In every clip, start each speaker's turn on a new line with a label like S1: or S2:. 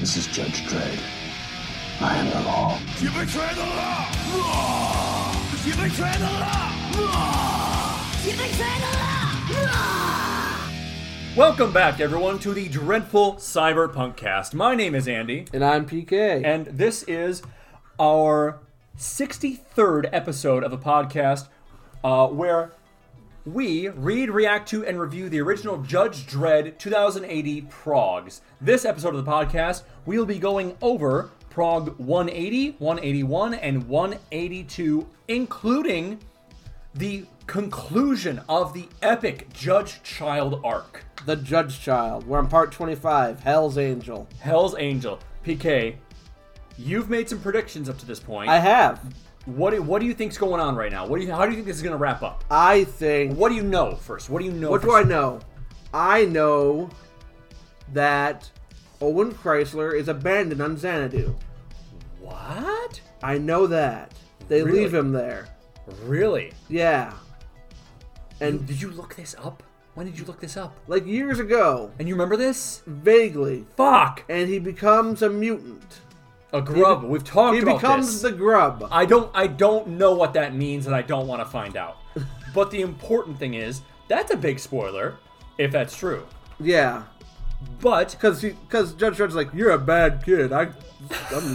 S1: This is Judge Dredd. I am the law.
S2: You betray the law! Roar! You betray the law! Roar! You betray the law!
S3: Welcome back, everyone, to the dreadful Cyberpunk cast. My name is Andy,
S4: And I'm PK.
S3: and this is our 63rd episode of a podcast uh, where we read, react to, and review the original Judge Dredd 2080 Progs. This episode of the podcast, we'll be going over Prog 180, 181, and 182, including the conclusion of the epic Judge Child arc.
S4: the Judge Child. We're on part 25, Hell's Angel.
S3: Hell's Angel. PK, you've made some predictions up to this point.
S4: I have.
S3: what do, what do you think's going on right now? What do you how do you think this is going to wrap up?
S4: I think.
S3: What do you know first? What do you know?
S4: What
S3: for
S4: do I
S3: sure?
S4: know? I know that Owen Chrysler is abandoned on Xanadu.
S3: What?
S4: I know that. They
S3: Really?
S4: leave him there.
S3: Really?
S4: Yeah.
S3: And
S4: And
S3: did you look this up? When did you look this up?
S4: like years ago,
S3: And you remember this?
S4: vaguely,
S3: Fuck!
S4: and he becomes a mutant.
S3: A grub.
S4: be-
S3: We've talked
S4: He
S3: about
S4: becomes
S3: this.
S4: the grub.
S3: I don't I don't know what that means and I don't want to find out. but the important thing is that's a big spoiler if that's true.
S4: Yeah.
S3: But
S4: Cause he, cause Judge Dredd like, you're a bad kid. I, I'm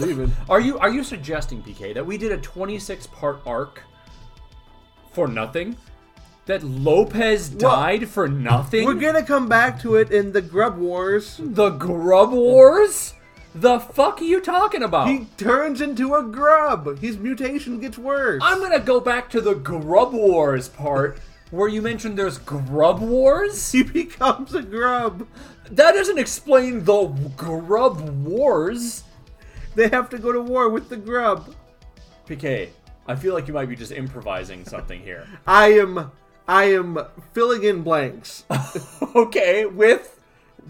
S4: leaving.
S3: Are you are you suggesting PK that we did a 26 part arc for nothing? That Lopez died for nothing?
S4: We're gonna come back to it in the Grub Wars.
S3: the Grub Wars? The fuck are you talking about?
S4: He turns into a grub. His mutation gets worse.
S3: I'm gonna go back to the Grub Wars part where you mentioned there's Grub Wars.
S4: he becomes a grub.
S3: That doesn't explain the Grub Wars.
S4: They have to go to war with the grub.
S3: PK, I feel like you might be just improvising something here.
S4: I am, I am filling in blanks.
S3: okay, with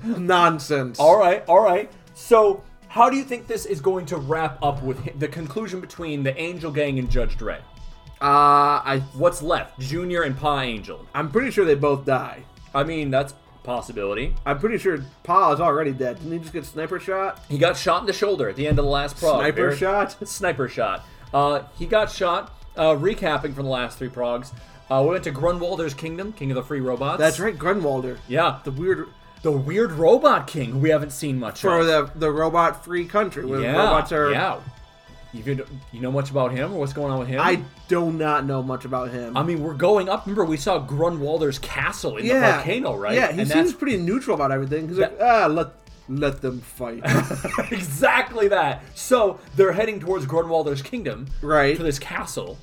S4: Nonsense.
S3: All right, all right. So, how do you think this is going to wrap up with hi- the conclusion between the Angel Gang and Judge Dredd?
S4: Uh, I,
S3: What's left? Junior and Pa Angel.
S4: I'm pretty sure they both die.
S3: I mean, that's a possibility.
S4: I'm pretty sure Pa is already dead. Didn't he just get sniper shot?
S3: He got shot in the shoulder at the end of the last prog.
S4: Sniper
S3: Barry.
S4: shot?
S3: Sniper shot. Uh, he got shot. Uh, recapping from the last three progs, uh, we went to Grunwalder's kingdom, king of the free robots.
S4: That's right, Grunwalder.
S3: Yeah,
S4: The
S3: the,
S4: weird
S3: the weird robot king who we haven't seen much
S4: for
S3: of.
S4: the the robot free country where
S3: yeah,
S4: the robots are.
S3: yeah. You could, you know much about him or what's going on with him?
S4: I do not know much about him.
S3: I mean, we're going up. Remember, we saw Grunwalder's castle in the volcano, right?
S4: Yeah, he
S3: and
S4: seems pretty neutral about everything. He's like, ah, let let them fight.
S3: that's exactly that. So they're heading towards Grunwalder's kingdom,
S4: Right.
S3: To this castle.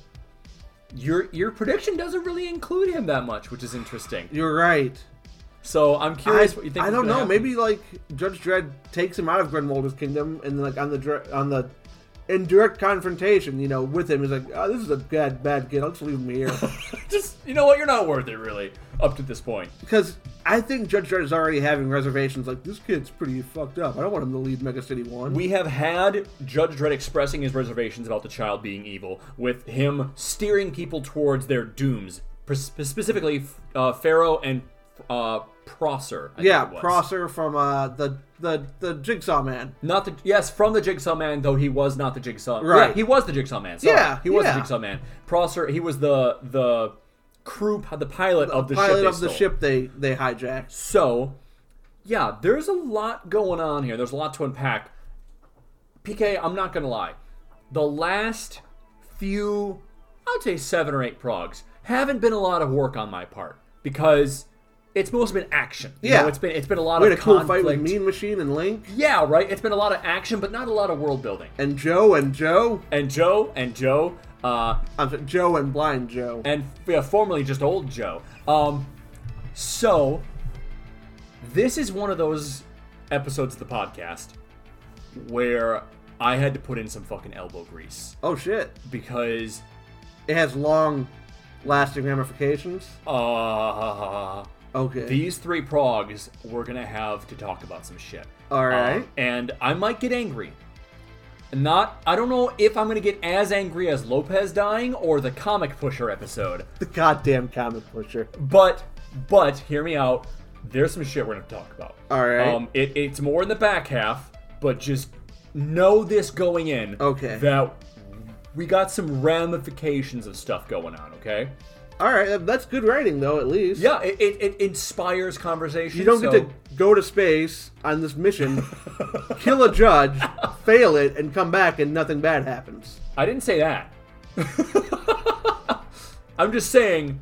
S3: Your your prediction doesn't really include him that much, which is interesting.
S4: You're right.
S3: So I'm
S4: I,
S3: curious what you think.
S4: I
S3: is gonna
S4: don't know.
S3: happen.
S4: Maybe like Judge Dredd takes him out of Grenwalder's kingdom, and like on the dir- on the in direct confrontation, you know, with him, he's like, oh, this is a bad bad kid. I'll just leave him here
S3: just you know what, you're not worth it really up to this point.
S4: because. I think Judge Dredd is already having reservations. Like this kid's pretty fucked up. I don't want him to lead Mega City One.
S3: We have had Judge Dredd expressing his reservations about the child being evil, with him steering people towards their dooms, pre- specifically uh, Pharaoh and uh, Prosser. I think
S4: yeah,
S3: it was.
S4: Prosser from uh, the the the Jigsaw Man.
S3: Not the yes, from the Jigsaw Man, though he was not the Jigsaw.
S4: Right.
S3: yeah, he was the Jigsaw Man. Sorry.
S4: Yeah,
S3: he was
S4: yeah.
S3: the Jigsaw Man. Prosser, he was the the crew, the pilot of the ship.
S4: pilot
S3: they
S4: of the
S3: stole.
S4: ship they they hijacked.
S3: So, yeah, there's a lot going on here. There's a lot to unpack. PK, I'm not gonna lie, the last few, I'd say seven or eight progs, haven't been a lot of work on my part because it's mostly been action. You
S4: Yeah.
S3: know, it's been it's been a lot
S4: We had
S3: of
S4: a cool
S3: conflict.
S4: fight with Mean Machine and Link
S3: Yeah, right. It's been a lot of action, but not a lot of world building.
S4: and Joe and Joe.
S3: And Joe and Joe, uh,
S4: I'm sorry, Joe and Blind Joe.
S3: and yeah, formerly just old Joe. Um, so this is one of those episodes of the podcast where I had to put in some fucking elbow grease
S4: oh shit!
S3: because
S4: It has long, lasting ramifications.
S3: uh,
S4: Okay.
S3: these three progs we're gonna have to talk about some shit.
S4: All right.
S3: Um, and I might get angry. Not, I don't know if I'm gonna get as angry as Lopez dying or the comic pusher episode.
S4: the goddamn comic pusher.
S3: But but hear me out. There's some shit we're gonna talk about.
S4: All right.
S3: Um, it, it's more in the back half, but just know this going in.
S4: Okay.
S3: That we got some ramifications of stuff going on, okay?
S4: All right, that- that's good writing though. At least
S3: Yeah, it, it, it inspires conversation.
S4: you don't
S3: so-
S4: get to go to space on this mission, kill a judge, fail it, and come back and nothing bad happens.
S3: I didn't say that. I'm just saying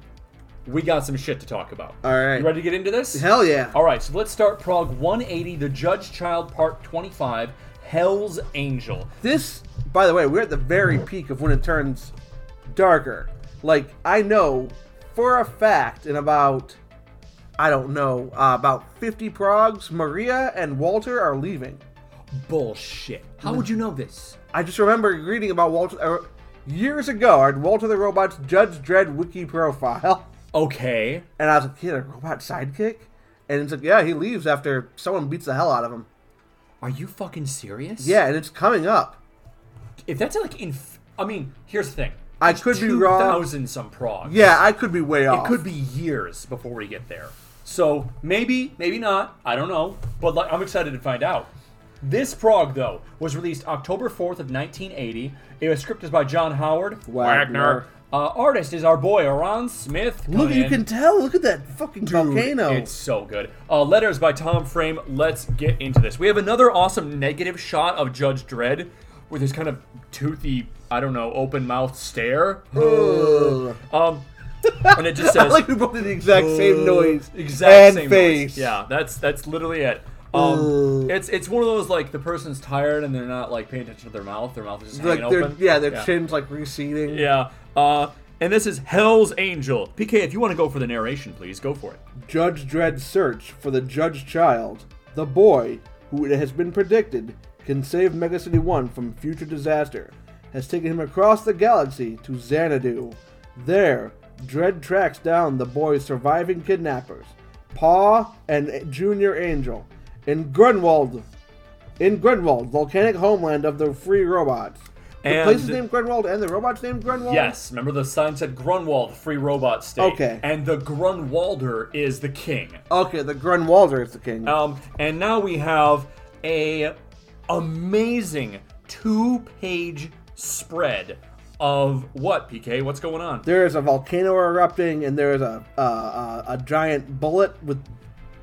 S3: we got some shit to talk about.
S4: All right.
S3: You ready to get into this?
S4: Hell yeah!
S3: All right, so let's start Prague 180, The Judge Child, Part 25, Hell's Angel.
S4: This, by the way, we're at the very peak of when it turns darker. Like I know for a fact in about I don't know uh, about fifty progs, Maria and Walter are leaving.
S3: Bullshit. How would you know this?
S4: I just remember reading about Walter uh, years ago. I had Walter the Robot's Judge Dredd wiki profile,
S3: Okay.
S4: and I was like, "He had a robot sidekick," and it's like, "Yeah, he leaves after someone beats the hell out of him."
S3: Are you fucking serious?
S4: Yeah, and it's coming up.
S3: If that's like in. I mean, here's the thing.
S4: I could be wrong.
S3: 2000 some Prague.
S4: Yeah, I could be way off.
S3: It could be years before we get there. So maybe, maybe not. I don't know. But like, I'm excited to find out. This Prague, though, was released October 4th of 1980. It was scripted by John Howard.
S4: Wagner.
S3: Uh, artist is our boy, Aaron Smith.
S4: Oh, Look,
S3: Coming
S4: you
S3: in.
S4: can tell. Look at that fucking
S3: Dude,
S4: volcano.
S3: It's so good. Uh, letters by Tom Frame. Let's get into this. We have another awesome negative shot of Judge Dredd with his kind of toothy, I don't know, open mouth stare.
S4: Ugh.
S3: Um, and it just
S4: I
S3: says
S4: like we both did the exact same noise,
S3: exact
S4: and
S3: same
S4: face.
S3: noise. Yeah, that's that's literally it. Um,
S4: Ugh.
S3: it's it's one of those like the person's tired and they're not like paying attention to their mouth. Their mouth is just
S4: like
S3: hanging
S4: their
S3: open.
S4: yeah, their chin's like receding.
S3: Yeah. Uh, and this is Hell's Angel. PK, if you want to go for the narration, please go for it.
S4: Judge Dredd's search for the Judge Child, the boy who it has been predicted can save Mega City 1 from future disaster, has taken him across the galaxy to Xanadu. There, Dredd tracks down the boy's surviving kidnappers, Paw and Junior Angel, in Grunwald. In Grunwald, volcanic homeland of the free robots. The
S3: And-
S4: place is named Grunwald and the robot's named Grunwald?
S3: Yes, remember the sign said Grunwald, free robot state.
S4: Okay.
S3: And the Grunwalder is the king.
S4: Okay, the Grunwalder is the king.
S3: Um, and now we have a amazing two-page spread of what, PK? What's going on?
S4: there is a volcano erupting and there is a uh, uh, a giant bullet with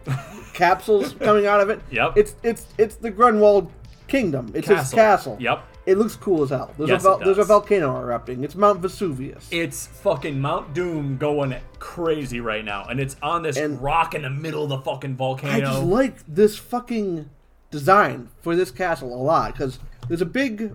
S4: capsules coming out of it.
S3: Yep.
S4: It's it's it's the Grunwald kingdom. It's his
S3: Castle.
S4: castle.
S3: Yep.
S4: It looks cool as hell. There's
S3: Yes,
S4: a vol-
S3: it
S4: there's a
S3: does.
S4: volcano erupting. It's Mount Vesuvius.
S3: It's fucking Mount Doom going crazy right now, and it's on this
S4: And-
S3: rock in the middle of the fucking volcano.
S4: I just like this fucking design for this castle a lot because there's a big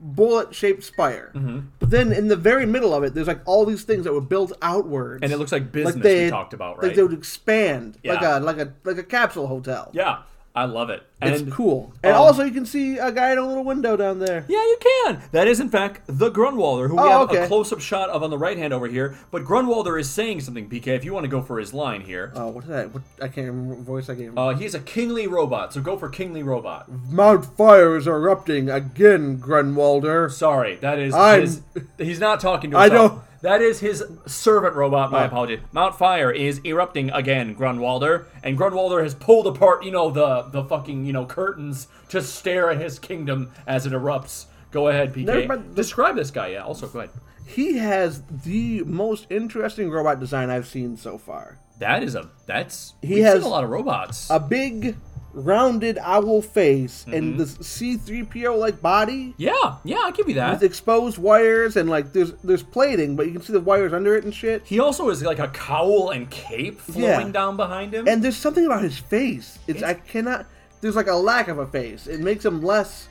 S4: bullet-shaped spire,
S3: Mm-hmm.
S4: but then in the very middle of it, there's like all these things that were built outwards,
S3: And it looks like business we talked about,
S4: Like
S3: right?
S4: they would expand, like
S3: Yeah.
S4: a like a like a capsule hotel.
S3: yeah, I love it.
S4: It's
S3: and
S4: cool. And
S3: um,
S4: also, you can see a guy in a little window down there.
S3: Yeah, you can. That is, in fact, the Grunwalder, who we
S4: Oh,
S3: have
S4: okay.
S3: a close-up shot of on the right hand over here. But Grunwalder is saying something, PK. If you want to go for his line here,
S4: Oh, what did I? What, I can't remember what voice I gave him.
S3: uh, he's a kingly robot, so go for kingly robot.
S4: Mount Fire is erupting again, Grunwalder.
S3: Sorry, that is
S4: I'm-
S3: his, he's not talking to
S4: I Oh.
S3: himself.
S4: don't-
S3: That is his servant robot. My apology. Mount Fire is erupting again, Grunwalder, and Grunwalder has pulled apart, you know, the the fucking you know curtains to stare at his kingdom as it erupts. Go ahead, PK.
S4: Never mind.
S3: Describe this guy. Yeah. Also, go ahead.
S4: He has the most interesting robot design I've seen so far.
S3: That is a that's
S4: He
S3: we've
S4: has
S3: seen a lot of robots.
S4: A big, rounded owl face
S3: Mm-hmm.
S4: and this C-3PO like body
S3: yeah, yeah, I'll give you that.
S4: with exposed wires and like there's there's plating, but you can see the wires under it and shit.
S3: he also has like a cowl and cape flowing
S4: Yeah.
S3: down behind him.
S4: And there's something about his face. It's, I cannot. There's like a lack of a face. It makes him less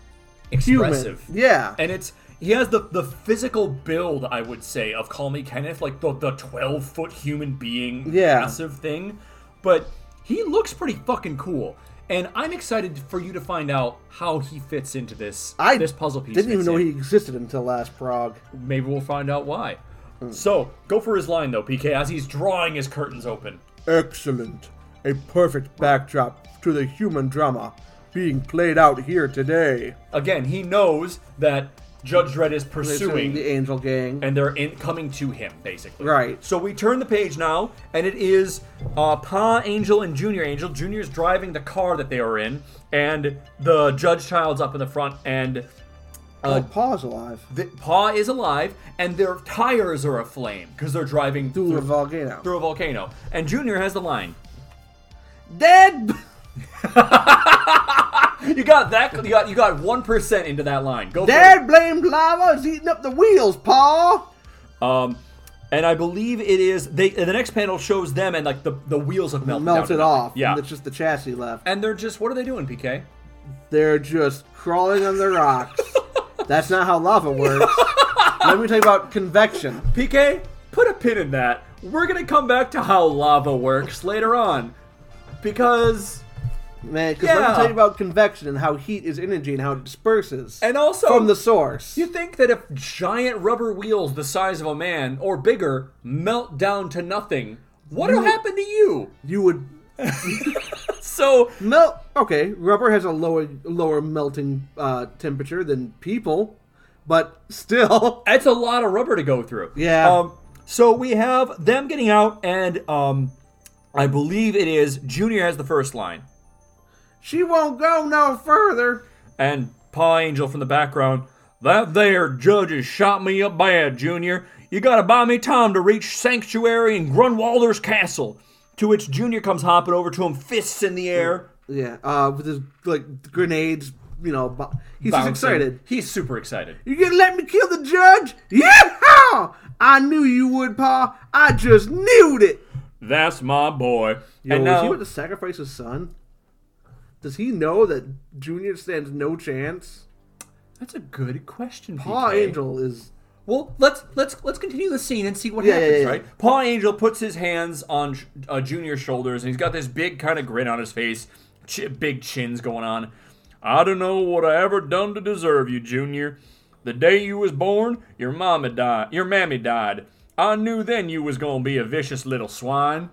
S4: human.
S3: expressive.
S4: Yeah.
S3: And it's he has the the physical build, I would say, of Call Me Kenneth, like the the twelve foot human being
S4: Yeah.
S3: massive thing. But he looks pretty fucking cool. And I'm excited for you to find out how he fits into this
S4: I
S3: this puzzle piece.
S4: Didn't even
S3: fits
S4: know
S3: in.
S4: he existed until last Prague.
S3: Maybe we'll find out why.
S4: Hmm.
S3: So, go for his line though, PK, as he's drawing his curtains open.
S4: Excellent. A perfect backdrop to the human drama being played out here today.
S3: Again, he knows that Judge Dredd is
S4: Pursuing
S3: pursuing,
S4: the Angel Gang.
S3: and they're in, coming to him, basically.
S4: Right.
S3: So we turn the page now, and it is uh, Pa Angel and Junior Angel. Junior's driving the car that they are in, and the Judge Child's up in the front, and
S4: oh, Pa's alive.
S3: the, Pa is alive, and their tires are aflame because they're driving
S4: Through
S3: through,
S4: a volcano.
S3: through a volcano. And Junior has the line.
S4: Dead!
S3: You got that. You got you got one percent into that line. Go for it.
S4: Dad blamed lava is eating up the wheels, Pa!
S3: Um, and I believe it is they. The next panel shows them and like the, the wheels have melted, down to
S4: Melted
S3: nothing.
S4: off.
S3: Yeah,
S4: It's just the chassis left.
S3: and they're just what are they doing, PK?
S4: They're just crawling on the rocks. That's not how lava works. Let me tell you about convection.
S3: PK, put a pin in that. We're gonna come back to how lava works later on, because
S4: Man, because let
S3: Yeah.
S4: me tell you about convection and how heat is energy and how it disperses
S3: and also
S4: from the source.
S3: You think that if giant rubber wheels the size of a man or bigger melt down to nothing, what'll happen to you?
S4: You would
S3: So
S4: melt. Okay, rubber has a lower lower melting uh, temperature than people, but still,
S3: That's a lot of rubber to go through.
S4: Yeah.
S3: Um, so we have them getting out, and um, I believe it is Junior has the first line,
S4: she won't go no further.
S3: and Paw Angel from the background. That there judge has shot me up bad, Junior. You gotta buy me time to reach Sanctuary and Grunwalder's castle. To which Junior comes hopping over to him, fists in the air.
S4: Yeah, uh, with his like grenades, you know, bo- he's just
S3: bouncing.
S4: excited.
S3: He's super excited.
S4: You gonna let me kill the judge? Yeah! I knew you would, Pa. I just knew it.
S3: That's my boy. and
S4: Yo, is
S3: now,
S4: he about to sacrifice his son? Does he know that Junior stands no chance?
S3: that's a good question.
S4: Paw
S3: PK.
S4: Angel is
S3: Well, let's let's let's continue the scene and see what
S4: Yeah,
S3: happens,
S4: yeah, yeah.
S3: right? Paw Angel puts his hands on Sh- uh, Junior's shoulders, and he's got this big kind of grin on his face, ch- big chins going on. I don't know what I ever done to deserve you, Junior. The day you was born, your mama died. Your mammy died. I knew then you was gonna be a vicious little swine.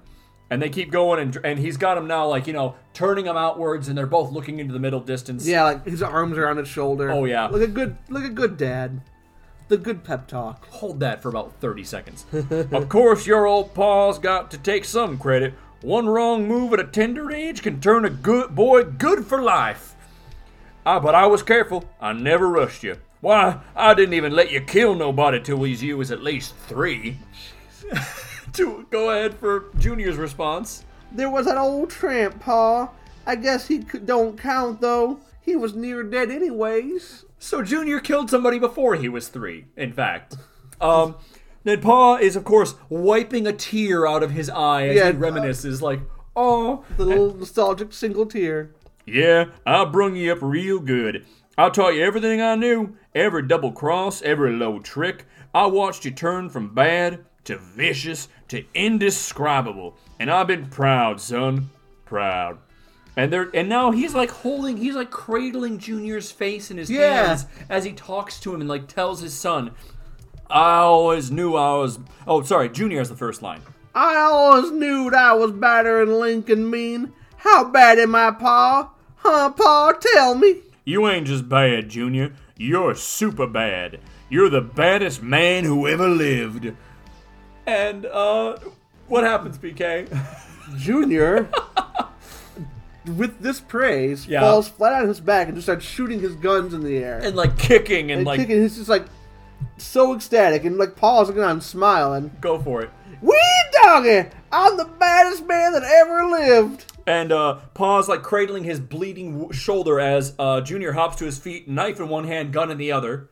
S3: And they keep going, and and he's got him now, like you know, turning him outwards, and they're both looking into the middle distance.
S4: yeah, like his arms are on his shoulder.
S3: Oh, yeah.
S4: look a good, look a good dad. The good pep talk.
S3: Hold that for about 30 seconds. of course, your old paw's got to take some credit. One wrong move at a tender age can turn a good boy good for life. Ah, but I was careful. I never rushed you. Why, I didn't even let you kill nobody till we- you was at least three. to go ahead for Junior's response.
S4: There was that old tramp, Pa. I guess he could, don't count though. He was near dead anyways.
S3: So Junior killed somebody before he was three, in fact. Um, then Pa is, of course, wiping a tear out of his eye as
S4: Yeah, uh,
S3: he reminisces, like, oh,
S4: The little nostalgic single tear.
S3: Yeah, I brung you up real good. I taught you everything I knew, every double cross, every low trick. I watched you turn from bad to vicious to indescribable, and I've been proud, son, proud. And there, and now he's like holding, he's like cradling Junior's face in his
S4: Yeah.
S3: hands as he talks to him and like tells his son, "I always knew I was." Oh, sorry, Junior has the first line.
S4: I always knew that I was badder than Lincoln mean. How bad am I, Pa? Huh, Pa? Tell me.
S3: You ain't just bad, Junior. You're super bad. You're the baddest man who ever lived. And, uh, what happens, BK?
S4: Junior, with this praise,
S3: Yeah.
S4: falls flat on his back and just starts shooting his guns in the air.
S3: And, like, kicking and,
S4: And
S3: like,
S4: kicking, he's just like so ecstatic and like Paul's looking on smiling.
S3: go for it.
S4: Wee doggy! I'm the baddest man that ever lived.
S3: And, uh, Pa's, like, cradling his bleeding w- shoulder as, uh, Junior hops to his feet, knife in one hand, gun in the other.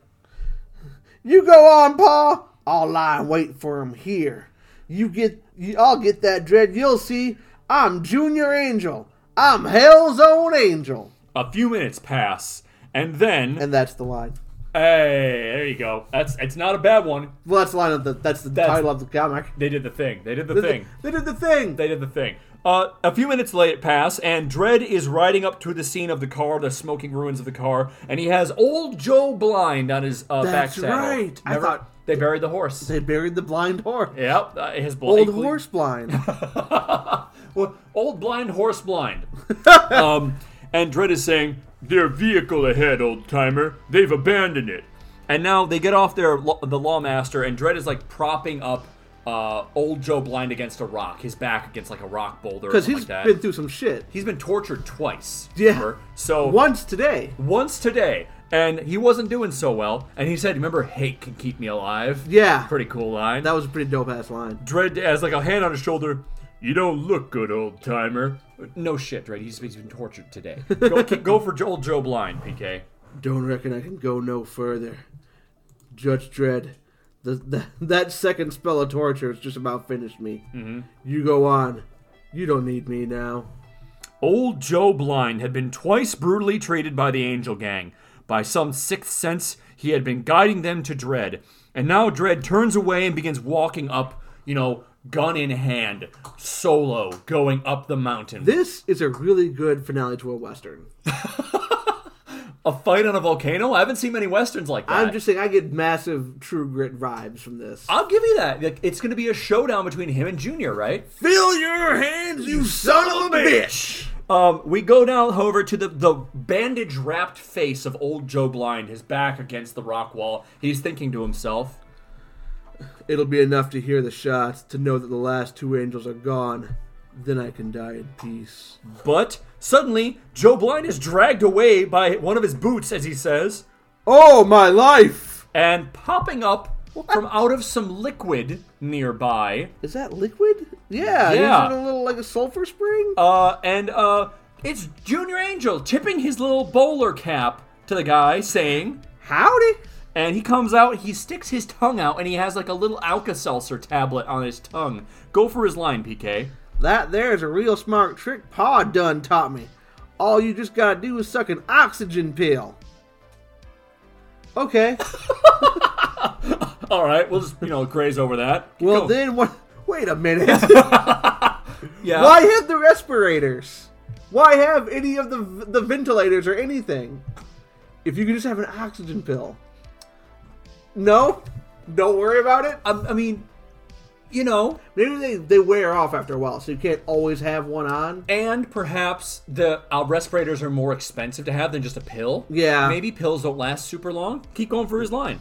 S4: You go on, Pa. I'll lie and wait for him here. You get, you, I'll get that dread. You'll see. I'm Junior Angel. I'm Hell's own angel.
S3: A few minutes pass, and then,
S4: And that's the line.
S3: hey, there you go. That's, it's not a bad one.
S4: Well, that's the line of the. That's the
S3: That's-
S4: title of the comic.
S3: They did the thing. They did the thing.
S4: They did the thing.
S3: They did the thing. Uh, a few minutes late pass, and Dredd is riding up to the scene of the car, the smoking ruins of the car, and he has old Joe Blind on his uh, back
S4: That's
S3: saddle.
S4: right. I
S3: Remember?
S4: thought-
S3: they buried the horse.
S4: They buried the blind horse.
S3: Yep, uh, his bl-
S4: Old
S3: equally-
S4: horse blind.
S3: Oh Well, old blind horse blind. um, and Dredd is saying, "Their vehicle ahead, old timer. They've abandoned it." And now they get off their lo- the lawmaster, and Dredd is like propping up uh, old Joe Blind against a rock, his back against like a rock boulder. Because
S4: Because he's
S3: like that.
S4: been through some shit.
S3: he's been tortured twice.
S4: Yeah.
S3: remember? So
S4: Once today.
S3: once today, and he wasn't doing so well. And he said, "Remember, hate can keep me alive."
S4: Yeah.
S3: Pretty cool line.
S4: That was a pretty dope ass line.
S3: Dredd has like a hand on his shoulder. You don't look good, old timer. No shit, Dredd. He's, he's been tortured today. Go, keep, go for old Joe Blind, PK.
S4: Don't reckon I can go no further. Judge Dredd, the, the, that second spell of torture has just about finished me. Mm-hmm. You go on. You don't need me now.
S3: Old Joe Blind had been twice brutally treated by the Angel Gang. By some sixth sense, he had been guiding them to Dread. And now Dread turns away and begins walking up, you know, gun in hand, solo, going up the mountain.
S4: This is a really good finale to a Western.
S3: a fight on a volcano? I haven't seen many westerns like that.
S4: I'm just saying, I get massive true grit vibes from this.
S3: I'll give you that. Like, it's going to be a showdown between him and Junior, right?
S4: Fill your hands, you son of a bitch!
S3: Um, we go now, however, to the, the bandage wrapped face of old Joe Blind, his back against the rock wall. He's thinking to himself,
S4: It'll be enough to hear the shots, to know that the last two angels are gone. Then I can die in peace.
S3: But suddenly, Joe Blind is dragged away by one of his boots, as he says,
S4: Oh, my life!
S3: and popping up from out of some liquid nearby.
S4: Is that liquid? Yeah,
S3: Yeah.
S4: Isn't it a little like a sulfur spring?
S3: Uh, and uh, it's Junior Angel tipping his little bowler cap to the guy, saying,
S4: Howdy!
S3: and he comes out, he sticks his tongue out, and he has like a little Alka Seltzer tablet on his tongue. Go for his line, PK.
S4: That there's a real smart trick Pa Dunn taught me. All you just gotta do is suck an oxygen pill. Okay.
S3: All right, we'll just, you know, graze over that.
S4: Well,
S3: Go.
S4: then what? Wait a minute.
S3: yeah.
S4: Why have the respirators? Why have any of the the ventilators or anything? If you could just have an oxygen pill. No, don't worry about it.
S3: I, I mean, you know,
S4: Maybe they, they wear off after a while, so you can't always have one on.
S3: and perhaps the uh, respirators are more expensive to have than just a pill.
S4: Yeah.
S3: Maybe pills don't last super long. Keep going for his line.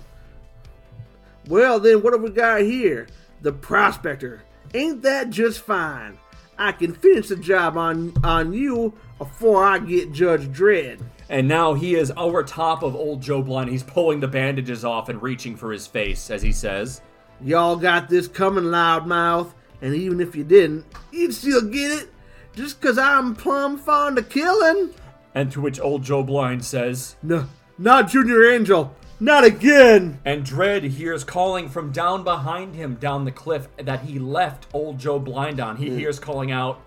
S4: Well, then what have we got here? The prospector. Ain't that just fine? I can finish the job on on you before I get Judge Dredd.
S3: And now he is over top of old Joe Blunt. He's pulling the bandages off and reaching for his face, as he says.
S4: Y'all got this coming, loudmouth, and even if you didn't, you'd still get it. Just cause I'm plumb fond of killing.
S3: And to which old Joe Blind says,
S4: No, not Junior Angel. Not again.
S3: and Dread hears calling from down behind him down the cliff that he left old Joe Blind on. He hears calling out,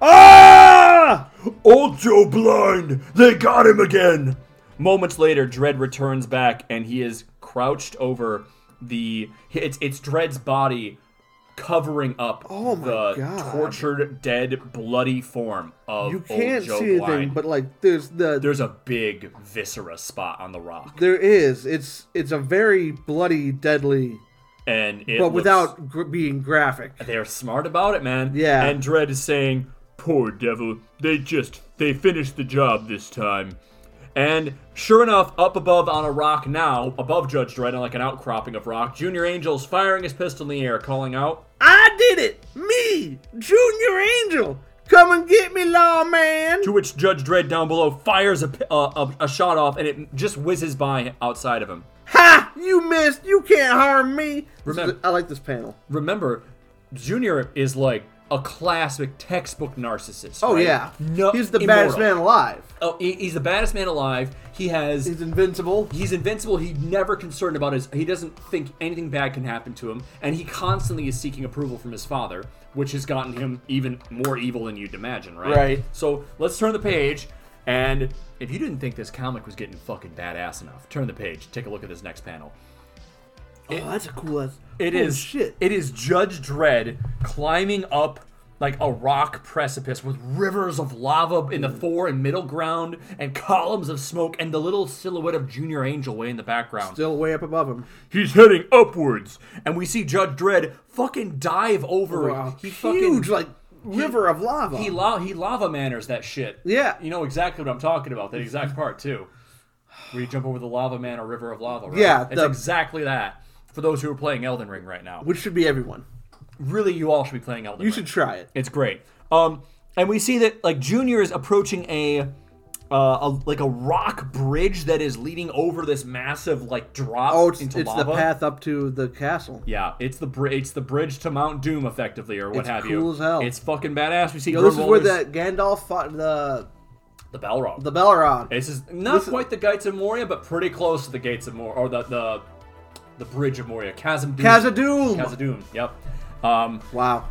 S4: Ah!
S3: Old Joe Blind! They got him again! Moments later, Dredd returns back and he is crouched over the. It's, it's Dredd's body covering up
S4: Oh my
S3: the
S4: God.
S3: tortured, dead, bloody form of
S4: You can't
S3: Old Joe
S4: see anything,
S3: Blind.
S4: but like there's the
S3: There's a big viscera spot on the rock.
S4: there is. It's it's a very bloody, deadly
S3: And it
S4: but
S3: looks-
S4: without gr- being graphic.
S3: They're smart about it, man.
S4: Yeah.
S3: And Dredd is saying, "Poor devil, they just they finished the job this time." And sure enough, up above on a rock now, above Judge Dredd, on like an outcropping of rock, Junior Angel's firing his pistol in the air, calling out,
S4: I did it, me, Junior Angel. Come and get me, lawman.
S3: to which Judge Dredd down below fires a, pi- uh, a, a shot off, and it just whizzes by outside of him.
S4: Ha! You missed. You can't harm me. This is-
S3: Remember-
S4: I like this panel.
S3: Remember, Junior is like a classic textbook narcissist.
S4: Oh
S3: right?
S4: yeah,
S3: no,
S4: he's the baddest
S3: immoral.
S4: man alive.
S3: Oh, he- he's the baddest man alive. He has
S4: He's invincible.
S3: He's invincible. He's never concerned about his. He doesn't think anything bad can happen to him, and he constantly is seeking approval from his father, which has gotten him even more evil than you'd imagine, right?
S4: Right.
S3: So let's turn the page, and if you didn't think this comic was getting fucking badass enough, turn the page. Take a look at this next panel.
S4: oh, that's a cool. Ass.
S3: It
S4: oh,
S3: is
S4: shit.
S3: It is Judge Dredd climbing up like a rock precipice with rivers of lava in the fore and middle ground, and columns of smoke, and the little silhouette of Junior Angel way in the background.
S4: Still way up above him.
S3: He's heading upwards, and we see Judge Dredd fucking dive over.
S4: Wow,
S3: He
S4: huge
S3: fucking
S4: like river of lava.
S3: he, la- he lava manners that shit.
S4: Yeah.
S3: you know exactly what I'm talking about. That exact part too. where you jump over the lava man or river of lava. Right?
S4: Yeah,
S3: it's
S4: the-
S3: exactly that. For those who are playing Elden Ring right now,
S4: which should be everyone.
S3: really, you all should be playing Elden
S4: You
S3: Ring.
S4: should try it.
S3: It's great. Um, and we see that like Junior is approaching a, uh, a like a rock bridge that is leading over this massive like drop
S4: Oh, it's,
S3: into
S4: it's the
S3: lava.
S4: path up to the castle.
S3: Yeah, it's the bridge. It's the bridge to Mount Doom, effectively, or what
S4: It's
S3: have you.
S4: cool as hell.
S3: It's fucking badass. We see
S4: Yo, this is where
S3: Grimwalders-
S4: the Gandalf fought the
S3: the Balrog.
S4: the Belrod.
S3: This is not
S4: This is-
S3: quite the Gates of Moria, but pretty close to the Gates of Moria, or the the, the Bridge of Moria, Chasm Doom.
S4: Khazad-dûm!
S3: Khazad-dûm, Yep. Um,
S4: Wow.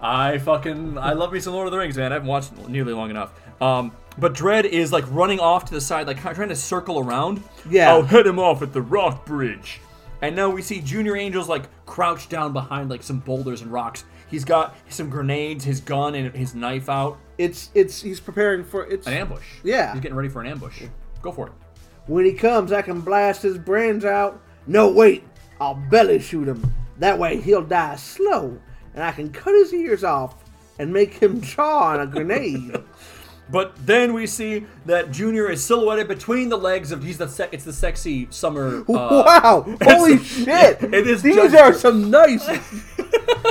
S3: I fucking I love me some Lord of the Rings, man. I haven't watched nearly long enough. Um, but Dread is like running off to the side, like trying to circle around.
S4: Yeah.
S3: I'll head him off at the rock bridge. And now we see Junior Angels like crouched down behind like some boulders and rocks. He's got some grenades, his gun, and his knife out.
S4: It's it's he's preparing for it's
S3: An ambush.
S4: Yeah.
S3: He's getting ready for an ambush. Go for it.
S4: when he comes I can blast his brains out. No wait, I'll belly shoot him. That way he'll die slow, and I can cut his ears off and make him chaw on a
S3: Uh,
S4: grenade.
S3: But then we see that Junior is silhouetted between the legs of he's the se- it's the sexy summer. Uh,
S4: wow! Holy
S3: it's-
S4: shit!
S3: it is
S4: These
S3: Judge
S4: are
S3: Dredd.
S4: some nice.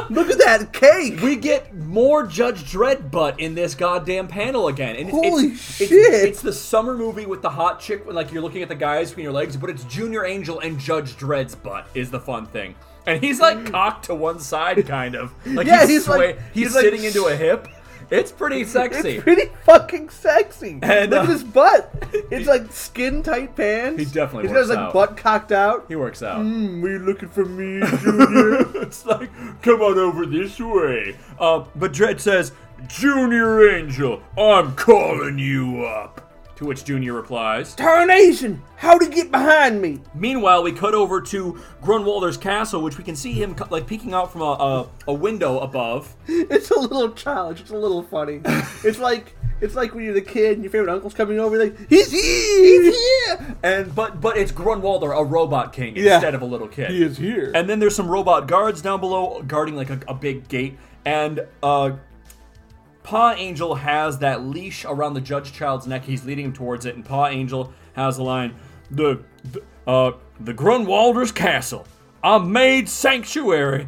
S4: Look at that cake.
S3: We get more Judge Dredd butt in this goddamn panel again. And it's,
S4: Holy
S3: it's, it's- It's,
S4: shit.
S3: the summer movie with the hot chick when like you're looking at the guys between your legs, but it's Junior Angel and Judge Dredd's butt is the fun thing. And he's like cocked to one side, kind of. Like
S4: Mm. Yeah,
S3: he's,
S4: he's
S3: sway-
S4: like-
S3: he's,
S4: he's like-
S3: sitting into a hip. It's pretty sexy.
S4: It's pretty fucking sexy.
S3: And,
S4: Look
S3: uh,
S4: at his butt. It's like skin tight pants.
S3: He definitely
S4: He's got
S3: works
S4: his like
S3: out.
S4: butt cocked out.
S3: he works out.
S4: Hmm, are you looking for me, Junior?
S3: it's like, come on over this way. Uh, but Dredd says, Junior Angel, I'm calling you up. To which Junior replies,
S4: Tarnation! How'd he get behind me?
S3: Meanwhile, we cut over to Grunwalder's castle, which we can see him co- like peeking out from a, a, a window above.
S4: It's a little childish. It's a little funny. it's like it's like when you're the kid and your favorite uncle's coming over. Like he's here. He's here.
S3: And but but it's Grunwalder, a robot king,
S4: Yeah.
S3: instead of a little kid.
S4: He is here.
S3: And then there's some robot guards down below guarding like a, a big gate. And uh, Paw Angel has that leash around the Judge Child's neck. He's leading him towards it, and Paw Angel has the line: "The, the uh, the Grunwalder's castle, I made sanctuary."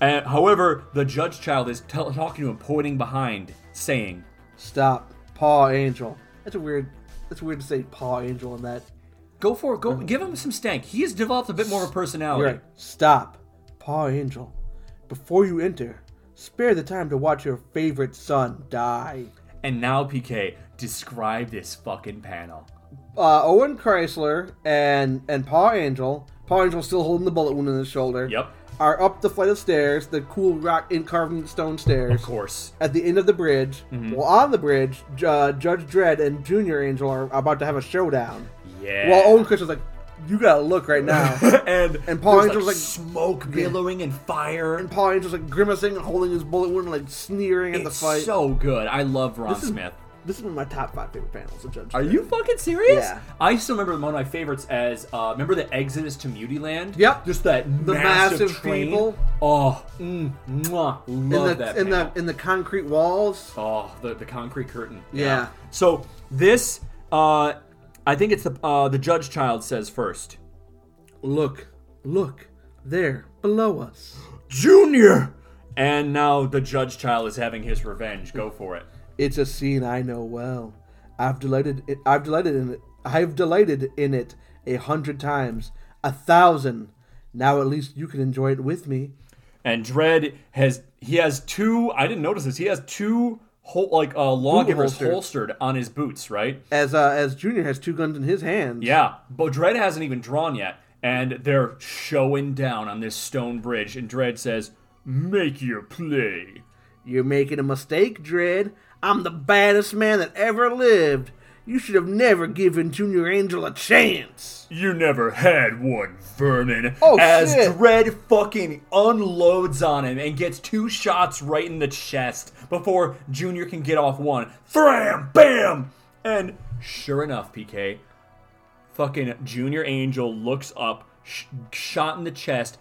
S3: And however, the Judge Child is tell talking to him, pointing behind, saying,
S4: Stop, Paw Angel. That's a weird. That's weird to say Paw Angel in that.
S3: "Go for it. Go give him some stank. He has developed a bit more of a
S4: You're
S3: personality."
S4: right. Stop, Paw Angel. Before you enter, spare the time to watch your favorite son die.
S3: And now, PK, describe this fucking panel.
S4: Uh, Owen Chrysler and and Paw Angel. Paw Angel still holding the bullet wound in his shoulder.
S3: Yep.
S4: Are up the flight of stairs, the cool rock in carved stone stairs.
S3: Of course.
S4: at the end of the bridge. Well, on the bridge, Ju- uh, Judge Dredd and Junior Angel are about to have a showdown.
S3: Yeah.
S4: While Owen Christian's like, "You gotta look right now."
S3: and
S4: And Paul
S3: there's,
S4: Angel's like-
S3: smoke billowing and fire.
S4: and Paul Angel's like grimacing and holding his bullet wound, and, like sneering at the
S3: it's
S4: fight.
S3: so good. I love Ron
S4: This is-
S3: Smith.
S4: this is one of my top five favorite panels of Judge.
S3: Are
S4: Dredd.
S3: you fucking serious?
S4: Yeah.
S3: I still remember one of my favorites as uh, remember the Exodus to Mutiland.
S4: Yep.
S3: Just that
S4: The
S3: massive,
S4: massive
S3: train.
S4: people.
S3: Oh, mm, mwah, love
S4: in the
S3: that.
S4: in
S3: panel.
S4: the in the concrete walls?
S3: Oh, the, the concrete curtain.
S4: Yeah.
S3: So this, uh, I think it's the uh, the Judge Child says first.
S4: Look, look, there below us.
S3: Junior. And now the Judge Child is having his revenge. Go for it.
S4: It's a scene I know well. I've delighted. It, I've delighted in it. I've delighted in it a hundred times, a thousand. Now at least you can enjoy it with me.
S3: and Dredd has he has two. I didn't notice this. He has two hol- like uh, lawgivers
S4: holstered.
S3: holstered on his boots, right?
S4: As uh, as Junior has two guns in his hands.
S3: Yeah, but Dredd hasn't even drawn yet, and they're showing down on this stone bridge. And Dredd says, "Make your play."
S4: You're making a mistake, Dread. I'm the baddest man that ever lived. You should have never given Junior Angel a chance.
S3: You never had one, Vernon.
S4: Oh,
S3: As
S4: shit.
S3: Dredd fucking unloads on him and gets two shots right in the chest before Junior can get off one. Thram! Bam! And sure enough, PK, fucking Junior Angel looks up, sh- shot in the chest,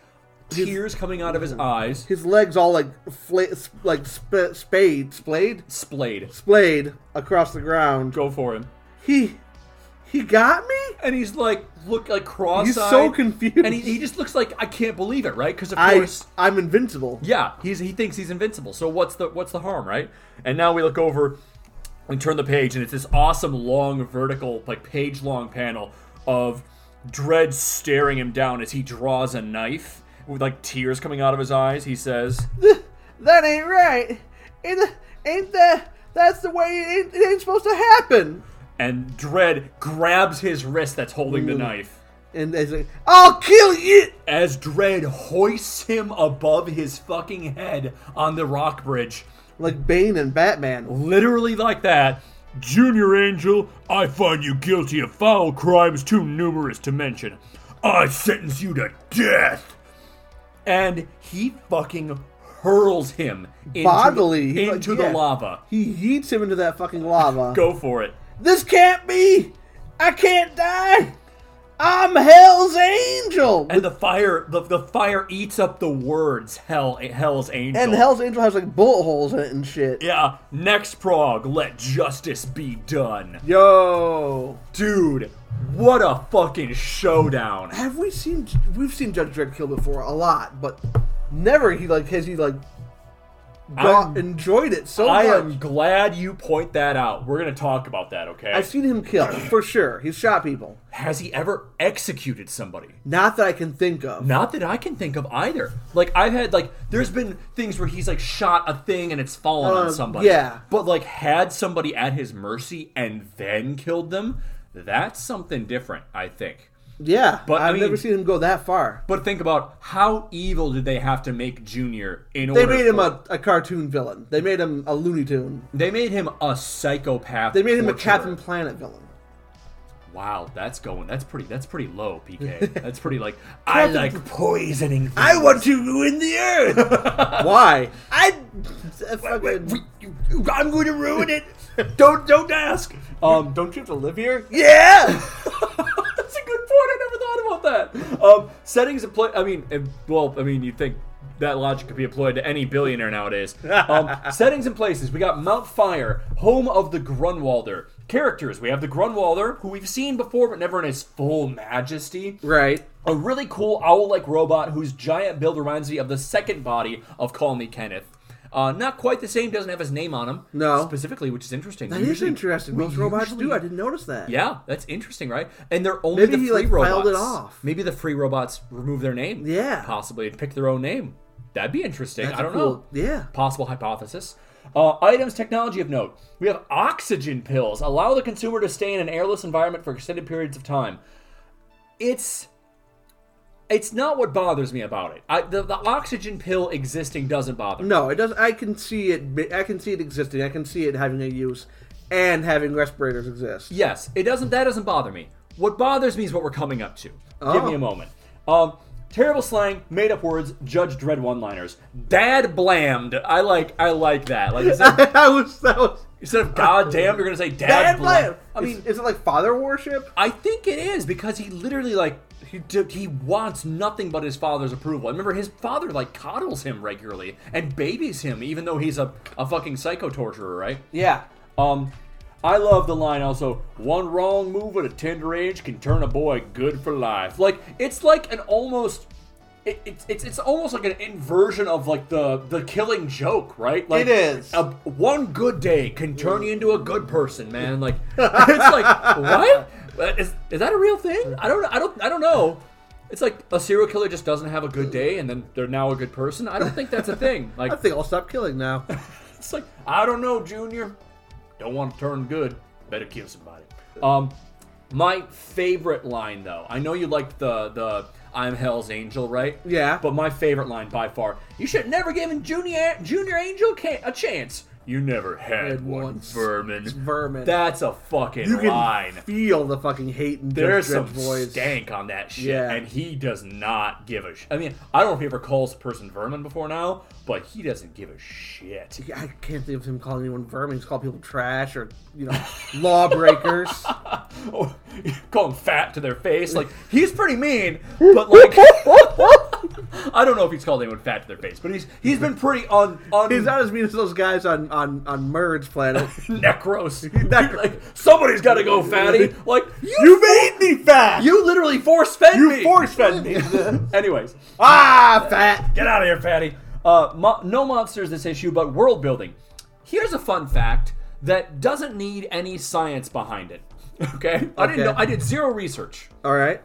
S3: tears coming out of his eyes,
S4: His legs all like fla- sp- like sp- spade, splayed,
S3: splayed.
S4: splayed across the ground.
S3: Go for him.
S4: He he got me.
S3: and he's like look like cross-eyed.
S4: He's so confused.
S3: and he, he just looks like I can't believe it, right? Because of
S4: I,
S3: course,
S4: I'm invincible.
S3: yeah, he's he thinks he's invincible. So what's the what's the harm, right? And now we look over, we turn the page, and it's this awesome long vertical, like page long panel of Dread staring him down as he draws a knife with like tears coming out of his eyes. He says,
S4: That ain't right. It ain't that. That's the way it ain't, it ain't supposed to happen.
S3: and Dread grabs his wrist that's holding the knife.
S4: And they say, I'll kill you.
S3: as Dread hoists him above his fucking head on the rock bridge.
S4: Like Bane and Batman.
S3: Literally like that. Junior Angel, I find you guilty of foul crimes too numerous to mention. I sentence you to death. And he fucking hurls him into,
S4: Bodily. He's like,
S3: into
S4: yeah.
S3: the lava.
S4: He yeets him into that fucking lava.
S3: Go for it.
S4: This can't be. I can't die. I'm Hell's Angel.
S3: And the fire the, the fire eats up the words hell hell's angel.
S4: And Hell's Angel has like bullet holes in it and shit.
S3: yeah, next prog, let justice be done.
S4: Yo,
S3: Dude, what a fucking showdown.
S4: have we seen? We've seen Judge Dredd kill before a lot, but never he like has he like got
S3: I'm-
S4: enjoyed it so
S3: I
S4: much.
S3: am glad you point that out. We're going to talk about that, okay?
S4: I've seen him kill for sure. He's shot people.
S3: Has he ever executed somebody?
S4: Not that I can think of.
S3: Not that I can think of either. Like, I've had, like, there's been things where he's, like, shot a thing and it's fallen
S4: Uh,
S3: on somebody.
S4: yeah.
S3: But, like, had somebody at his mercy and then killed them, that's something different, I think.
S4: Yeah,
S3: But,
S4: I've
S3: I mean-
S4: never seen him go that far.
S3: But think about how evil did they have to make Junior in
S4: They
S3: order
S4: made him
S3: for-
S4: a, a cartoon villain. They made him a Looney Tune.
S3: They made him a psychopath.
S4: They made him a
S3: torturer.
S4: Captain Planet villain.
S3: Wow, that's going. That's pretty. That's pretty low, PK. That's pretty like. I like poisoning. Things.
S4: to ruin the earth. Why? I. fucking-
S3: I'm going to ruin it. don't don't ask. Um,
S4: Don't you have to live here? Yeah.
S3: that's a good point. I never thought about that. Um, settings employ. I mean, eh, well, I mean, you think that logic could be employed to any billionaire nowadays. Um, settings and places. We got Mount Fire, home of the Grunwalder. Characters. We have the Grunwalder, who we've seen before, but never in his full majesty.
S4: Right.
S3: A really cool owl like robot whose giant build reminds me of the second body of Call Me Kenneth. Uh, not quite the same, doesn't have his name on him.
S4: No.
S3: Specifically, which is interesting.
S4: That
S3: We
S4: is
S3: usually-
S4: interesting.
S3: we
S4: Most robots
S3: usually-
S4: do. I didn't notice that.
S3: Yeah, that's interesting, right? And they're only
S4: Maybe
S3: the
S4: he,
S3: free
S4: like,
S3: robots.
S4: filed it off.
S3: Maybe the free robots remove their name.
S4: Yeah.
S3: Possibly and pick their own name. That'd be interesting.
S4: That's
S3: I
S4: a
S3: don't know
S4: cool- Yeah.
S3: possible hypothesis. Uh, items technology of note. We have oxygen pills. Allow the consumer to stay in an airless environment for extended periods of time. It's it's not what bothers me about it. I, the, the oxygen pill existing doesn't bother me.
S4: No, it doesn't. I can see it. be- I can see it existing. I can see it having a use, and having respirators exist.
S3: Yes, it doesn't. That doesn't bother me. What bothers me is what we're coming up to. Give
S4: Oh.
S3: me a moment. Um, terrible slang, made up words, Judge Dread one-liners. Dad blammed. I like. I like that. Like instead of,
S4: I was. That was.
S3: instead of goddamn, you're gonna say dad,
S4: Bad
S3: blam.
S4: plan.
S3: I mean,
S4: is, is it like father worship?
S3: I think it is because he literally like he d- he wants nothing but his father's approval. I remember his father like coddles him regularly and babies him, even though he's a a fucking psycho torturer, right?
S4: Yeah.
S3: Um, I love the line also. One wrong move at a tender age can turn a boy good for life. Like it's like an almost. It, it's, it's it's almost like an inversion of like the the killing joke, right? Like
S4: is.
S3: a- one good day can turn you into a good person, man. Like it's like what Uh, is, is that a real thing? I don't I don't I don't know. It's like a serial killer just doesn't have a good day and then they're now a good person. I don't think that's a thing. Like
S4: I think I'll stop killing now.
S3: it's like, I don't know, Junior. Don't want to turn good. Better kill somebody. Um, my favorite line though. I know you like the the I'm Hell's Angel, right?
S4: Yeah.
S3: But my favorite line by far. You should never given Junior Junior Angel ca- a chance. You never had,
S4: Had
S3: one,
S4: once.
S3: vermin.
S4: It's vermin.
S3: That's a fucking
S4: you can
S3: line.
S4: feel the fucking hate in
S3: There's
S4: Judge
S3: some
S4: Dredd's voice.
S3: stank on that shit,
S4: Yeah.
S3: and he does not give a. Sh- I mean, I don't know if he ever calls a person vermin before now, but he doesn't give a shit.
S4: Yeah, I can't think of him calling anyone vermin. He's called people trash or you know lawbreakers.
S3: oh, call him fat to their face. Like he's pretty mean, but like I don't know if he's called anyone fat to their face, but he's he's been pretty un, un
S4: He's not as mean as those guys on on on Merge Planet.
S3: necros.
S4: Necro-
S3: like somebody's got to go, fatty. Like you,
S4: you made me fat.
S3: you literally force fed me.
S4: you force fed me.
S3: Anyways,
S4: ah, fat.
S3: Get out of here, fatty. Uh, mo- no monsters this issue, but world building. Here's a fun fact that doesn't need any science behind it. Okay, I didn't
S4: Okay.
S3: know. I did zero research.
S4: All right.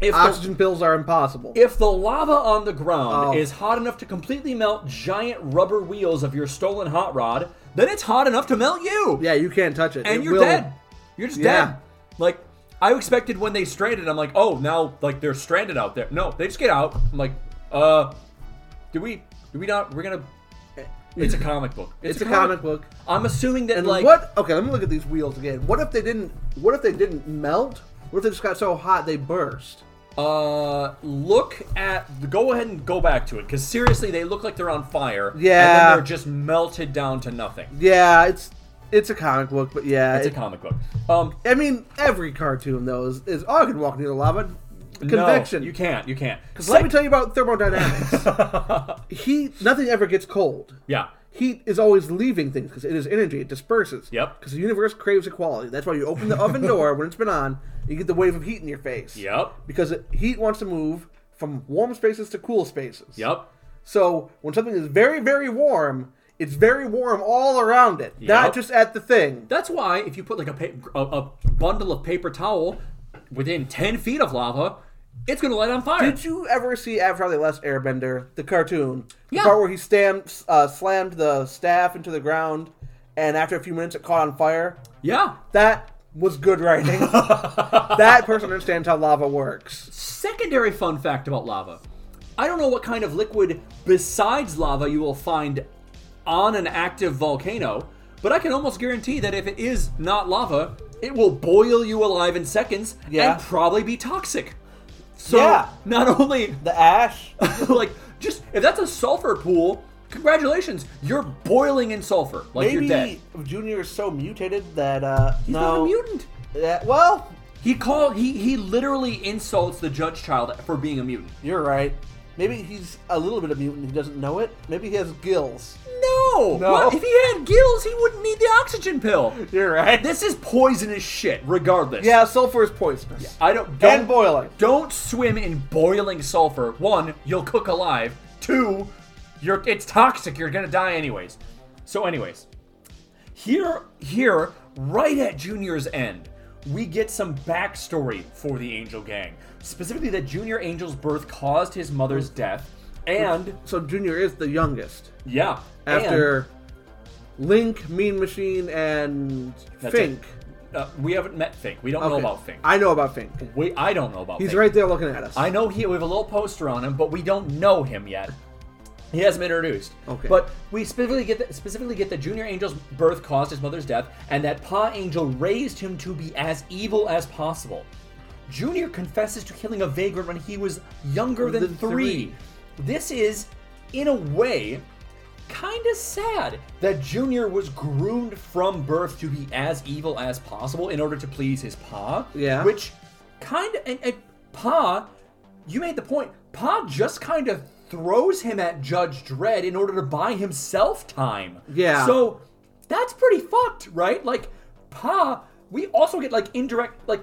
S3: If the,
S4: Oxygen pills are impossible.
S3: if the lava on the ground
S4: Oh.
S3: is hot enough to completely melt giant rubber wheels of your stolen hot rod, then it's hot enough to melt you.
S4: yeah, you can't touch it.
S3: and
S4: It
S3: you're
S4: will-
S3: dead. You're just
S4: Yeah.
S3: dead. Like I expected when they stranded, I'm like, oh, now like they're stranded out there. No, they just get out. I'm like, uh, do we? Do we not? We're gonna. It's a comic book.
S4: It's, a comic, book.
S3: I'm assuming that
S4: And
S3: like
S4: what? Okay, let me look at these wheels again. What if they didn't? What if they didn't melt? What if they just got so hot they burst?
S3: Uh, look at go ahead and go back to it because seriously, they look like they're on fire. and
S4: Yeah.
S3: then they're just melted down to nothing.
S4: Yeah, it's it's a comic book, but yeah,
S3: It's a
S4: it-
S3: comic book. Um,
S4: I mean, every cartoon though is, is oh, I can walk near the lava. Convection.
S3: No, you can't. You can't. Because
S4: Let me tell you about thermodynamics. heat. Nothing ever gets cold.
S3: Yeah.
S4: Heat is always leaving things because it is energy. It disperses.
S3: Yep.
S4: Because the universe craves equality. That's why you open the oven door when it's been on. You get the wave of heat in your face.
S3: Yep.
S4: Because it, heat wants to move from warm spaces to cool spaces.
S3: Yep.
S4: So when something is very very warm, it's very warm all around it, not
S3: Yep.
S4: just at the thing.
S3: That's why if you put like a, pa- a a bundle of paper towel within ten feet of lava, it's gonna light on fire.
S4: Did you ever see Avatar: The Last Airbender, the cartoon? The
S3: Yeah.
S4: part where he stamped, uh, slammed the staff into the ground, and after a few minutes, it caught on fire.
S3: yeah.
S4: That was good writing. that person understands how lava works.
S3: Secondary fun fact about lava: I don't know what kind of liquid besides lava you will find on an active volcano, but I can almost guarantee that if it is not lava, it will boil you alive in seconds
S4: Yeah.
S3: and probably be toxic. So
S4: Yeah.
S3: not only
S4: The ash.
S3: like just if that's a sulfur pool, congratulations, you're boiling in sulfur. Like you're dead.
S4: Maybe Junior is so mutated that uh,
S3: He's
S4: no,
S3: not a mutant.
S4: That, well,
S3: He call he he literally insults the judge child for being a mutant.
S4: you're right. Maybe he's a little bit of mutant. He doesn't know it. Maybe he has gills.
S3: No,
S4: No.
S3: What? if he had gills, he wouldn't need the oxygen pill.
S4: You're right.
S3: This is poisonous shit, regardless.
S4: Yeah, sulfur is poisonous.
S3: I don't, don't
S4: And boiling.
S3: Don't swim in boiling sulfur. One, you'll cook alive. Two, you're it's toxic. You're gonna die anyways. So, anyways, here, here, right at Junior's end, we get some backstory for the Angel Gang. Specifically, that Junior Angel's birth caused his mother's death, and
S4: So Junior is the youngest.
S3: yeah, and-
S4: after Link, Mean Machine, and
S3: That's
S4: Fink.
S3: it. Uh, we haven't met Fink. We don't know
S4: Okay.
S3: about Fink.
S4: I know about Fink.
S3: we I don't know about.
S4: He's
S3: Fink.
S4: right there looking at us.
S3: I know he. We have a little poster on him, but we don't know him yet. He hasn't been introduced.
S4: Okay.
S3: But we specifically get the, specifically get that Junior Angel's birth caused his mother's death, and that Pa Angel raised him to be as evil as possible. Junior confesses to killing a vagrant when he was younger than,
S4: Than
S3: three.
S4: three.
S3: This is, in a way, kind of sad that Junior was groomed from birth to be as evil as possible in order to please his pa.
S4: Yeah.
S3: Which kind of and, and pa, you made the point. Pa just kind of throws him at Judge Dredd in order to buy himself time.
S4: Yeah.
S3: So that's pretty fucked, right? Like pa, we also get like indirect like.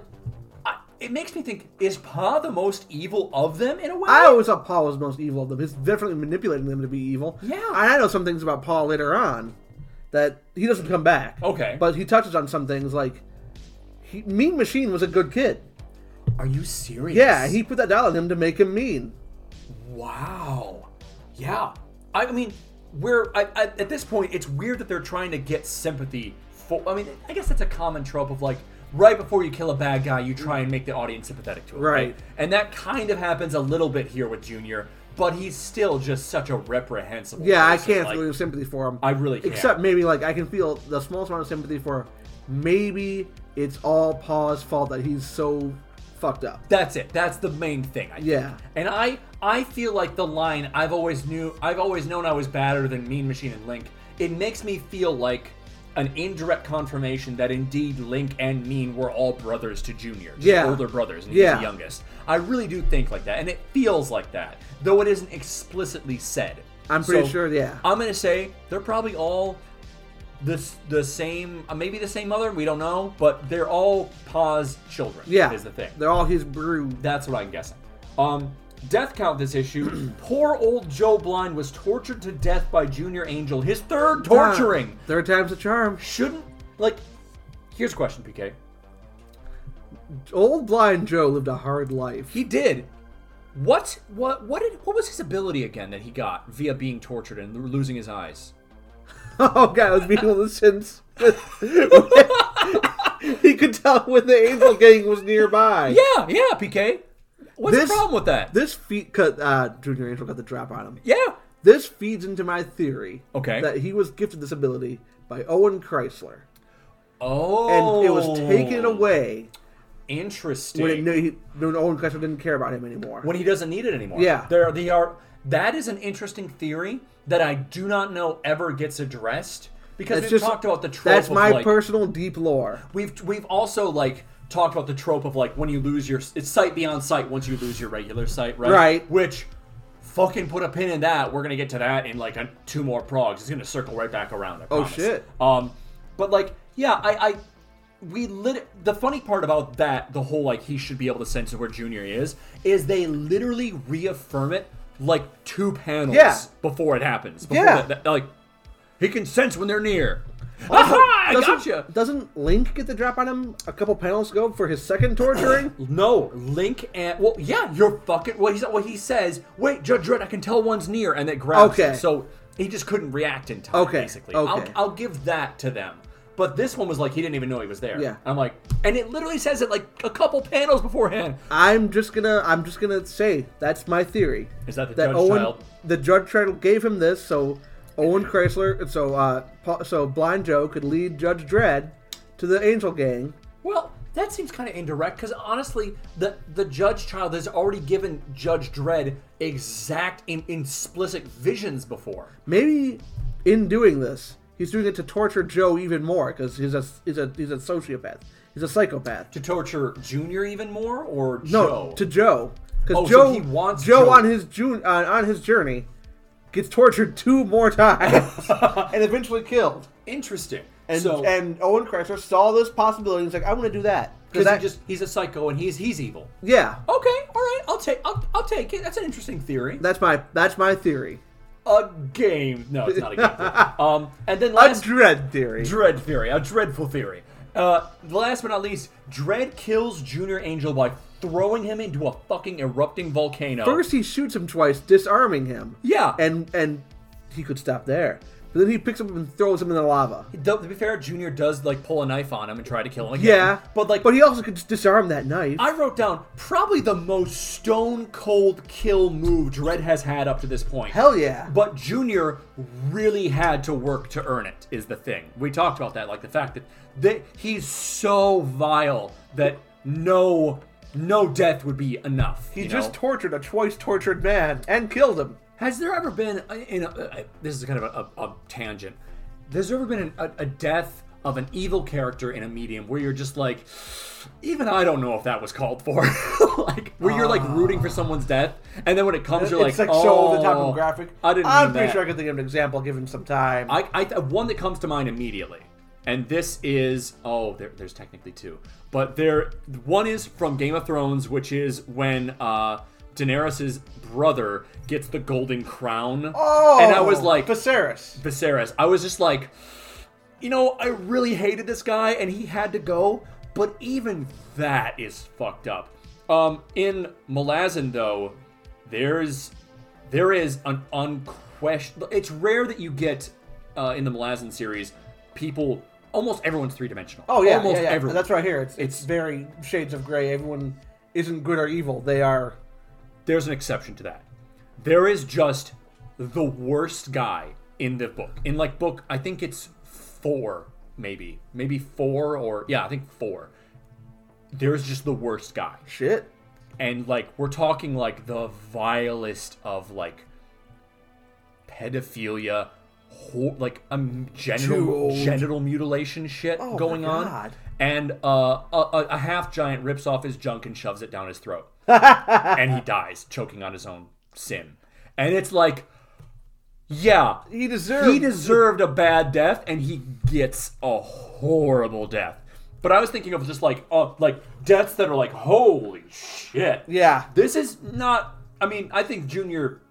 S3: I, it makes me think: Is Pa the most evil of them in a way?
S4: I always thought Paul was the most evil of them. He's definitely manipulating them to be evil.
S3: Yeah.
S4: And I know some things about Paul later on that he doesn't come back.
S3: Okay.
S4: But he touches on some things like he, Mean Machine was a good kid.
S3: Are you serious?
S4: Yeah, he put that down on him to make him mean.
S3: Wow. Yeah. I, I mean, we're I, I, at this point. It's weird that they're trying to get sympathy for. I mean, I guess that's a common trope of like right before you kill a bad guy, you try and make the audience sympathetic to him.
S4: Right.
S3: And that kind of happens a little bit here with Junior, but he's still just such a reprehensible.
S4: Yeah, I
S3: person,
S4: can't
S3: like-
S4: feel any sympathy for him.
S3: I really can't.
S4: Except maybe like I can feel the smallest amount of sympathy for maybe it's all Paul's fault that he's so fucked up.
S3: That's it. That's the main thing. I think.
S4: Yeah.
S3: And I I feel like the line I've always knew I've always known I was badder than Mean Machine and Link. It makes me feel like an indirect confirmation that indeed Link and Mean were all brothers to Junior, just
S4: Yeah.
S3: older brothers, and he's
S4: Yeah.
S3: the youngest. I really do think like that, and it feels like that, though it isn't explicitly said.
S4: I'm pretty sure, yeah.
S3: I'm gonna say they're probably all the s- the same, uh, maybe the same mother. We don't know, but they're all Pa's children.
S4: Yeah,
S3: is the thing.
S4: They're all his brood.
S3: That's what I'm guessing. Um, death count this issue. Poor old Joe Blind was tortured to death by Junior Angel. His third torturing.
S4: Third time's a charm.
S3: Shouldn't like. Here's a question, PK.
S4: Old blind Joe lived a hard life.
S3: He did. What what what did what was his ability again that he got via being tortured and lo- losing his eyes?
S4: Oh god, I was being able to sense. he could tell when the angel gang was nearby.
S3: Yeah, yeah, PK. What's
S4: This-
S3: the problem with that?
S4: This feed cut uh, Junior Angel got the drop on him.
S3: yeah.
S4: This feeds into my theory.
S3: Okay.
S4: That he was gifted this ability by Owen Chrysler, and
S3: Oh.
S4: it was taken away
S3: Interesting.
S4: when, it knew he, when Owen Chrysler didn't care about him anymore.
S3: when he doesn't need it anymore.
S4: Yeah.
S3: There they are that is an interesting theory that I do not know ever gets addressed because we've talked about the trope
S4: That's
S3: of,
S4: my
S3: like,
S4: personal deep lore.
S3: we've we've also like talked about the trope of like when you lose your it's sight beyond sight once you lose your regular sight, right?
S4: Right.
S3: Which fucking put a pin in that. We're gonna get to that in like a, two more progs. It's gonna circle right back around. I promise.
S4: Oh, shit.
S3: Um, but like yeah, I I we lit the funny part about that the whole like he should be able to sense where Junior is is they literally reaffirm it like two panels
S4: Yeah.
S3: before it happens. Before
S4: Yeah.
S3: that- that- like he can sense when they're near. Aha! I
S4: Uh-huh. doesn't,
S3: gotcha.
S4: Doesn't Link get the drop on him a couple panels ago for his second torturing?
S3: No, Link and well, yeah, you're fucking. What he what he says. Wait, Judge Dredd, I can tell one's near, and it grabs.
S4: Okay.
S3: him. So he just couldn't react in time.
S4: Okay,
S3: Basically,
S4: okay.
S3: I'll, I'll give that to them. But this one was like he didn't even know he was there.
S4: Yeah.
S3: I'm like, and it literally says it like a couple panels beforehand.
S4: I'm just gonna I'm just gonna say that's my theory.
S3: Is that the judge child?
S4: The judge child gave him this, so Owen Chrysler, so uh, Pa- so Blind Joe could lead Judge Dredd to the Angel Gang.
S3: Well, that seems kind of indirect because honestly, the the Judge Child has already given Judge Dredd exact and explicit visions before.
S4: Maybe in doing this, he's doing it to torture Joe even more because he's a he's a he's a sociopath. He's a psychopath.
S3: To torture Junior even more, or
S4: No,
S3: Joe?
S4: to Joe because
S3: Oh, so
S4: Joe
S3: he wants
S4: Joe,
S3: Joe.
S4: on his June uh, on his journey gets tortured two more times and eventually killed.
S3: interesting.
S4: And,
S3: so,
S4: and Owen Chrysler saw this possibility. and He's like, I want to do that
S3: Because
S4: I
S3: he just he's a psycho and he's he's evil.
S4: yeah.
S3: Okay, all right, I'll take I'll, I'll take it. That's an interesting theory.
S4: That's my that's my theory.
S3: A game? No, it's not a game. theory. um, and then
S4: A
S3: last
S4: dread theory.
S3: dread theory, a dreadful theory. Uh, last but not least, Dread kills Junior Angel by throwing him into a fucking erupting volcano.
S4: First, he shoots him twice, disarming him.
S3: yeah, and
S4: And and he could stop there, but then he picks him up and throws him in the lava.
S3: though, to be fair, Junior does like pull a knife on him and try to kill him again.
S4: Yeah,
S3: but like,
S4: but he also could just disarm that knife.
S3: I wrote down probably the most stone cold kill move Dread has had up to this point.
S4: Hell yeah.
S3: But Junior really had to work to earn it, is the thing. We talked about that, like the fact that they, he's so vile that no no death would be enough.
S4: he
S3: you
S4: just
S3: know?
S4: tortured a twice tortured man and killed him.
S3: has there ever been in a, uh, this is kind of a, a, a tangent. Has there ever been an, a, a death of an evil character in a medium where you're just like, even I don't know if that was called for, like where you're like rooting for someone's death, and then when Ah. it comes, you're
S4: it's
S3: like,
S4: like so over the top
S3: "Oh,
S4: and graphic.
S3: I didn't.
S4: I'm
S3: mean
S4: pretty
S3: that."
S4: sure I could think of an example. Give him some time.
S3: I, I one that comes to mind immediately, and this is oh, there, there's technically two, but there one is from Game of Thrones, which is when uh, Daenerys's brother gets the golden crown,
S4: oh,
S3: and I was like
S4: Viserys.
S3: Viserys. I was just like, you know, I really hated this guy, and he had to go, but even that is fucked up. Um, in Malazan though, there's there is an unquestioned. It's rare that you get uh, in the Malazan series people. Almost everyone's three dimensional.
S4: Oh yeah,
S3: almost
S4: yeah, yeah.
S3: everyone.
S4: That's right here. It's, it's
S3: It's-
S4: very shades of gray. Everyone isn't good or evil. They are.
S3: there's an exception to that. There is just the worst guy in the book. In like book, I think it's four, maybe, maybe four or yeah, I think four. There's just the worst guy,
S4: Shit.
S3: and like we're talking like the vilest of like pedophilia, hor- like um,
S4: Too
S3: genital
S4: old. Oh
S3: genital mutilation shit
S4: my
S3: going on,
S4: God.
S3: and uh, a, a, a half giant rips off his junk and shoves it down his throat, and he dies choking on his own sin, and it's like, yeah,
S4: He deserved.
S3: he deserved a bad death, and he gets a horrible death. But I was thinking of just like, uh, like deaths that are like, holy shit.
S4: Yeah.
S3: This is not. I mean, I think Junior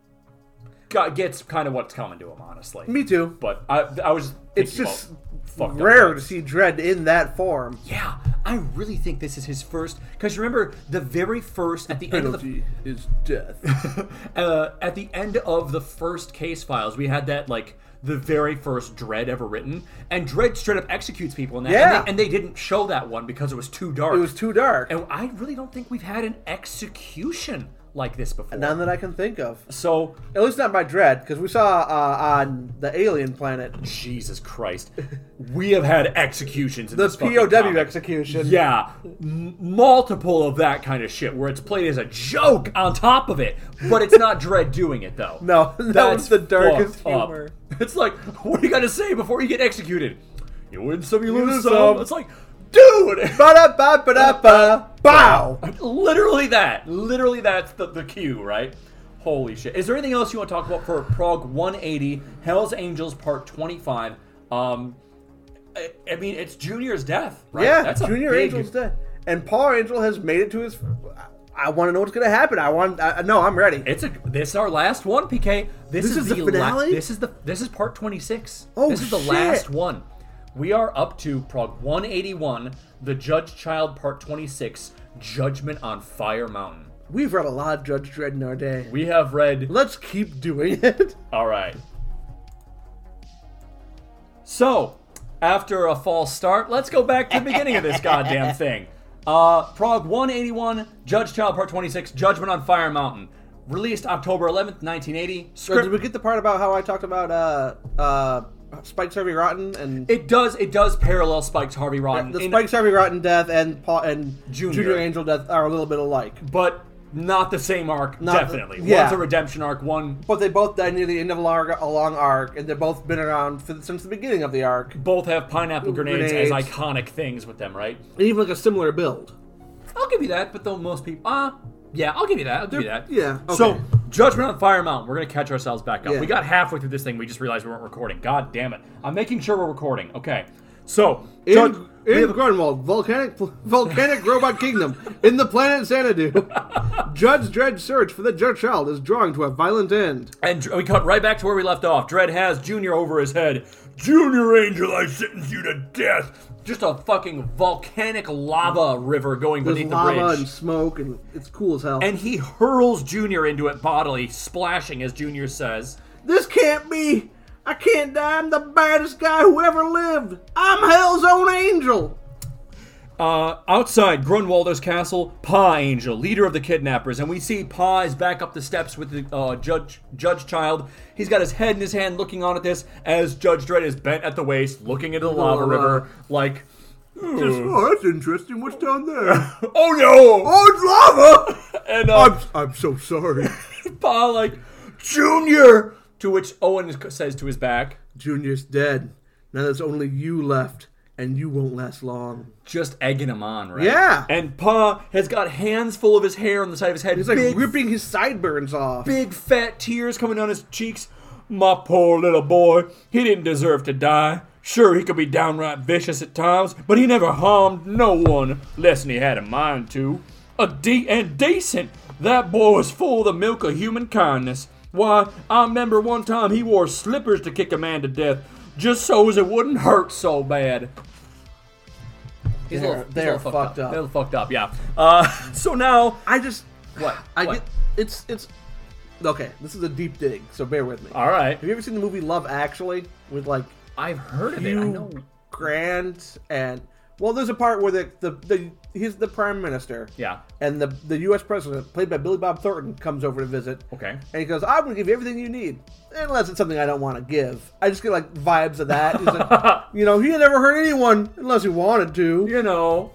S3: got, gets kind of what's coming to him, honestly.
S4: Me too.
S3: But I, I was.
S4: It's
S3: thinking
S4: just
S3: about fucked up
S4: Rare to
S3: things.
S4: see Dread in that form.
S3: Yeah, I really think this is his first. Because remember, the very first at the end of the
S4: is death.
S3: uh, at the end of the first case files, we had that like the very first Dread ever written, and Dread straight up executes people in that.
S4: Yeah.
S3: And, they, and they didn't show that one because it was too dark.
S4: it was too dark.
S3: and I really don't think we've had an execution like this before.
S4: None that I can think of.
S3: so
S4: At least not by Dread, because we saw uh, on the Alien planet
S3: Jesus Christ, we have had executions in
S4: the
S3: this fucking
S4: POW
S3: comic.
S4: execution.
S3: Yeah, m- multiple of that kind of shit where it's played as a joke on top of it, but it's not Dread doing it though.
S4: No, that was the darkest
S3: fucked up.
S4: humor.
S3: It's like, what are you gonna say before you get executed? You win some, you, lose,
S4: lose
S3: some.
S4: some.
S3: It's like, dude,
S4: Ba-da-ba-ba-da-ba. Bow.
S3: literally that. Literally that's the, the cue, right? Holy shit. Is there anything else you want to talk about for Prague 180, Hell's Angels Part 25? Um, I, I mean, it's Junior's death, right?
S4: Yeah,
S3: that's a
S4: Junior
S3: big-
S4: Angel's dead, and Paul Angel has made it to his. I, want to know what's gonna happen. I want. I, no, I'm ready.
S3: It's a. This is our last one, PK. This,
S4: This is the
S3: la-
S4: finale?
S3: this is the. This is part twenty six.
S4: Oh,
S3: this is the
S4: shit.
S3: last one. We are up to Prague one eighty one, the Judge Child part twenty six, Judgment on Fire Mountain.
S4: We've read a lot of Judge Dredd in our day.
S3: We have read.
S4: Let's keep doing it.
S3: All right. So, after a false start, let's go back to the beginning of this goddamn thing. Uh, Prague 181, Judge Child Part 26, Judgment on Fire Mountain. Released October 11th, 1980. Script
S4: Did we get the part about how I talked about uh uh Spike Harvey Rotten and
S3: It does. It does parallel Spike's Harvey Rotten,
S4: the
S3: in-
S4: Spike Harvey Rotten death and Paul and
S3: Junior.
S4: Angel death are a little bit alike,
S3: but not the same arc.
S4: Not the-
S3: definitely,
S4: yeah.
S3: one's a redemption arc. One,
S4: but they both died near the end of a long, a long arc, and they've both been around for, since the beginning of the arc.
S3: both have pineapple grenades, as
S4: Grenades.
S3: iconic things with them, right?
S4: Even like a similar build.
S3: I'll give you that. But though most people, ah, yeah, I'll give you that. I'll give you that.
S4: Yeah. Okay.
S3: So, Judgment on Fire Mountain. We're gonna catch ourselves back up.
S4: Yeah.
S3: We got halfway through this thing. We just realized we weren't recording. God damn it! I'm making sure we're recording. Okay. So, Judge-
S4: In, in Grunwald, volcanic volcanic robot kingdom, in the planet Xanadu, Judge Dredd's search for the Judge Child is drawing to a violent end.
S3: And we cut right back to where we left off. Dread has Junior over his head. Junior Angel, I sentence you to death. Just a fucking volcanic lava river going
S4: There's
S3: beneath the
S4: lava
S3: bridge.
S4: and smoke, and it's cool as hell.
S3: And he hurls Junior into it bodily, splashing, as Junior says.
S4: this can't be. I can't die. I'm the baddest guy who ever lived. I'm Hell's own angel.
S3: Uh, outside Grunwalder's castle, Pa Angel, leader of the kidnappers, and we see Pa is back up the steps with the uh, Judge Judge Child. He's got his head in his hand, looking on at this as Judge Dredd is bent at the waist, looking into the lava
S4: wow.
S3: river, like,
S4: Oh, that's interesting. What's down there?
S3: "Oh no!"
S4: oh, it's lava.
S3: And uh,
S4: I'm so sorry.
S3: Pa like Junior, to which Owen is- says to his back,
S4: Junior's dead. Now there's only you left, and you won't last long.
S3: just egging him on, right?
S4: Yeah.
S3: And Pa has got hands full of his hair on the side of his head.
S4: He's like
S3: big,
S4: ripping his sideburns off.
S3: big fat tears coming down his cheeks. My poor little boy, he didn't deserve to die. Sure, he could be downright vicious at times, but he never harmed no one, less than he had a mind to. A de- and decent. That boy was full of the milk of human kindness. Why, I remember one time he wore slippers to kick a man to death, just so as it wouldn't hurt so bad. He's
S4: They're- they're fucked up.
S3: They're fucked up, yeah. Uh, so now,
S4: I just,
S3: what?
S4: I
S3: What?
S4: get it's it's okay. This is a deep dig, so bear with me.
S3: All right.
S4: Have you ever seen the movie Love Actually with like
S3: I've heard of it. I know.
S4: Hugh Grant and well, there's a part where the the, the he's the prime minister.
S3: Yeah.
S4: And the the U.S. president, played by Billy Bob Thornton, comes over to visit.
S3: Okay.
S4: And he goes, "I'm gonna give you everything you need, unless it's something I don't want to give." I just get like vibes of that. He's like, you know, he had never hurt anyone unless he wanted to.
S3: You know,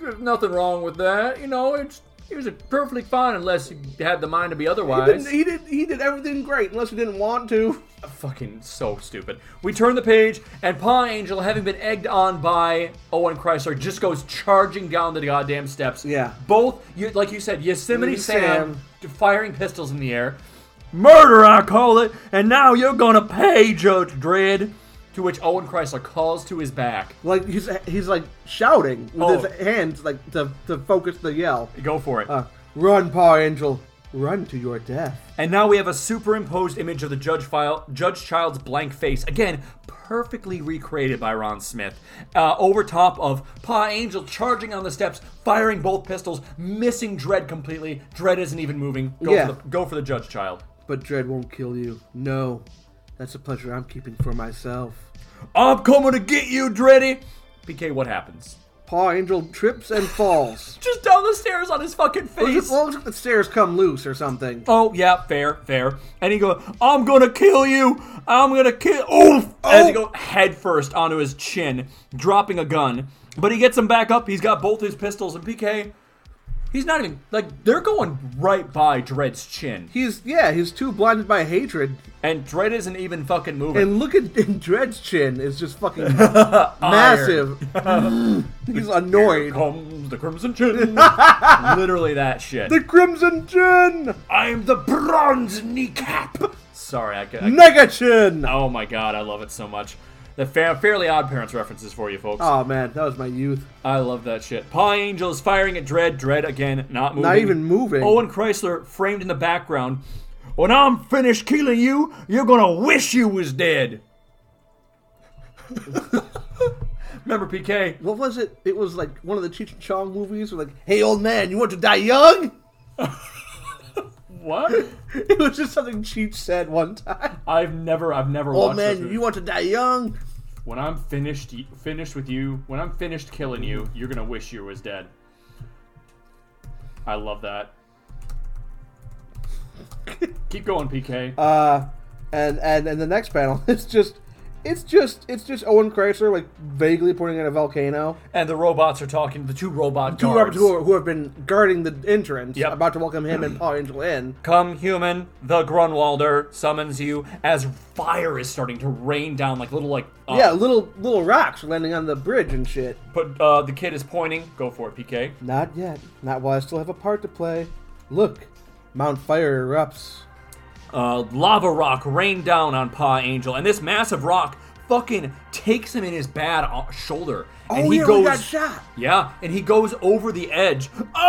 S3: there's nothing wrong with that. You know, it's He was perfectly fine unless you had the mind to be
S4: He,
S3: otherwise.
S4: didn't, he did. He did everything great, unless he didn't want to.
S3: Fucking so stupid. We turn the page, and Paw Angel, having been egged on by Owen Chrysler, just goes charging down the goddamn steps.
S4: Yeah.
S3: Both, you, like you said, Yosemite
S4: Yosemite
S3: Sam, firing pistols in the air. Murder, I call it, and now you're gonna pay, Judge Dredd. To which Owen Chrysler calls to his back.
S4: Like he's he's like shouting with
S3: Oh.
S4: his hands, like to to focus the yell.
S3: Go for it.
S4: Uh, run, Paw Angel, run to your death.
S3: And now we have a superimposed image of the judge file, Judge Child's blank face, again perfectly recreated by Ron Smith, uh, over top of Paw Angel charging on the steps, firing both pistols, missing Dread completely. Dread isn't even moving. Go,
S4: Yeah.
S3: for, the, go for the Judge Child.
S4: But dread won't kill you. No, that's a pleasure I'm keeping for myself.
S3: I'm coming to get you, Dreddy. PK, what happens?
S4: Paw Angel trips and falls.
S3: Just down the stairs on his fucking
S4: It
S3: face.
S4: just looks like the stairs come loose or something.
S3: Oh yeah, fair, fair. And he goes, "I'm gonna kill you. I'm gonna kill." Oof! As he goes head first onto his chin, dropping a gun. But he gets him back up. He's got both his pistols and PK. He's not even like they're going right by Dread's chin,
S4: He's yeah, he's too blinded by hatred.
S3: and Dread isn't even fucking moving.
S4: And look at and Dread's chin is just fucking massive. he's
S3: Here
S4: annoyed.
S3: comes the crimson chin. Literally that shit.
S4: The Crimson Chin,
S3: I'm the bronze kneecap. Sorry, I, ca- I
S4: Mega Chin.
S3: Oh my god, I love it so much. The fa- Fairly Odd Parents references for you folks.
S4: Oh man, that was my youth.
S3: I love that shit. Paw Angel is firing at Dread. Dread again, not moving.
S4: Not even moving.
S3: Owen Chrysler framed in the background. When I'm finished killing you, you're gonna wish you was dead. Remember PK?
S4: What was it? It was like one of the Cheech and Chong movies. Where like, hey old man, you want to die young?
S3: What?
S4: It was just something Cheech said one time.
S3: I've never, I've never
S4: Old
S3: watched this
S4: Oh, man,
S3: movie.
S4: you want to die young?
S3: when I'm finished, finished with you. When I'm finished killing you, you're gonna wish you was dead. I love that. Keep going, PK.
S4: Uh, and and and the next panel, it's just, it's just, it's just Owen Chrysler like vaguely pointing at a volcano.
S3: and the robots are talking. The two robot
S4: Two
S3: guards.
S4: robbers who, are- who have been guarding the entrance,
S3: Yep.
S4: about to welcome him and Paul Angel in.
S3: Come, human. The Grunwalder summons you as fire is starting to rain down like little like. Uh,
S4: Yeah, little little rocks are landing on the bridge and shit.
S3: But uh, the kid is pointing. Go for it, PK.
S4: Not yet. Not while I still have a part to play. Look, Mount Fire erupts.
S3: Uh, lava rock rained down on Paw Angel, and this massive rock fucking takes him in his bad uh, shoulder,
S4: Oh,
S3: and he goes.
S4: shot.
S3: Yeah, and he goes over the edge.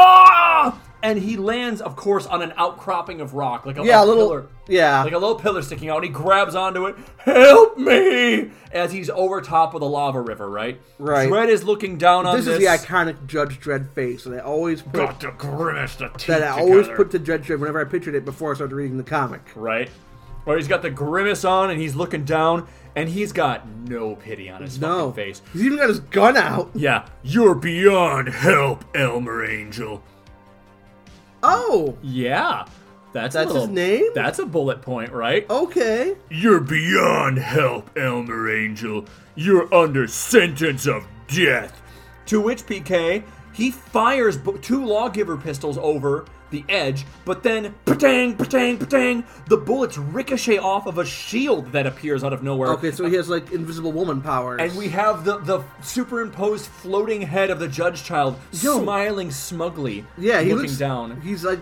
S3: Ah! And he lands, of course, on an outcropping of rock, like a,
S4: Yeah, a
S3: little
S4: little.
S3: pillar.
S4: Yeah.
S3: Like a little pillar sticking out, and he grabs onto it. Help me! As he's over top of the lava river, right?
S4: Right.
S3: Dredd is looking down on
S4: this,
S3: this.
S4: is the iconic Judge Dredd face, and I always put
S3: Got to grimace the teeth
S4: that I always
S3: together.
S4: put to Judge Dredd whenever I pictured it before I started reading the comic.
S3: right? Where he's got the grimace on, and he's looking down, and he's got no pity on his
S4: No,
S3: fucking face.
S4: he's even got his gun out.
S3: Yeah, you're beyond help, Elmer Angel.
S4: Oh,
S3: Yeah, that's a
S4: That's his
S3: little-
S4: name? Oh,
S3: That's a bullet point, right?
S4: okay.
S3: You're beyond help, Elmer Angel. You're under sentence of death. To which PK, he fires bo- two lawgiver pistols over the edge, but then patang, patang, patang, the bullets ricochet off of a shield that appears out of nowhere.
S4: Okay, so he has like Invisible Woman powers.
S3: And we have the, the superimposed floating head of the judge child
S4: Yo.
S3: smiling smugly,
S4: yeah, he
S3: looking
S4: looks
S3: down.
S4: He's like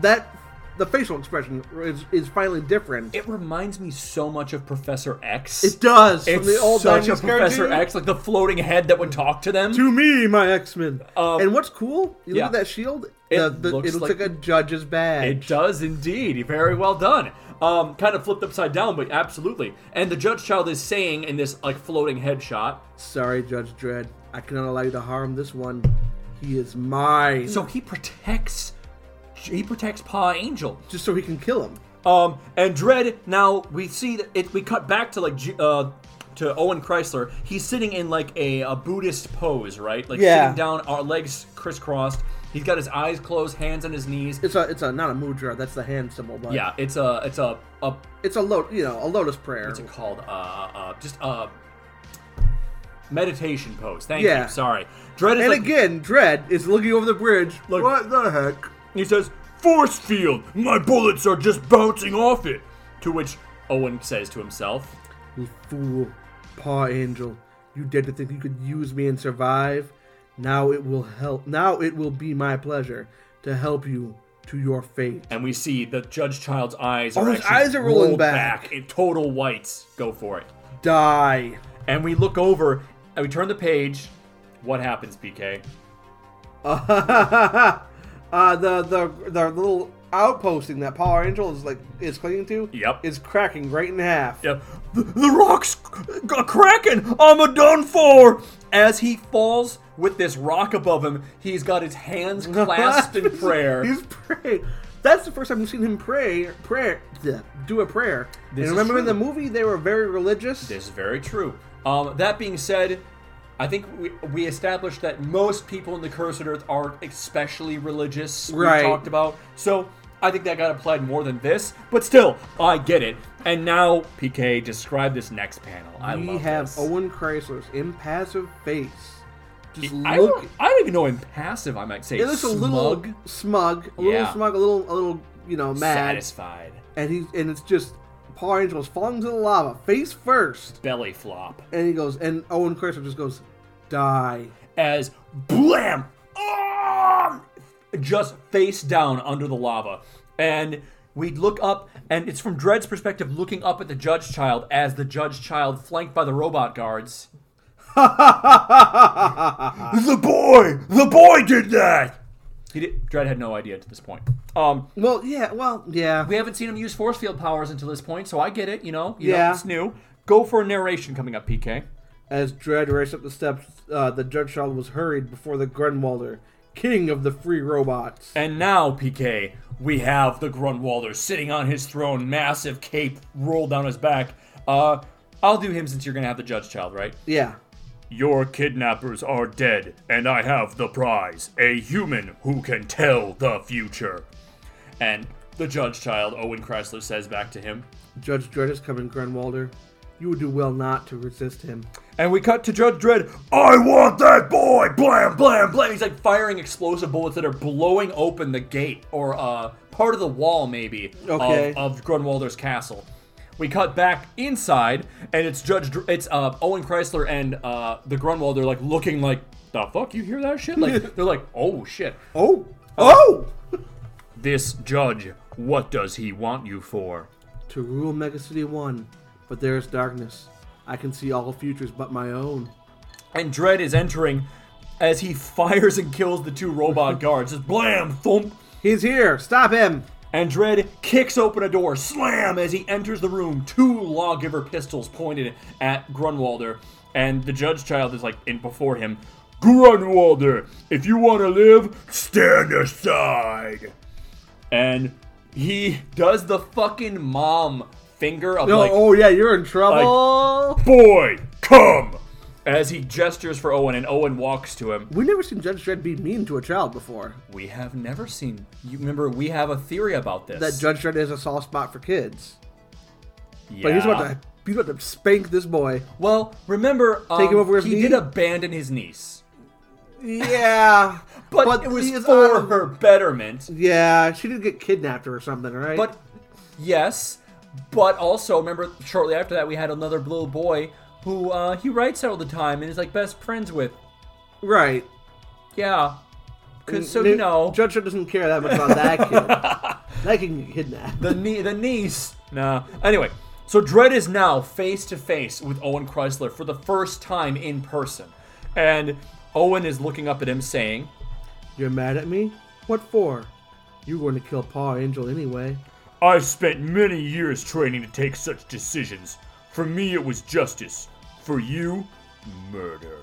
S4: that. The facial expression is, is finally different.
S3: It reminds me so much of Professor X.
S4: It does
S3: It's
S4: from the old
S3: such a
S4: 90s
S3: Professor
S4: cartoon.
S3: X, like the floating head that would talk to them.
S4: To me, my X Men. and what's cool? You
S3: Um, yeah.
S4: look at that shield.
S3: It
S4: the, the,
S3: looks
S4: it looks
S3: like-
S4: like, a judge's
S3: It
S4: badge.
S3: does indeed. Very well done. Um, kind of flipped upside down, but absolutely. And the judge child is saying in this like floating headshot.
S4: Sorry, Judge Dredd. I cannot allow you to harm this one. He is mine.
S3: So he protects. He protects Paw Angel.
S4: just so he can kill him.
S3: Um, and Dread. Now we see that it. We cut back to like G- uh, to Owen Chrysler. He's sitting in like a, a Buddhist pose, right? Like
S4: Yeah.
S3: sitting down, our legs crisscrossed. He's got his eyes closed, hands on his knees.
S4: It's a it's a not a mudra. That's the hand symbol, but
S3: Yeah, it's a it's a, a
S4: it's a lo- you know a lotus prayer.
S3: what's it called? Uh, uh, just uh, Meditation post. Thank
S4: Yeah.
S3: you. Sorry. Dread is
S4: And
S3: like,
S4: again, Dredd is looking over the bridge.
S3: Look.
S4: what the heck?
S3: he says, Force field! My bullets are just bouncing off it! To which Owen says to himself,
S4: You fool, Paw Angel. You dared to think you could use me and survive? Now it will help. Now it will be my pleasure to help you to your fate.
S3: and we see the Judge Child's eyes
S4: Oh,
S3: are
S4: his
S3: actually
S4: eyes are rolling
S3: rolled
S4: back.
S3: in total whites. Go for it.
S4: Die.
S3: And we look over and we turn the page. What happens, BK?
S4: uh, the, the the little outposting that Paw Angel is like is clinging to.
S3: Yep.
S4: Is cracking right in half.
S3: Yeah. The, the rock's a cracking. I'm a done for. As he falls with this rock above him, he's got his hands clasped in prayer.
S4: He's praying. That's the first time we've seen him pray, prayer, bleh, do a prayer.
S3: This is
S4: and remember in
S3: true.
S4: the movie they were very religious.
S3: This is very true. Um, that being said, I think we, we established that most people in the cursed earth are especially religious.
S4: Right.
S3: We talked about. So I think that got applied more than this, but still, I get it. And now, PK, describe this next panel. I
S4: we
S3: love
S4: have
S3: this.
S4: Owen Chrysler's impassive face. Just
S3: I
S4: look.
S3: don't, I don't even know impassive. I might say
S4: it looks a little
S3: smug.
S4: smug, a
S3: Yeah.
S4: little smug, a little, a little, you know, mad.
S3: satisfied
S4: And he's and it's just Paw Angel is falling to the lava face first,
S3: belly flop
S4: and he goes, and Owen Chrysler just goes, die.
S3: as blam Ah! just face down under the lava and we look up and it's from dred's perspective looking up at the judge child as the judge child flanked by the robot guards the boy the boy did that he did, Dredd had no idea to this point. Um,
S4: Well, yeah, well, yeah.
S3: we haven't seen him use force field powers until this point, so I get it. You know, you know,
S4: Yeah.
S3: it's new. Go for a narration coming up, PK.
S4: As Dredd raced up the steps, uh, the Judge Child was hurried before the Grunwalder, king of the free robots.
S3: And now, PK, we have the Grunwalder sitting on his throne, massive cape rolled down his back. Uh, I'll do him since you're gonna have the judge child, right?
S4: Yeah.
S3: Your kidnappers are dead, and I have the prize a human who can tell the future. And the judge child, Owen Chrysler, says back to him.
S4: Judge Dredd is coming, Grunwalder. You would do well not to resist him.
S3: And we cut to Judge Dredd. I want that boy! Blam, blam, blam! He's like firing explosive bullets that are blowing open the gate or uh, part of the wall, maybe,
S4: Okay.
S3: of, of Grunwalder's castle. We cut back inside, and it's Judge. Dr- It's uh, Owen Chrysler and uh, the Grunwalder, like looking like the fuck. You hear that shit? Like they're like, oh shit.
S4: Oh! Oh!
S3: This judge, what does he want you for?
S4: to rule Mega City 1, but there is darkness. I can see all futures but my own.
S3: and Dredd is entering as he fires and kills the two robot guards. Just blam, thump.
S4: He's here! Stop him!
S3: And Dredd kicks open a door, slam, as he enters the room, two lawgiver pistols pointed at Grunwalder. And the judge child is like in before him. Grunwalder, if you want to live, stand aside. And he does the fucking mom finger of
S4: Oh,
S3: like,
S4: oh yeah, you're in trouble!
S3: boy, come, as he gestures for Owen, and Owen walks to him.
S4: We've never seen Judge Dredd be mean to a child before.
S3: We have never seen. You remember, we have a theory about this.
S4: That Judge Dredd is a soft spot for kids.
S3: yeah.
S4: But he's about to he's about to spank this boy.
S3: Well, remember, um,
S4: him over his
S3: he
S4: knee?
S3: did abandon his niece,
S4: Yeah.
S3: but, it was
S4: he is
S3: for
S4: out of-
S3: her betterment.
S4: Yeah, she did get kidnapped or something, right?
S3: But yes, but also remember, shortly after that, we had another little boy who uh, he writes all the time and is like best friends with.
S4: right.
S3: Yeah, because so
S4: N-
S3: you know
S4: Judge Dredd doesn't care that much about that kid. that kid can get kidnapped.
S3: the nie- the niece. Nah. Anyway, so Dredd is now face to face with Owen Chrysler for the first time in person, and Owen is looking up at him saying,
S4: You're mad at me? What for? You were going to kill Paw Angel anyway.
S3: "I spent many years training to take such decisions. For me, it was justice. For you, murder."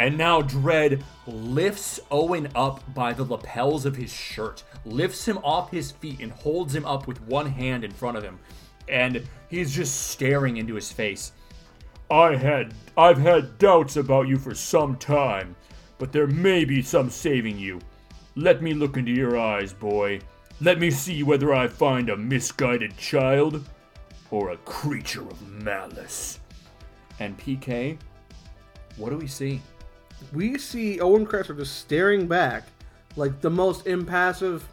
S3: And now Dredd lifts Owen up by the lapels of his shirt, lifts him off his feet, and holds him up with one hand in front of him. And he's just staring into his face. I had I've had doubts about you for some time, but there may be some saving you. Let me look into your eyes, boy. Let me see whether I find a misguided child or a creature of malice. And PK, What do we see?
S4: we see Owen Kresser just staring back, like the most impassive.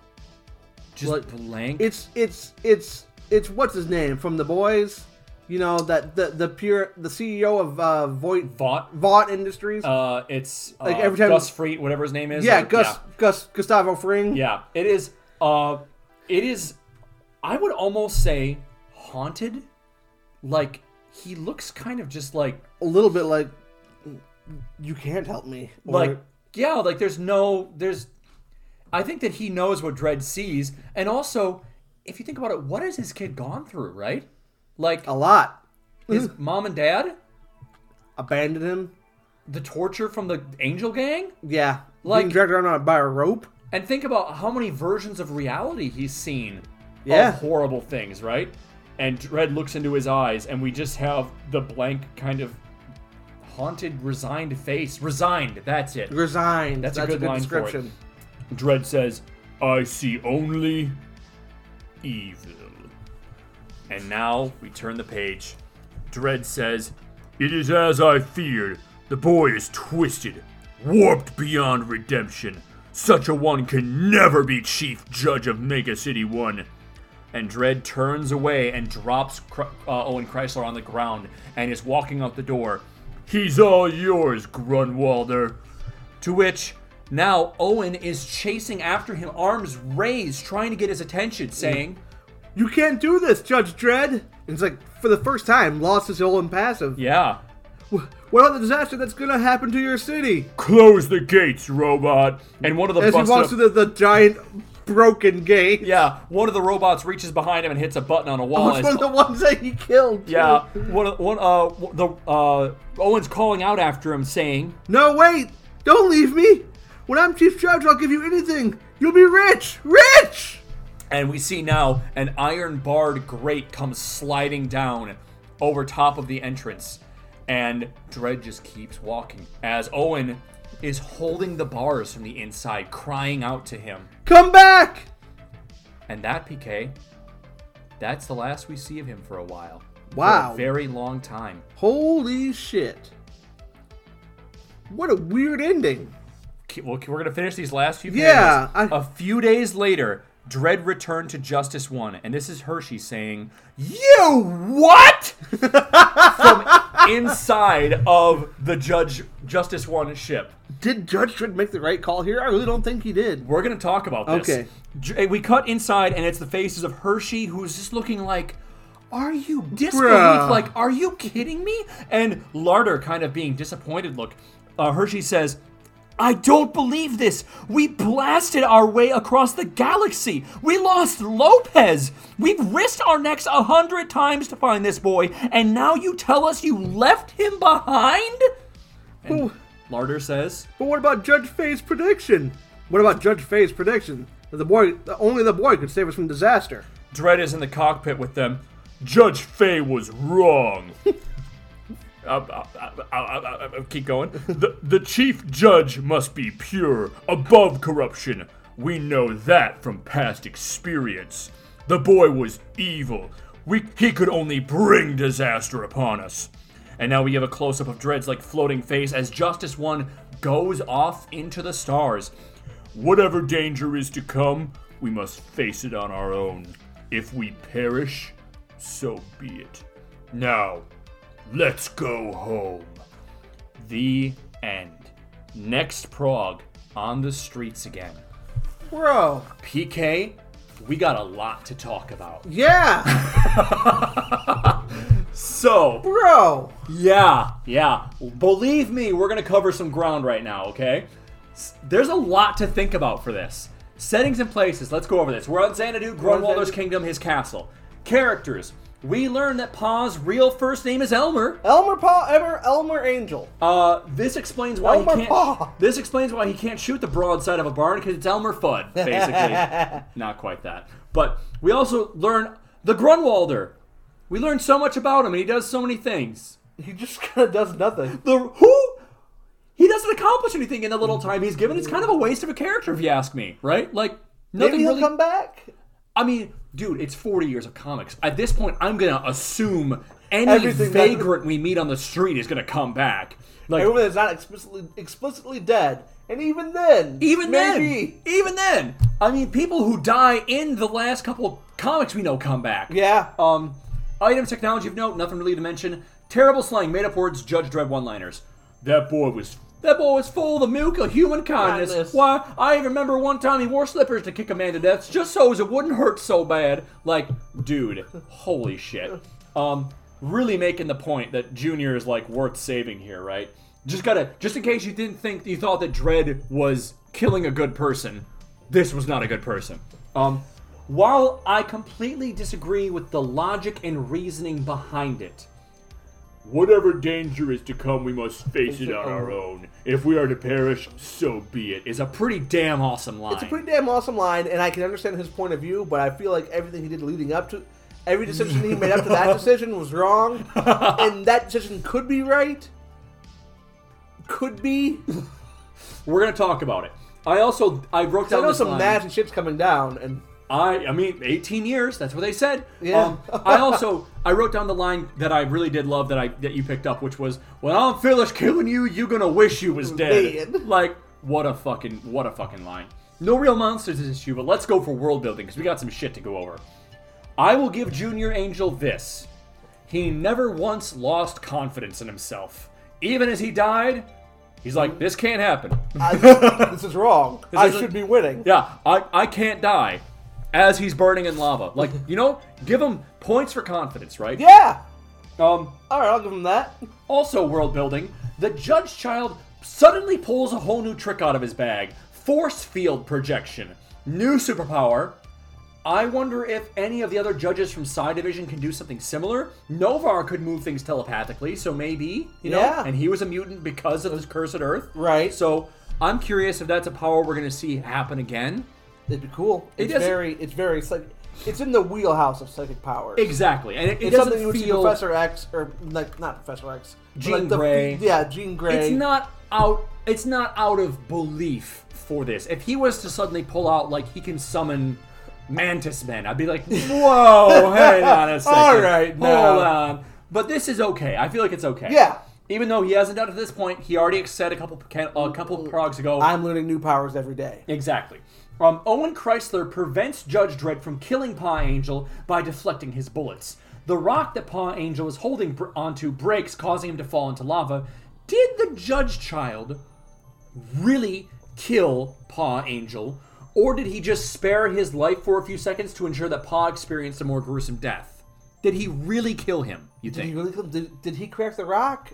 S3: Just
S4: What-
S3: blank.
S4: It's it's it's it's what's his name from the boys, you know that the the pure the CEO of uh, Voight
S3: Vought.
S4: Vought Industries.
S3: Uh, it's uh,
S4: Like, every time-
S3: Gus Freet, whatever his name is.
S4: yeah,
S3: Like,
S4: Gus Gus Gustavo Fring.
S3: Yeah, it is. Uh, it is. I would almost say haunted. Like he looks kind of just like
S4: a little bit like you can't help me. Or-
S3: like yeah, like there's no there's. I think that he knows what Dread sees, and also, if you think about it, what has his kid gone through, right? Like
S4: a lot
S3: his mom and dad,
S4: abandoned him.
S3: the torture from the Angel Gang,
S4: Yeah,
S3: Like-
S4: being dragged around on- by a rope.
S3: and think about how many versions of reality he's seen
S4: Yeah.
S3: of horrible things, right? And Dread looks into his eyes, and we just have the blank kind of haunted, resigned face. Resigned, that's it.
S4: Resigned.
S3: That's a good line for it.
S4: description.
S3: Dread says, I see only evil. And now we turn the page. Dread says, It is as I feared. The boy is twisted, warped beyond redemption. Such a one can never be chief judge of Mega City 1. And Dread turns away and drops Chr- uh, Owen Chrysler on the ground and is walking out the door. He's all yours, Grunwalder. To which now Owen is chasing after him, arms raised, trying to get his attention, saying,
S4: You can't do this, Judge Dredd. And it's like, for the first time, lost his whole impassive.
S3: Yeah.
S4: What about the disaster that's gonna happen to your city?
S3: Close the gates, robot. And one of the
S4: As he
S3: busts
S4: walks
S3: up-
S4: through the, the giant broken gate.
S3: yeah, one of the robots reaches behind him and hits a button on a wall.
S4: Which
S3: as-
S4: one of the ones that he killed? too.
S3: yeah, one, of- one, uh, the uh, Owen's calling out after him, saying,
S4: No, wait! Don't leave me! When I'm chief judge, I'll give you anything! You'll be rich! Rich!
S3: And we see now an iron barred grate comes sliding down over top of the entrance. And Dredd just keeps walking as Owen is holding the bars from the inside, crying out to him.
S4: Come back!
S3: And that, PK, that's the last we see of him for a while.
S4: Wow.
S3: For a very long time.
S4: Holy shit. What a weird ending.
S3: K- Well, we're going to finish these last few
S4: Yeah,
S3: pages.
S4: I-
S3: A few days later, Dredd returned to Justice 1, and this is Hershey saying, You what? From inside of the Judge Justice 1 ship.
S4: Did Judge Dredd make the right call here? I really don't think he did.
S3: We're going to talk about this.
S4: Okay.
S3: J- eh, We cut inside, and it's the faces of Hershey, who's just looking like, Are you disbelief?
S4: Bruh.
S3: Like, are you kidding me? And Larder kind of being disappointed look. Uh, Hershey says, I don't believe this. We blasted our way across the galaxy. We lost Lopez. We've risked our necks a hundred times to find this boy, and now you tell us you left him behind? And
S4: Ooh.
S3: Larder says,
S4: But what about Judge Faye's prediction? What about Judge Faye's prediction that the boy, that only the boy, could save us from disaster?
S3: Dredd is in the cockpit with them. Judge Fay was wrong. Uh, uh, uh, uh, uh, uh, keep going. The, the chief judge must be pure, above corruption. We know that from past experience. The boy was evil. We, he could only bring disaster upon us. And now we have a close up of Dredd's like floating face as Justice One goes off into the stars. Whatever danger is to come, we must face it on our own. If we perish, so be it. Now, let's go home. The end. Next Prague on the streets again.
S4: Bro,
S3: PK, we got a lot to talk about.
S4: yeah,
S3: So,
S4: bro.
S3: yeah, yeah. Believe me, we're going to cover some ground right now, okay? S- There's a lot to think about for this. Settings and places, let's go over this. We're on Xanadu, Grunwalder's
S4: Xanadu.
S3: kingdom, his castle. Characters, we learn that Pa's real first name is Elmer.
S4: Elmer Paul, Elmer, Elmer Angel.
S3: Uh, this explains why
S4: Elmer
S3: he can't.
S4: Fudd.
S3: This explains why he can't shoot the broadside of a barn because it's Elmer Fudd, basically. Not quite that, but we also learn the Grunwalder. We learn so much about him, and he does so many things.
S4: He just kind of does nothing.
S3: The who? He doesn't accomplish anything in the little time he's given. It's kind of a waste of a character, if you ask me. Right? Like nothing
S4: Maybe he'll
S3: really.
S4: come back.
S3: I mean, dude, it's 40 years of comics. At this point, I'm gonna assume any
S4: Everything that-
S3: vagrant we meet on the street is gonna come back. Like
S4: Everyone that's not explicitly explicitly dead, and even then,
S3: even
S4: maybe,
S3: then, even then, I mean, people who die in the last couple comics we know come back.
S4: yeah,
S3: Um, item technology of note, nothing really to mention. Terrible slang, made up words, Judge Dredd one-liners. That boy was that boy was full of the milk of human kindness.
S4: Kindness.
S3: Why? I remember one time he wore slippers to kick a man to death just so as it wouldn't hurt so bad. Like, dude, holy shit. Um, really making the point that Junior is like worth saving here, right? Just gotta, just in case you didn't think you thought that Dredd was killing a good person, this was not a good person. Um, while I completely disagree with the logic and reasoning behind it, whatever danger is to come, we must face it on our own. If we are to perish, so be it. Is a pretty damn awesome line.
S4: it's a pretty damn awesome line, and I can understand his point of view, but I feel like everything he did leading up to, every decision he made up to that decision was wrong, and that decision could be right, could be.
S3: We're gonna talk about it. I also I wrote
S4: I
S3: down
S4: know
S3: this
S4: some
S3: line.
S4: nasty shit's coming down, and
S3: I I mean, 18 years. That's what they said.
S4: Yeah.
S3: Um, I also I wrote down the line that I really did love that I that you picked up, which was, "When I'm finished killing you, you're gonna wish you was dead."
S4: Dead.
S3: Like, what a fucking what a fucking line. No real monsters this issue, but let's go for world building because we got some shit to go over. I will give Junior Angel this. He never once lost confidence in himself. Even as he died, he's like, "This can't happen."
S4: I, this is wrong. I
S3: isn't-
S4: should be winning.
S3: Yeah, I, I can't die as he's burning in lava. Like, you know, give him points for confidence, right?
S4: Yeah.
S3: Um,
S4: All right, I'll give him that.
S3: also, world building, the Judge Child suddenly pulls a whole new trick out of his bag force field projection. New superpower. I wonder if any of the other judges from Side Division can do something similar. Novar could move things telepathically, so maybe, you know?
S4: Yeah.
S3: And he was a mutant because of this cursed Earth.
S4: Right.
S3: So I'm curious if that's a power we're going to see happen again.
S4: It'd be cool. It's
S3: doesn't-
S4: very, it's very psych. It's in the wheelhouse of psychic powers.
S3: Exactly, and it, it
S4: It's
S3: doesn't
S4: something you would see
S3: feel.
S4: Professor X or like not Professor X, but
S3: Jean
S4: like the,
S3: Grey.
S4: Yeah, Jean Grey.
S3: It's not out. It's not out of belief for this. If he was to suddenly pull out like he can summon mantis men, I'd be like, whoa, hang on a second,
S4: All right, now.
S3: hold on. But this is okay. I feel like it's okay.
S4: Yeah.
S3: Even though he hasn't done it at this point, he already said a couple a couple progs ago.
S4: I'm learning new powers every day.
S3: Exactly. Um, Owen Chrysler prevents Judge Dredd from killing Paw Angel by deflecting his bullets. The rock that Paw Angel is holding br- onto breaks, causing him to fall into lava. Did the Judge Child really kill Paw Angel, or did he just spare his life for a few seconds to ensure that Paw experienced a more gruesome death? Did he really kill him? You
S4: Did he
S3: think?
S4: really? Did, did he crack the rock,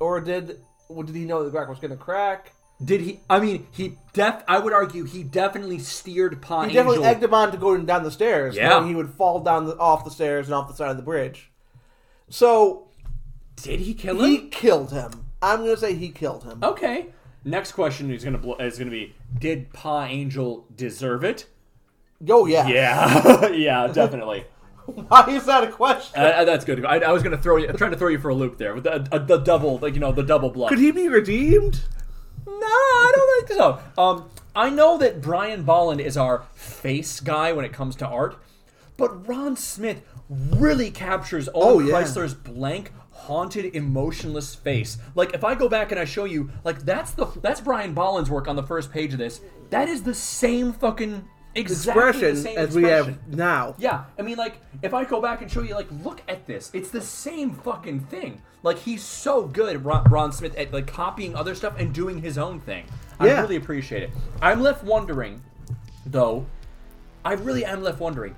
S4: or did well, did he know the rock was going to crack?
S3: Did he? I mean, he def. I would argue he definitely steered Paw
S4: He
S3: Angel.
S4: definitely egged him on to go down the stairs.
S3: Yeah.
S4: knowing he would fall down the, off the stairs and off the side of the bridge. So
S3: Did he kill him?
S4: he killed him. I'm going to say he killed him.
S3: Okay. Next question is gonna bl- is gonna be: Did Pa Angel deserve it?
S4: Oh yeah.
S3: Yeah, yeah, definitely.
S4: Why is that a question?
S3: Uh, that's good. I, I was gonna throw you, I'm trying to throw you for a loop there with the, uh, the double, like you know, the double bluff.
S4: he be redeemed?
S3: No, I don't think so. Um, I know that Brian Bolland is our face guy when it comes to art, but Ron Smith really captures
S4: Oh,
S3: Owen
S4: yeah.
S3: Chrysler's blank, haunted, emotionless face. Like if I go back and I show you, like that's the that's Brian Bolland's work on the first page of this. That is the same fucking exactly the
S4: Expression
S3: same
S4: as we
S3: expression.
S4: have now.
S3: Yeah, I mean, like, if I go back and show you, like, look at this. It's the same fucking thing. Like, he's so good, Ron, Ron Smith, at, like, copying other stuff and doing his own thing. I
S4: Yeah.
S3: really appreciate it. I'm left wondering, though, I really am left wondering,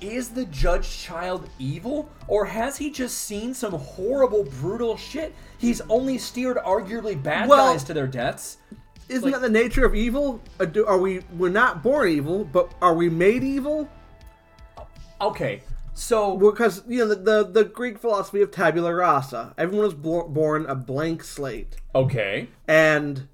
S3: is the judge child evil, or has he just seen some horrible, brutal shit? He's only steered arguably bad
S4: Well-
S3: guys to their deaths.
S4: Isn't
S3: Like-
S4: that the nature of evil? Uh, do- Are we we're not born evil, but are we made evil?
S3: Okay, so.
S4: Because you know the the, the Greek philosophy of tabula rasa. Everyone was bor- born a blank slate.
S3: okay.
S4: And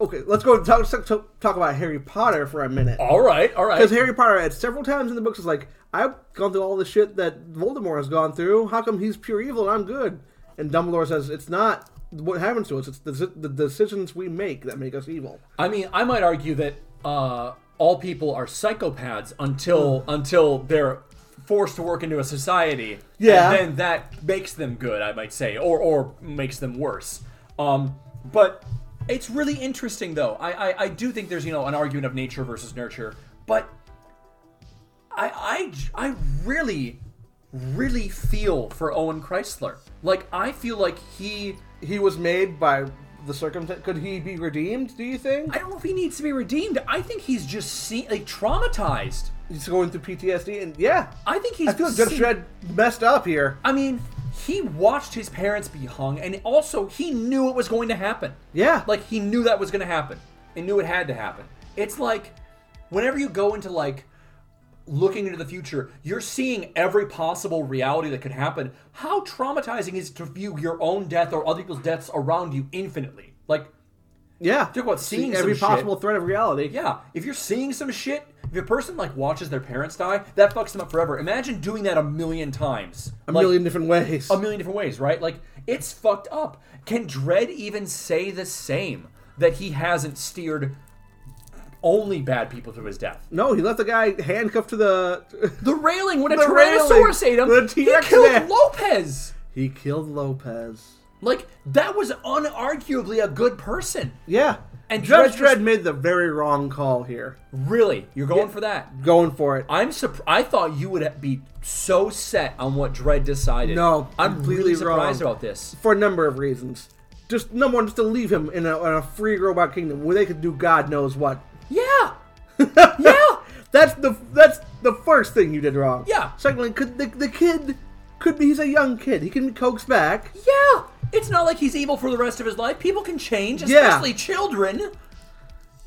S4: okay, let's go talk talk, talk about Harry Potter for a minute.
S3: All right, all right.
S4: Because Harry Potter, at several times in the books, is like, I've gone through all the shit that Voldemort has gone through. How come he's pure evil and I'm good? And Dumbledore says, it's not what happens to us. It's the, the decisions we make that make us evil.
S3: I mean, I might argue that uh, all people are psychopaths until until they're forced to work into a society.
S4: Yeah.
S3: And then that makes them good, I might say, or or makes them worse. Um, but it's really interesting though. I, I I do think there's you know an argument of nature versus nurture, but I I I really really feel for Owen Chrysler. Like I feel like he
S4: He was made by the circumstance. Could he be redeemed? Do you think
S3: I don't know if he needs to be redeemed. I think he's just seen like traumatized.
S4: he's going through PTSD? And yeah,
S3: I think he's
S4: I feel Judge
S3: seen-
S4: Dredd messed up here.
S3: I mean, he watched his parents be hung, and also he knew it was going to happen.
S4: Yeah,
S3: Like he knew that was going to happen. He knew it had to happen. It's like whenever you go into like looking into the future, you're seeing every possible reality that could happen. How traumatizing is to view your own death or other people's deaths around you infinitely? Like,
S4: yeah.
S3: talk about
S4: See
S3: seeing some
S4: every
S3: shit.
S4: possible threat of reality.
S3: yeah, if you're seeing some shit, if a person like watches their parents die, that fucks them up forever. Imagine doing that a million times.
S4: a
S3: Like,
S4: million different ways.
S3: a million different ways, right? Like it's fucked up. Can Dredd even say the same that he hasn't steered only bad people to his death?
S4: no, he left the guy handcuffed to the.
S3: The railing when a
S4: The railing.
S3: Tyrannosaurus ate him,
S4: The
S3: he
S4: T-Rex
S3: killed
S4: man.
S3: Lopez.
S4: he killed Lopez.
S3: Like that was unarguably a good person.
S4: Yeah,
S3: And
S4: Judge
S3: Dredd
S4: Dredd
S3: just-
S4: made the very wrong call here.
S3: Really, you're going for that?
S4: Going for it.
S3: I'm surprised. I thought you would be so set on what Dredd decided.
S4: No,
S3: I'm
S4: completely
S3: really surprised
S4: wrong.
S3: about this.
S4: for a number of reasons. Just number one, just to leave him in a, in a free robot kingdom where they could do God knows what.
S3: Yeah, yeah.
S4: That's the that's the first thing you did wrong.
S3: Yeah.
S4: Secondly, could the, the kid could be he's a young kid. He can be coaxed back.
S3: Yeah, it's not like he's evil for the rest of his life. People can change,
S4: Yeah.
S3: especially children.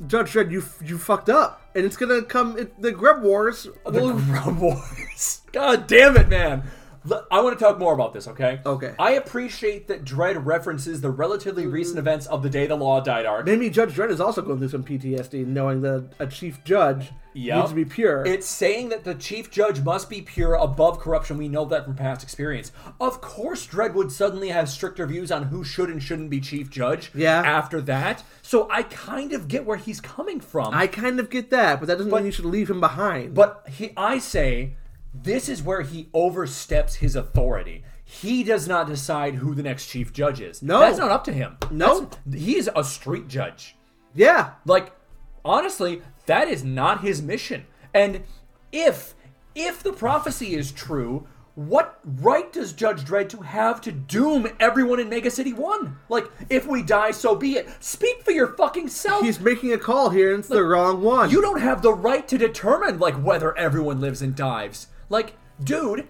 S4: Judge Dredd, you you fucked up, and it's gonna come. It, the Grub Wars.
S3: The Grub Wars. God damn it, man. L- I want to talk more about this, okay?
S4: Okay.
S3: I appreciate that Dredd references the relatively recent
S4: Mm-hmm.
S3: events of the day the law died arc.
S4: Maybe Judge Dredd is also going through some PTSD, knowing that a chief judge
S3: Yep.
S4: needs to be pure.
S3: It's saying that the chief judge must be pure above corruption. We know that from past experience. Of course, Dredd would suddenly have stricter views on who should and shouldn't be chief judge
S4: Yeah.
S3: after that. So I kind of get where he's coming from.
S4: I kind of get that, but that doesn't mean you should leave him behind.
S3: But he, I say, this is where he oversteps his authority. He does not decide who the next chief judge is.
S4: No.
S3: that's not up to him.
S4: No.
S3: That's- he is a street judge.
S4: yeah,
S3: Like, honestly, that is not his mission. And if if the prophecy is true, what right does Judge Dredd to have to doom everyone in Mega City One? Like, if we die, so be it. Speak for your fucking self.
S4: he's making a call here, and it's the wrong one.
S3: You don't have the right to determine like whether everyone lives and dives. Like, dude,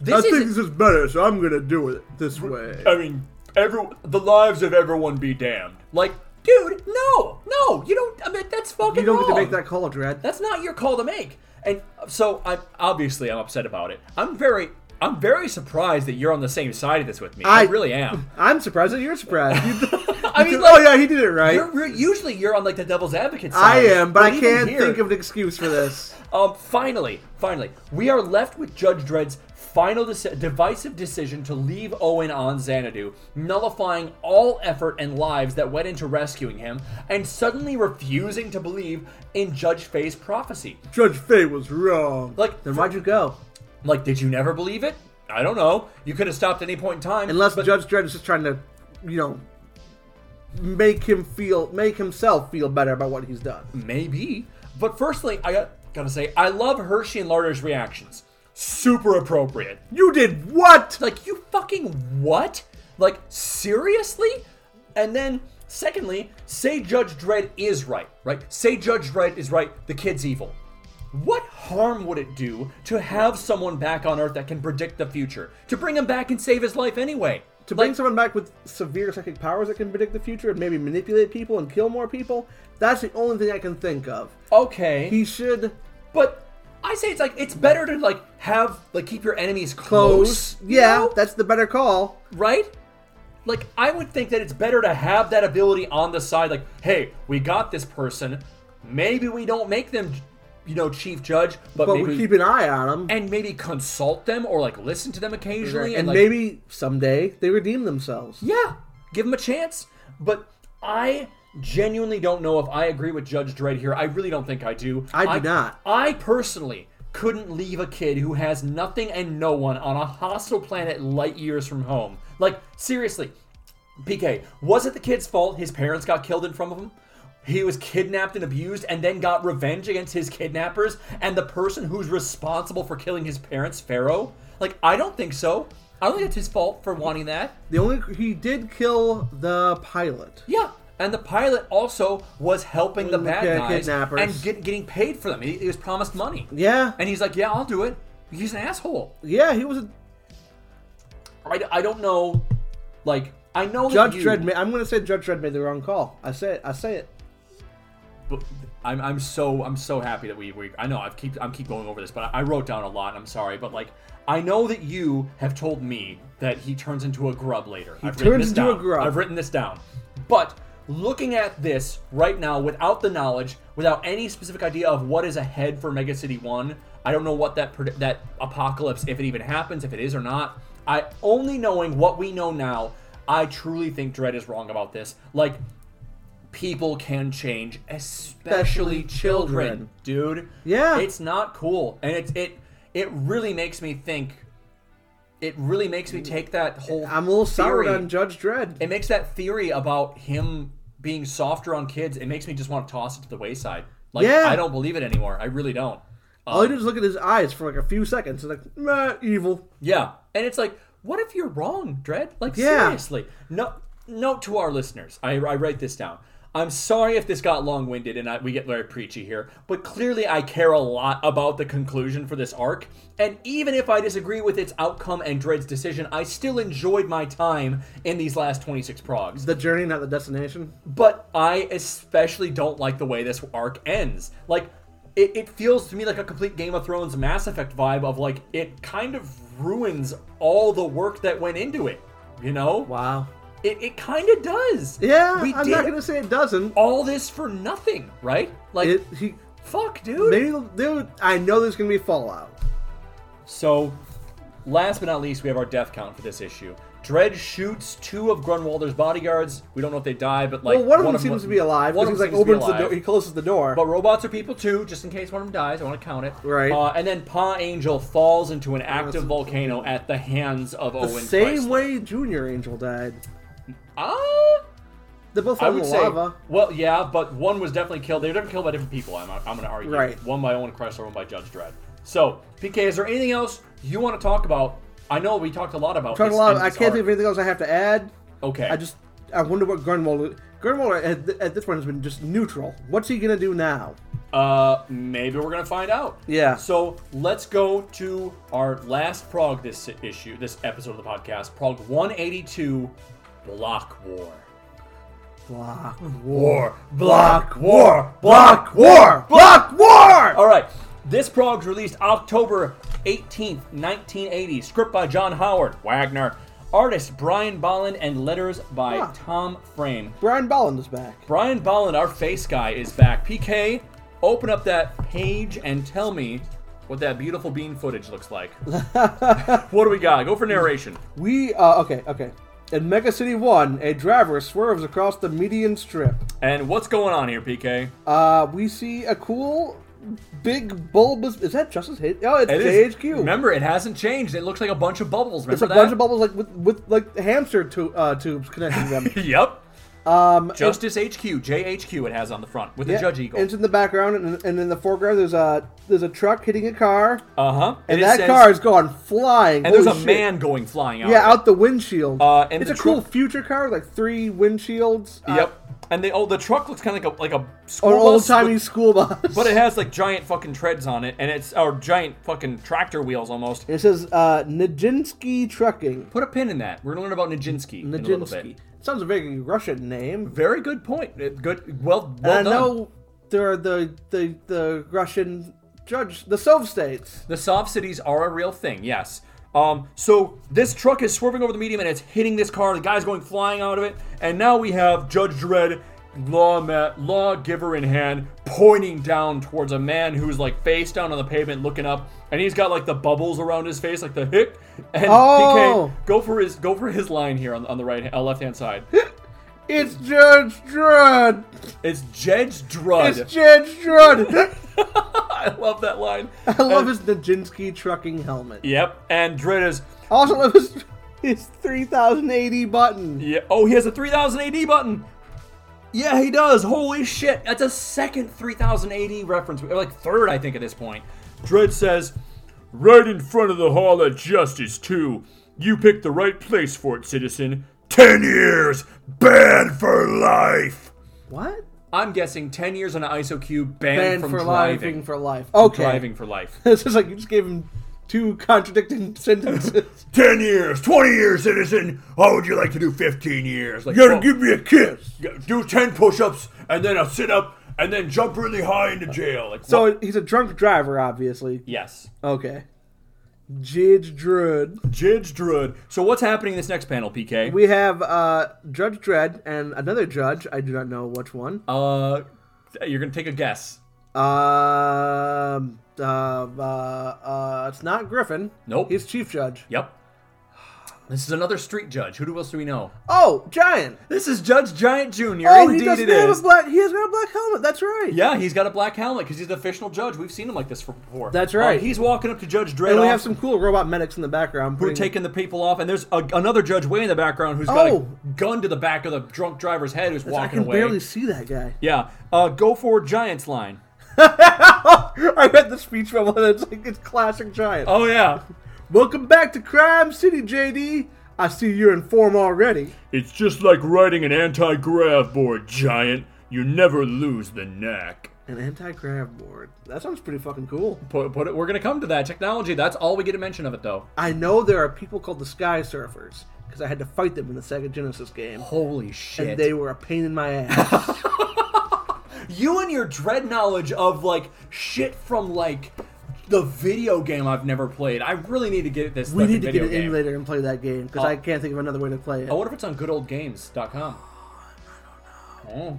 S4: I
S3: this
S4: think
S3: is.
S4: this is better, so I'm gonna do it this way.
S3: I mean, every the lives of everyone be damned. Like, dude, no, no, you don't. I mean, that's fucking.
S4: You don't get to
S3: wrong.
S4: make that call, Dredd.
S3: That's not your call to make. And so I obviously I'm upset about it. I'm very I'm very surprised that you're on the same side of this with me. I,
S4: I-
S3: really am.
S4: I'm surprised that you're surprised. You-
S3: I mean,
S4: oh
S3: like,
S4: yeah, he did it right.
S3: you're, re- usually you're on like the devil's advocate
S4: I
S3: side.
S4: am, but, I
S3: even
S4: can't
S3: here-
S4: think of an excuse for this.
S3: Um, finally, finally, we are left with Judge Dredd's final deci- divisive decision to leave Owen on Xanadu, nullifying all effort and lives that went into rescuing him, and suddenly refusing to believe in Judge Faye's prophecy.
S4: Judge Faye was wrong.
S3: Like-
S4: then why'd you go?
S3: Like, did you never believe it? I don't know. You could have stopped at any point in time.
S4: Unless
S3: but-
S4: Judge Dredd is just trying to, you know, make him feel, make himself feel better about what he's done.
S3: Mm. Maybe. But firstly, I got, gotta say, I love Hershey and Larder's reactions. Super appropriate.
S4: You did what?
S3: Like, you fucking what? Like, seriously? And then, secondly, say Judge Dredd is right, right? Say Judge Dredd is right, the kid's evil. What harm would it do to have someone back on Earth that can predict the future? To bring him back and save his life anyway?
S4: To bring someone back with severe psychic powers that can predict the future and maybe manipulate people and kill more people, that's the only thing I can think of.
S3: Okay.
S4: He should
S3: But I say it's like it's better to like have like keep your enemies close.
S4: close. Yeah,
S3: you know?
S4: that's the better call.
S3: right. Like I would think that it's better to have that ability on the side. Like, hey, we got this person. Maybe we don't make them, you know, chief judge, but,
S4: But
S3: maybe
S4: we keep an eye on him.
S3: and maybe consult them or like listen to them occasionally
S4: and
S3: and, like,
S4: maybe someday they redeem themselves.
S3: yeah, give them a chance. But I genuinely don't know if I agree with Judge Dredd here. I really don't think I do.
S4: I do not.
S3: I personally couldn't leave a kid who has nothing and no one on a hostile planet light years from home. Like, seriously, PK, was it the kid's fault his parents got killed in front of him? He was kidnapped and abused and then got revenge against his kidnappers and the person who's responsible for killing his parents, Pharaoh? Like, I don't think so. I don't think it's his fault for wanting that.
S4: The only he did kill the pilot.
S3: Yeah, and the pilot also was helping the bad
S4: Yeah,
S3: guys
S4: kidnappers.
S3: and get, getting paid for them. He, he was promised money,
S4: Yeah,
S3: and he's like, "Yeah, I'll do it." He's an asshole.
S4: yeah, he was a
S3: I, I don't know. Like I know that
S4: Judge
S3: you-
S4: Dredd. ma- I'm gonna say Judge Dredd made the wrong call. I say it. I say it.
S3: but I'm, I'm so I'm so happy that we, we I know I've keep I'm keep going over this, but I, I wrote down a lot. I'm sorry, but like I know that you have told me that he turns into a grub later. He I've written
S4: turns
S3: this
S4: into a
S3: down.
S4: grub.
S3: I've written this down, but looking at this right now without the knowledge, without any specific idea of what is ahead for Mega City One, I don't know what that pred- that apocalypse, if it even happens, if it is or not. I only knowing what we know now, I truly think Dredd is wrong about this. Like people can change, especially
S4: Especially
S3: children, dude.
S4: Yeah.
S3: it's not cool, and it's it it really makes me think. It really makes me take that whole.
S4: I'm a little soured
S3: theory-
S4: on Judge Dredd.
S3: It makes that theory about him being softer on kids. It makes me just want to toss it to the wayside. Like
S4: Yeah. Oh,
S3: I don't believe it anymore. I really don't.
S4: All he did was look at his eyes for like a few seconds. It's like, nah, evil.
S3: Yeah, and it's like, what if you're wrong, Dredd? Like
S4: Yeah.
S3: seriously. No, note to our listeners. I, I write this down. I'm sorry if this got long-winded and I, we get very preachy here, but clearly I care a lot about the conclusion for this arc. And even if I disagree with its outcome and Dredd's decision, I still enjoyed my time in these last 26 progs.
S4: The journey, not the destination.
S3: But I especially don't like the way this arc ends. Like, it, it feels to me like a complete Game of Thrones Mass Effect vibe of like, it kind of ruins all the work that went into it. You know?
S4: Wow.
S3: It, it kind of does.
S4: Yeah,
S3: We
S4: I'm
S3: did
S4: not gonna say it doesn't.
S3: all this for nothing, right? Like,
S4: It, he,
S3: fuck, dude.
S4: maybe they'll- they'll- I know there's gonna be fallout.
S3: So, last but not least, we have our death count for this issue. Dredd shoots two of Grunwalder's bodyguards. We don't know if they die, but like
S4: well, one of them seems to be alive
S3: one
S4: because
S3: of
S4: he's
S3: them seems to
S4: like
S3: be
S4: opens the
S3: alive.
S4: door. He closes the door.
S3: But robots are people too, just in case one of them dies. I want to count it.
S4: Right.
S3: Uh, and then Pa Angel falls into an active volcano at the hands of
S4: the
S3: Owen.
S4: same
S3: Chrysler.
S4: way Junior Angel died.
S3: Ah,
S4: They both
S3: I
S4: fell in
S3: would
S4: the
S3: say.
S4: lava.
S3: Well, yeah, but one was definitely killed. They were definitely killed by different people. I'm, I'm going to argue.
S4: Right.
S3: One by Owen Chrysler, one by Judge Dredd. So, PK, is there anything else you want to talk about? I know we talked a lot about.
S4: Talking
S3: this
S4: a lot.
S3: and
S4: I
S3: this
S4: can't
S3: art.
S4: think of anything else I have to add.
S3: Okay.
S4: I just I wonder what Grunwald Grunwald at, th- at this point has been just neutral. What's he gonna do now?
S3: Uh, maybe we're gonna find out.
S4: Yeah.
S3: So let's go to our last prog this issue, this episode of the podcast, prog 182, block war.
S4: Block
S3: War.
S4: block war block war block war.
S3: All right. This prog's released October 18th, 1980. Script by John Howard Wagner. Artist Brian Bolland and letters by
S4: Huh.
S3: Tom Frame.
S4: Brian Bolland is back.
S3: Brian Bolland, our face guy, is back. PK, open up that page and tell me what that beautiful bean footage looks like. what do we got? Go for narration.
S4: We uh, okay okay. In Mega City One, a driver swerves across the median strip.
S3: And what's going on here, PK?
S4: Uh, we see a cool big bulbous. Is that Justice Hayes? Oh, it's
S3: It is-
S4: JHQ.
S3: Remember, it hasn't changed. It looks like a bunch of bubbles.
S4: it's a
S3: Remember that?
S4: bunch of bubbles like with, with like hamster tu- uh, tubes connecting them.
S3: Yep.
S4: Um,
S3: Justice HQ, JHQ, it has on the front with a
S4: Yeah,
S3: judge eagle.
S4: It's in the background, and, and in the foreground, there's a there's a truck hitting a car,
S3: Uh huh.
S4: and that car is going flying.
S3: And there's a
S4: Holy shit.
S3: man going flying out.
S4: Yeah,
S3: of it.
S4: out the windshield.
S3: Uh, and
S4: it's
S3: the
S4: a cool
S3: truck-
S4: future car, with, like three windshields. uh,
S3: Yep. And the oh, the truck looks kind of like a like a school
S4: or
S3: bus
S4: old timey
S3: with-
S4: school bus.
S3: But it has like giant fucking treads on it, and it's or giant fucking tractor wheels almost.
S4: It says uh, Nijinsky Trucking.
S3: Put a pin in that. We're gonna learn about Nijinsky, in a little
S4: Nijinsky.
S3: bit.
S4: Sounds a very Russian name.
S3: Very good point. Uh, Good. Well, well
S4: And I
S3: done.
S4: know there are the the the Russian judge, the Sov states.
S3: The soft cities are a real thing. Yes. Um. So this truck is swerving over the medium, and it's hitting this car. The guy's going flying out of it, and now we have Judge Dredd, law ma- lawgiver in hand, pointing down towards a man who's like face down on the pavement, looking up, and he's got like the bubbles around his face, like the hick. And
S4: Oh.
S3: PK, go for his go for his line here on, on the right uh, left hand side.
S4: It's Judge Dredd.
S3: It's Judge Dredd.
S4: It's Judge Dredd.
S3: I love that line.
S4: I love his Nijinsky trucking helmet.
S3: Yep, and Dredd is.
S4: I also love his his 3080 button.
S3: Yeah. Oh, he has a 3000 AD button. Yeah, he does. Holy shit. That's a second 3000 AD reference. Or like third, I think, at this point. Dredd says, Right in front of the Hall of Justice, too. You picked the right place for it, citizen. Ten years! Banned for life!
S4: What?
S3: I'm guessing 10 years on an ISO cube banned,
S4: Banned
S3: from
S4: for life,
S3: driving.
S4: living for life. Okay.
S3: Driving for life.
S4: This is like you just gave him two contradicting sentences.
S2: 10 years, 20 years, citizen. How would you like to do 15 years?
S3: Like,
S2: you gotta
S3: well-
S2: give me a kiss. You gotta Do 10 push ups, and then I'll sit up, and then jump really high into jail. Like, what?
S4: so he's a drunk driver, obviously.
S3: Yes.
S4: Okay. Judge Dredd.
S3: Judge Dredd. So what's happening in this next panel, PK?
S4: We have uh, Judge Dredd and another judge. I do not know which one.
S3: uh, you're gonna take a guess.
S4: Um, uh, uh, uh, it's not Griffin.
S3: Nope.
S4: He's chief judge.
S3: Yep. This is another street judge. Who else do we know?
S4: Oh, Giant.
S3: This is Judge Giant Jr.
S4: Oh, he
S3: Indeed,
S4: doesn't
S3: it
S4: have
S3: is.
S4: a black. He has got a black helmet. That's right.
S3: yeah, he's got a black helmet because he's the fictional judge. We've seen him like this for- before.
S4: That's right.
S3: Uh, he's walking up to Judge Dredd.
S4: And we
S3: off-
S4: have some cool robot medics in the background.
S3: We're
S4: putting-
S3: taking the people off, and there's a, another judge way in the background who's got
S4: Oh.
S3: a gun to the back of the drunk driver's head who's
S4: I
S3: walking
S4: can
S3: away.
S4: barely see that guy.
S3: Yeah, uh, go for Giants line.
S4: I read the speech from one. It's like it's classic Giant.
S3: Oh yeah,
S4: Welcome back to Crime City, JD. I see you're in form already.
S2: It's just like riding an anti grav board, giant. You never lose the knack.
S4: An anti-grav board. That sounds pretty fucking cool.
S3: put, put it, we're gonna come to that technology. That's all we get a mention of it though.
S4: I know there are people called the Sky Surfers because I had to fight them in the Sega Genesis game.
S3: Holy shit!
S4: and they were a pain in my ass.
S3: You and your dread knowledge of like shit from like the video game I've never played. I really need to get this.
S4: we
S3: fucking
S4: need to get
S3: video
S4: an
S3: game. Oh.
S4: emulator and play that game because I can't think of another way to play it.
S3: I wonder if it's on goodoldgames.com. Oh,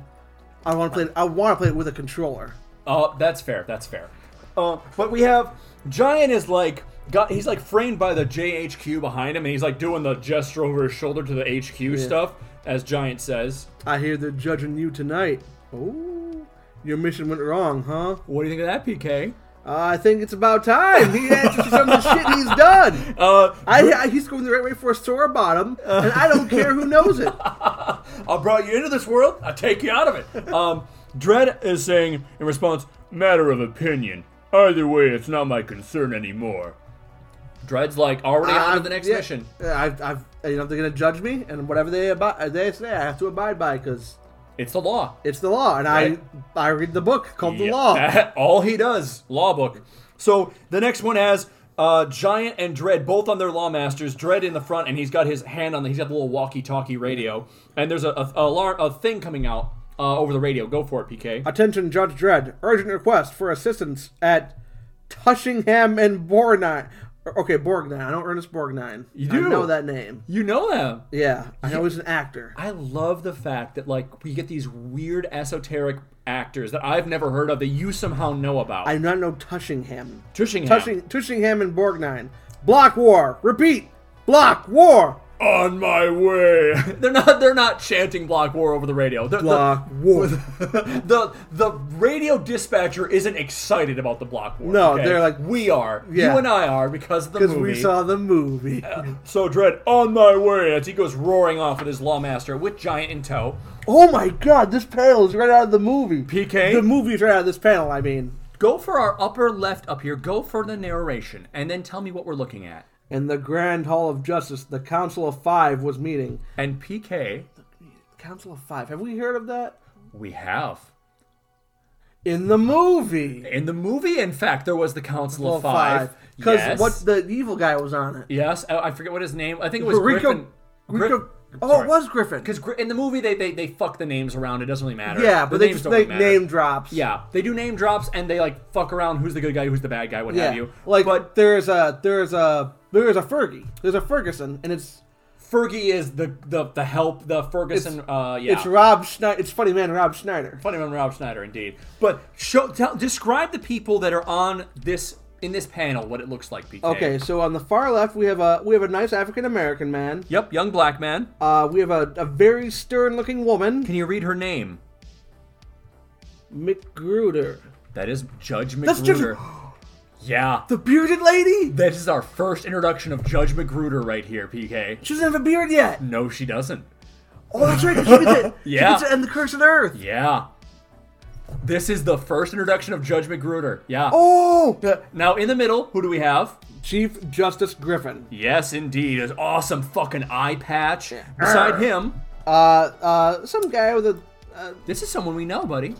S4: I want to play. It, I want to play it with a controller.
S3: Uh, that's fair. That's fair. Uh, but we have Giant is like got he's like framed by the JHQ behind him, and he's like doing the gesture over his shoulder to the HQ stuff, as Giant says.
S4: I hear they're judging you tonight. Oh, your mission went wrong, huh?
S3: What do you think of that, PK?
S4: I think it's about time he answers some of the shit he's done.
S3: Uh,
S4: I, I, he's going the right way for a sore bottom, and I don't care who knows it.
S3: I brought you into this world. I take you out of it. Um, Dredd is saying in response,
S2: Matter of opinion. Either way, it's not my concern anymore.
S3: Dredd's like already on to
S4: I've-
S3: the next
S4: yeah,
S3: mission.
S4: I've, I've, you know, they're going to judge me, and whatever they about, they say, I have to abide by because
S3: It's the law.
S4: it's the law, and
S3: Right.
S4: I I read the book called the
S3: Yeah,
S4: law.
S3: that- all he does, law book. So the next one has uh, Giant and Dread both on their law masters. Dread in the front, and he's got his hand on the. He's got the little walkie-talkie radio, and there's a, a, a alarm, a thing coming out uh, over the radio. Go for it, PK.
S4: Attention, Judge Dredd. Urgent request for assistance at Tushingham and Borgnine. Okay, Borgnine. I know Ernest Borgnine. You
S3: do?
S4: I know that name.
S3: You know them.
S4: Yeah, I know he's an actor.
S3: I love the fact that like we get these weird esoteric actors that I've never heard of that you somehow know about.
S4: I do not know Tushingham.
S3: Tushingham.
S4: Tushing, Tushingham and Borgnine. Block war. Repeat. Block war.
S2: On my way.
S3: They're not. They're not chanting "Block War" over the radio. They're-
S4: Block war.
S3: The, the the radio dispatcher isn't excited about the block war.
S4: No,
S3: okay?
S4: they're like-
S3: we are.
S4: Yeah.
S3: You and I are because of the
S4: Because
S3: movie.
S4: we saw the movie.
S3: so dread on my way as he goes roaring off with his lawmaster with giant in tow.
S4: Oh my god, this panel is right out of the movie.
S3: PK?
S4: The movie's right out of this panel, I mean.
S3: Go for our upper left up here. Go for the narration, and then tell me what we're looking at.
S4: In the Grand Hall of Justice, the Council of Five was meeting.
S3: And PK,
S4: Council of Five. Have we heard of that?
S3: we have
S4: In the movie.
S3: in the movie. In fact, there was the Council
S4: Council
S3: of Five.
S4: Because
S3: yes.
S4: Oh, what the evil guy was on it.
S3: Yes, I, I forget what his name. I think it was
S4: Rico-
S3: Griffin. Gri-
S4: Rico- oh,
S3: sorry.
S4: it was Griffin.
S3: Because gr- in the movie, they, they they fuck the names around. It doesn't really matter.
S4: yeah, but
S3: The
S4: they
S3: names
S4: just
S3: don't
S4: make
S3: really matter.
S4: name drops.
S3: Yeah, they do name drops and they like fuck around. Who's the good guy? Who's the bad guy? What have you?
S4: Like
S3: but
S4: there's a there's a there's a Fergie. There's a Ferguson and it's
S3: Fergie is the the, the help. The Ferguson. uh, yeah.
S4: it's Rob Schneider it's funny man Rob Schneider.
S3: Funny man, Rob Schneider, indeed. But show, tell, describe the people that are on this in this panel what it looks like. PK.
S4: Okay, so on the far left we have a we have a nice African American man.
S3: Yep, young black man.
S4: Uh, we have a, a very stern looking woman,
S3: Can you read her name?
S4: McGruder.
S3: That is Judge
S4: That's Judge-
S3: McGruder. yeah.
S4: The bearded lady.
S3: That is our first introduction of Judge McGruder right here, PK.
S4: She doesn't have a beard yet.
S3: No, she doesn't.
S4: Oh, that's right. 'cause She gets it.
S3: Yeah.
S4: She gets to end the cursed earth.
S3: Yeah. This is the first introduction of Judge McGruder. Yeah.
S4: Oh, the
S3: Now, in the middle, who do we have?
S4: Chief Justice Griffin.
S3: Yes, indeed. His awesome fucking eye patch. Beside him,
S4: Uh, uh, some guy with a. Uh,
S3: this is someone we know, buddy.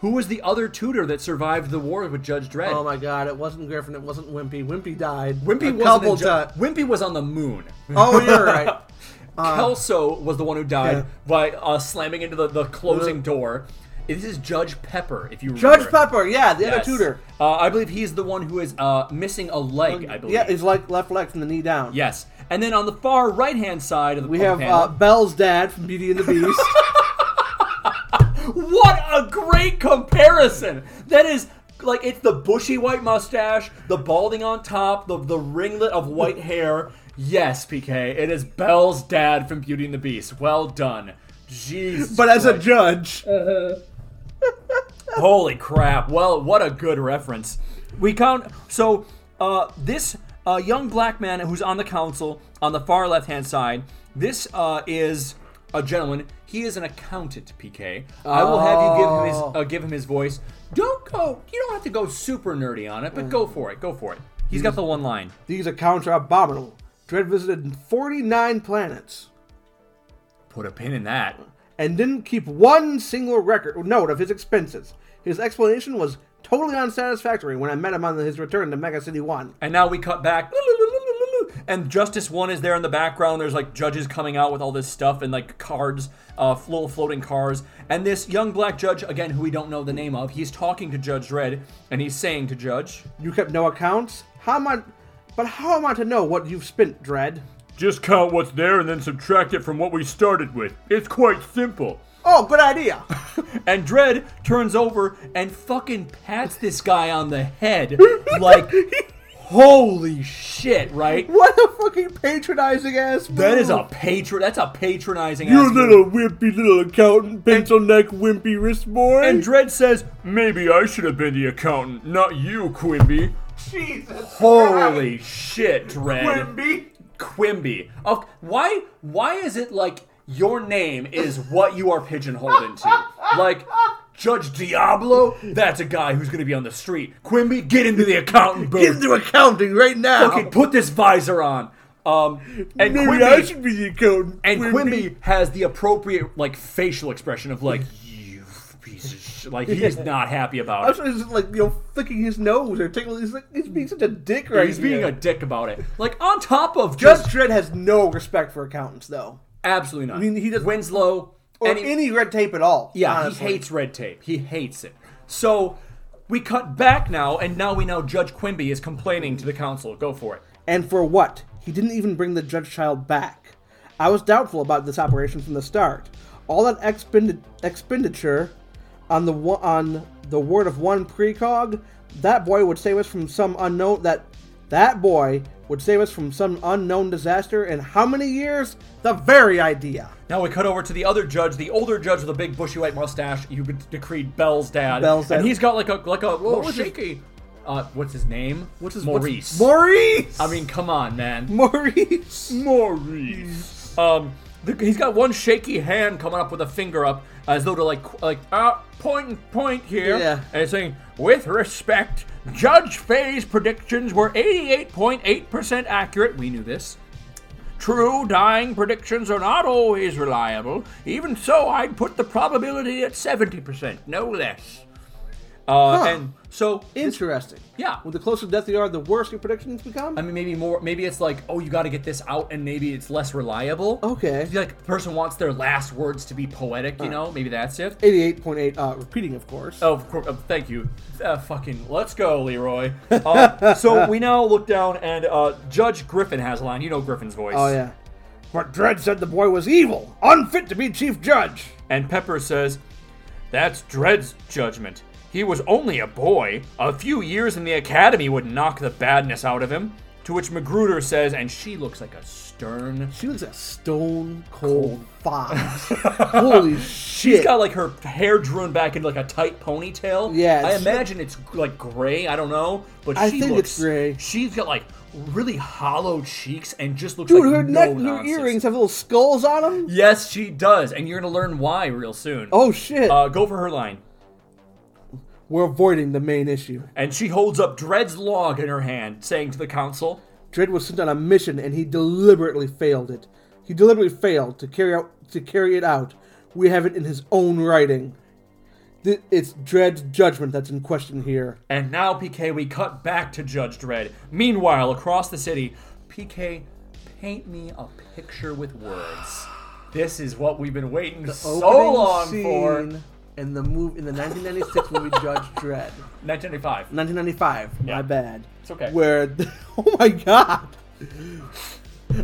S3: Who was the other tutor that survived the war with Judge Dredd?
S4: oh my God! It wasn't Griffin. It wasn't Wimpy. Wimpy died.
S3: Wimpy,
S4: A
S3: wasn't
S4: couple
S3: in Ju-
S4: ti-
S3: Wimpy was on the moon.
S4: Oh, you're right. Uh,
S3: Kelso was the one who died
S4: Yeah. Uh.
S3: by uh, slamming into the, the closing door. This is Judge Pepper, if you remember.
S4: Judge Pepper. Yeah, the other
S3: Yes.
S4: tutor. Oh,
S3: Uh, I believe he's the one who is uh, missing a leg, I believe.
S4: Yeah, his like left leg from the knee down.
S3: yes. And then on the far right hand side of the
S4: We
S3: of the
S4: have
S3: panel,
S4: uh, Belle's dad from Beauty and the Beast.
S3: What a great comparison! That is like it's the bushy white mustache, the balding on top, the the ringlet of white hair. Yes, PK, it is Belle's dad from Beauty and the Beast. Well done. Jeez.
S4: but as a
S3: Christ.
S4: judge,
S3: Uh. Holy crap! Well, what a good reference. We count. So, uh, this uh, young black man who's on the council on the far left hand side. This uh, is a gentleman. He is an accountant. PK. I will have you give him his uh, give him his voice. Don't go. You don't have to go super nerdy on it, but go for it. Go for it. He's got the one line.
S4: these accounts are abominable. Dredd visited 49 planets
S3: Put a pin in that.
S4: and didn't keep one single record note of his expenses. His explanation was totally unsatisfactory when I met him on his return to Mega City 1.
S3: And now we cut back. And Justice One is there in the background. There's like judges coming out with all this stuff and like cards, uh, little floating cars. And this young black judge, again, who we don't know the name of, he's talking to Judge Dredd and he's saying to Judge,
S4: You kept no accounts? How am I. But how am I to know what you've spent, Dredd?
S3: Just count what's there and then subtract it from what we started with. It's quite simple.
S4: Oh, good idea!
S3: And Dredd turns over and fucking pats this guy on the head. like, holy shit, right?
S4: what a fucking patronizing ass move.
S3: That is a patron. That's a patronizing.
S4: You
S3: ass move.
S4: little wimpy little accountant, pencil neck wimpy wrist boy.
S3: And Dredd says, Maybe I should have been the accountant, not you, Quimby.
S4: Jesus
S3: Holy shit, Dredd.
S4: Wimpy.
S3: Quimby. Oh, why why is it like your name is what you are pigeonholed into? Like Judge Diablo, that's a guy who's gonna be on the street. Quimby, get into the accountant
S4: Get
S3: booth.
S4: into accounting right now.
S3: Fucking put this visor on. Um, and
S4: Maybe
S3: Quimby,
S4: I should be the accountant.
S3: and Quimby has the appropriate like facial expression of like you piece of shit. Like he's not happy about it.
S4: I'm just like you know flicking his nose or tickling. He's like he's being such a dick right
S3: He's being
S4: here.
S3: a dick about it. Like on top of
S4: Judge
S3: just
S4: Dredd has no respect for accountants though,
S3: absolutely not. I
S4: mean, he doesn't-
S3: Winslow
S4: or
S3: and he-
S4: any red tape at all.
S3: yeah,
S4: honestly.
S3: he hates red tape. He hates it. So we cut back now, and now we know Judge Quimby is complaining to the council. Go for it.
S4: And for what? He didn't even bring the judge child back. I was doubtful about this operation from the start. All that expendi- expenditure on the wo- on the word of one precog, that boy would save us from some unknown that that boy would save us from some unknown disaster in how many years? The very idea.
S3: Now we cut over to the other judge, the older judge with a big bushy white mustache. You decreed Bell's dad.
S4: Bell's dad.
S3: And he's got like a like a little
S4: was his-
S3: shaky. Uh, what's his name? What's his
S4: What's-
S3: Maurice?
S4: Maurice.
S3: I mean, come on, man.
S4: Maurice.
S3: Maurice. Um, the, he's got one shaky hand coming up with a finger up, as though to like qu- like uh, point and point here,
S4: Yeah.
S3: and it's saying, "With respect, Judge Faye's predictions were 88.8% accurate. We knew this." True, dying predictions are not always reliable. Even so, I'd put the probability at 70%, no less. Uh,
S4: Huh.
S3: And so,
S4: Interesting.
S3: yeah.
S4: Well, the closer to death you are, the worse your predictions become.
S3: I mean, maybe more. Maybe it's like, oh, you got to get this out, and maybe it's less reliable.
S4: Okay.
S3: Like, the person wants their last words to be poetic, you know? Maybe that's it.
S4: 88.8 uh, repeating, of course.
S3: Oh, of course. thank you. Uh, fucking, let's go, Leroy. Uh, so we now look down, and uh, Judge Griffin has a line. You know Griffin's voice.
S4: Oh yeah. But Dredd said the boy was evil, unfit to be chief judge.
S3: And Pepper says, That's Dred's judgment. He was only a boy. A few years in the academy would knock the badness out of him. To which Magruder says, and she looks like a stern.
S4: She looks like stone cold fox. Holy shit!
S3: She's got like her hair drawn back into like a tight ponytail.
S4: Yeah,
S3: I
S4: it's-
S3: imagine it's like gray. I don't know, but
S4: I
S3: she
S4: think
S3: looks
S4: it's gray.
S3: She's got like really hollow cheeks and just looks
S4: Dude,
S3: like
S4: her
S3: no
S4: neck and her
S3: nonsense.
S4: earrings have little skulls on them.
S3: Yes, she does, and you're gonna learn why real soon.
S4: Oh shit!
S3: Uh, go for her line.
S4: We're avoiding the main issue.
S3: And she holds up Dred's log in her hand, saying to the council,
S4: Dredd was sent on a mission and he deliberately failed it. He deliberately failed to carry out to carry it out. We have it in his own writing. Th- It's Dredd's judgment that's in question here.
S3: And now, PK, we cut back to Judge Dredd. Meanwhile, across the city, PK, paint me a picture with words. This is what we've been waiting so long for.
S4: in the move in the 1996 movie Judge Dredd,
S3: 1995.
S4: 1995.
S3: Yeah.
S4: My bad.
S3: It's okay.
S4: Where? Oh my god!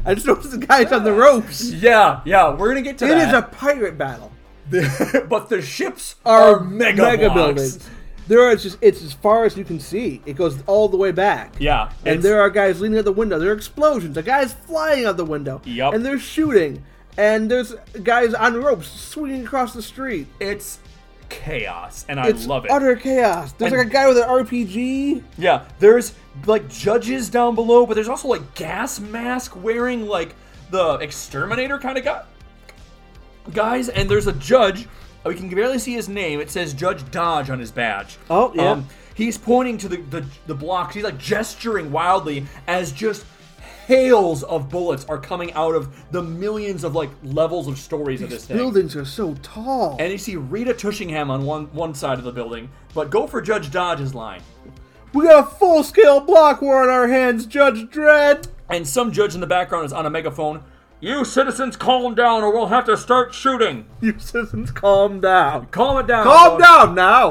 S4: I just noticed the guys on the ropes.
S3: Yeah, yeah, we're gonna get to
S4: It is a
S3: that.
S4: pirate battle.
S3: but the ships
S4: are,
S3: are, mega, blocks.
S4: buildings. There are just it's as far as you can see. It goes all the way back.
S3: Yeah,
S4: And
S3: it's-
S4: there are guys leaning out the window. There are explosions. A guy's flying out the window.
S3: Yup.
S4: And they're shooting. And there's guys on ropes swinging across the street.
S3: It's chaos, and I
S4: It's
S3: love it.
S4: utter chaos. There's
S3: And-
S4: like a guy with an RPG.
S3: Yeah, there's like judges down below, but there's also like gas mask wearing like the exterminator kind of guy. Guys, and there's a judge. We can barely see his name. It says Judge Dodge on his badge. Um,
S4: Oh, yeah.
S3: he's pointing to the, the the blocks. He's like gesturing wildly as just hails of bullets are coming out of the millions of like levels of stories of this thing.
S4: Buildings are so tall.
S3: and you see Rita Tushingham on one one side of the building, but go for Judge Dodge's line.
S4: we got a full scale block war on our hands, Judge Dredd.
S3: and some judge in the background is on a megaphone. You citizens, calm down, or we'll have to start shooting.
S4: You citizens, calm down.
S3: Calm it down.
S4: Calm down now.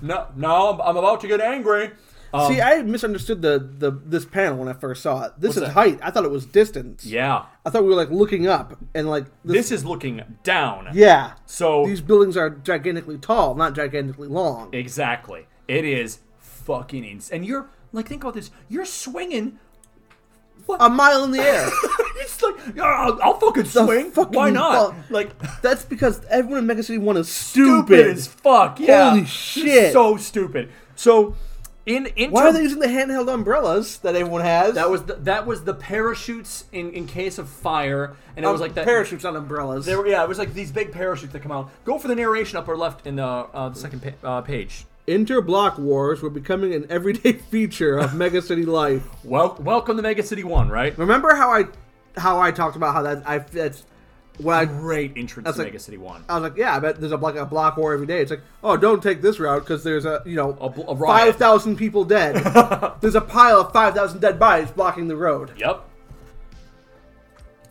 S3: No, no, I'm- I'm about to get angry. um,
S4: See, I misunderstood the, the this panel when I first saw it. This is
S3: that?
S4: height. I thought it was distance.
S3: Yeah,
S4: I thought we were like looking up and like
S3: this is looking down.
S4: Yeah.
S3: So
S4: These buildings are gigantically tall, not gigantically long.
S3: exactly, it is fucking ins- And you're like, think about this. You're swinging.
S4: A mile in the air.
S3: It's like, "Yeah, I'll, I'll fucking swing.
S4: fucking
S3: Why not?
S4: fuck.
S3: Like,
S4: That's because everyone in Mega City One is
S3: stupid.
S4: stupid.
S3: as fuck. Yeah,
S4: Holy
S3: It's
S4: shit.
S3: So stupid. So, in in
S4: Why are
S3: terms-
S4: they using the handheld umbrellas that everyone has?
S3: That was the, that was the parachutes in, in case of fire, and it was like that.
S4: parachutes on umbrellas.
S3: There, were- yeah, it was like these big parachutes that come out. Go for the narration upper left in the, uh, the second pa- uh, page.
S4: Interblock wars were becoming an everyday feature of Mega City life.
S3: Well, welcome to Mega City One, right?
S4: Remember how I how I talked about how that I that's when I
S3: Great entrance to
S4: like-
S3: Mega City One.
S4: I was like, yeah, I bet there's a, like a block war every day. It's like, oh, don't take this route because there's a you know
S3: A bl- a riot.
S4: five thousand people dead. there's a pile of five thousand dead bodies blocking the road.
S3: Yep.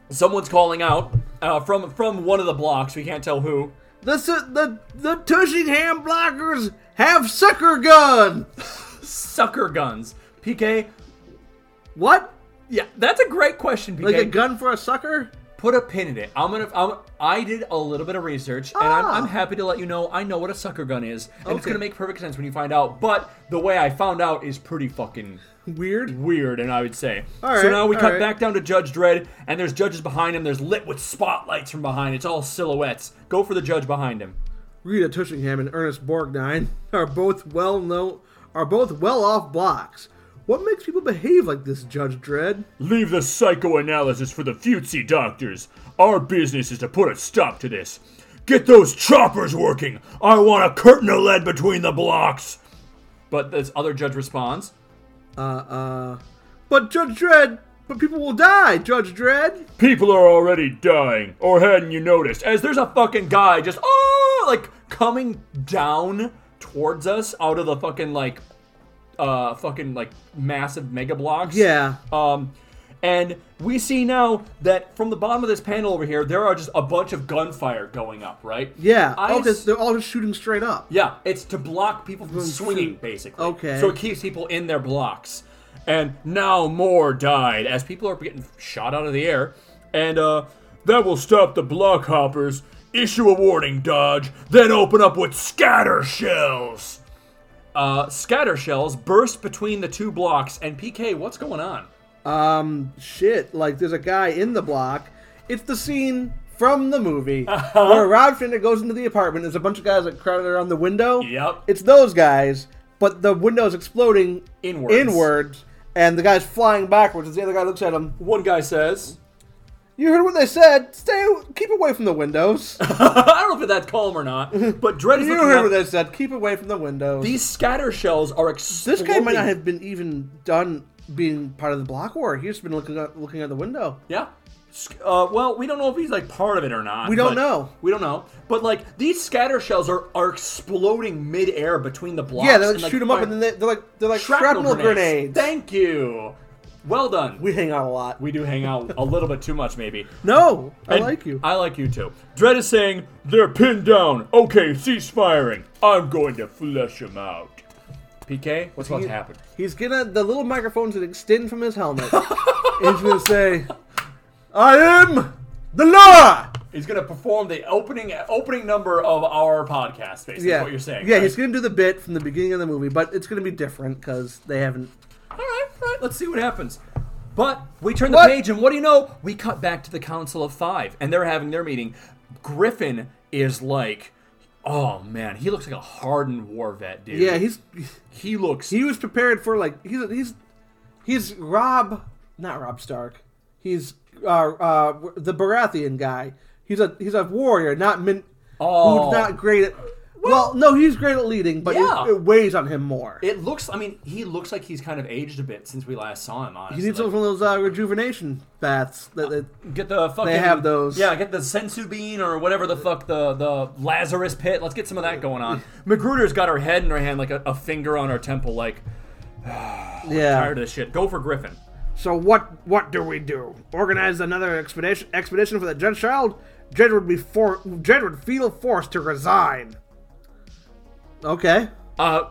S3: Someone's calling out uh, from from one of the blocks. We can't tell who.
S4: The su- the the Tushingham blockers have sucker gun.
S3: Sucker guns. PK.
S4: What?
S3: Yeah, that's a great question, PK.
S4: Like a gun for a sucker?
S3: put a pin in it. I'm gonna. I'm, I did a little bit of research, and I'm, I'm happy to let you know I know what a sucker gun is, and it's
S4: Okay.
S3: gonna make perfect sense when you find out. But the way I found out is pretty fucking
S4: Weird.
S3: weird, and I would say.
S4: All
S3: so
S4: right,
S3: now we
S4: all
S3: cut
S4: right.
S3: back down to Judge Dredd, and there's judges behind him. There's lit with spotlights from behind. It's all silhouettes. Go for the judge behind him.
S4: Rita Tushingham and Ernest Borgnine are both well known are both well off blocks. What makes people behave like this, Judge Dredd?
S3: Leave the psychoanalysis for the futzy doctors. Our business is to put a stop to this. Get those choppers working. I want a curtain of lead between the blocks. But this other judge responds.
S4: Uh, uh. But Judge Dredd, but people will die, Judge Dredd.
S3: People are already dying, or hadn't you noticed? As there's a fucking guy just oh, like coming down towards us out of the fucking like, uh, fucking like massive mega blocks.
S4: Yeah.
S3: Um, and we see now that from the bottom of this panel over here, there are just a bunch of gunfire going up, right?
S4: Yeah.
S3: I
S4: all this,
S3: s-
S4: they're all just shooting straight up.
S3: yeah, it's to block people from swinging,
S4: shoot.
S3: basically.
S4: Okay.
S3: So it keeps people in their blocks. And now more died as people are getting shot out of the air. And uh, that will stop the block hoppers. Issue a warning, Dodge. Then open up with scatter shells. Uh, scatter shells burst between the two blocks, and PK, what's going on?
S4: Um, shit, like there's a guy in the block. It's the scene from the movie
S3: Uh-huh.
S4: where Rob Schneider goes into the apartment. There's a bunch of guys that crowded around the window.
S3: Yep.
S4: It's those guys, but the window's exploding
S3: Inwards.
S4: inwards, and the guy's flying backwards. As the other guy looks at him,
S3: One guy says,
S4: you heard what they said. Stay, keep away from the windows.
S3: I don't know if that's calm or not, but Dredd is
S4: you
S3: looking
S4: heard
S3: at
S4: what they said. Keep away from the windows.
S3: these scatter shells are exploding.
S4: this guy might not have been even done being part of the block war. He's just been looking out, looking out the window.
S3: Yeah. Sc- Uh, well, we don't know if he's like part of it or not.
S4: We
S3: but-
S4: don't know.
S3: We don't know. But like these scatter shells are, are exploding midair between the blocks.
S4: Yeah, they like
S3: and,
S4: shoot him up,
S3: fire-
S4: and then they, they're like they're like
S3: shrapnel,
S4: grenades.
S3: Thank you. Well done. We,
S4: We hang out a lot.
S3: do hang out a little bit too much, maybe.
S4: no, I
S3: And
S4: like you.
S3: I like you too. Dredd is saying they're pinned down. Okay, cease firing. I'm going to flush them out. PK, what's about to happen?
S4: He's gonna the little microphone's gonna extend from his helmet. and he's gonna say, "I am the law."
S3: He's going to perform the opening opening number of our podcast. Basically,
S4: Yeah,
S3: is what you're saying.
S4: Yeah,
S3: right?
S4: he's gonna do the bit from the beginning of the movie, but it's gonna be different because they haven't.
S3: All right, all right, let's see what happens. But we turn the
S4: What?
S3: page, and what do you know? We cut back to the Council of Five, and they're having their meeting. Griffin is like, oh man, he looks like a hardened war vet, dude.
S4: Yeah, he's
S3: he looks.
S4: he was prepared for like he's he's he's Rob, not Rob Stark. He's uh, uh, the Baratheon guy. He's a he's a warrior, not min.
S3: Oh.
S4: who's not great at. Well, no, he's great at leading, but it-
S3: Yeah.
S4: it, weighs on him more.
S3: it looks. I mean, he looks like he's kind of aged a bit since we last saw him. Honestly,
S4: He needs
S3: Like,
S4: some from those uh, rejuvenation baths. That, that,
S3: get the fucking.
S4: have those.
S3: Yeah, get the sensu bean or whatever the fuck the the Lazarus pit. Let's get some of that going on. Magruder's got her head in her hand, like a, a finger on her temple, like Oh, tired
S4: yeah.
S3: of this shit. Go for Griffin.
S4: So what? What do we do? Organize another expedition? Expedition for the Judge Child? Jed would be for Jed would feel forced to resign. Okay.
S3: Uh,
S4: Too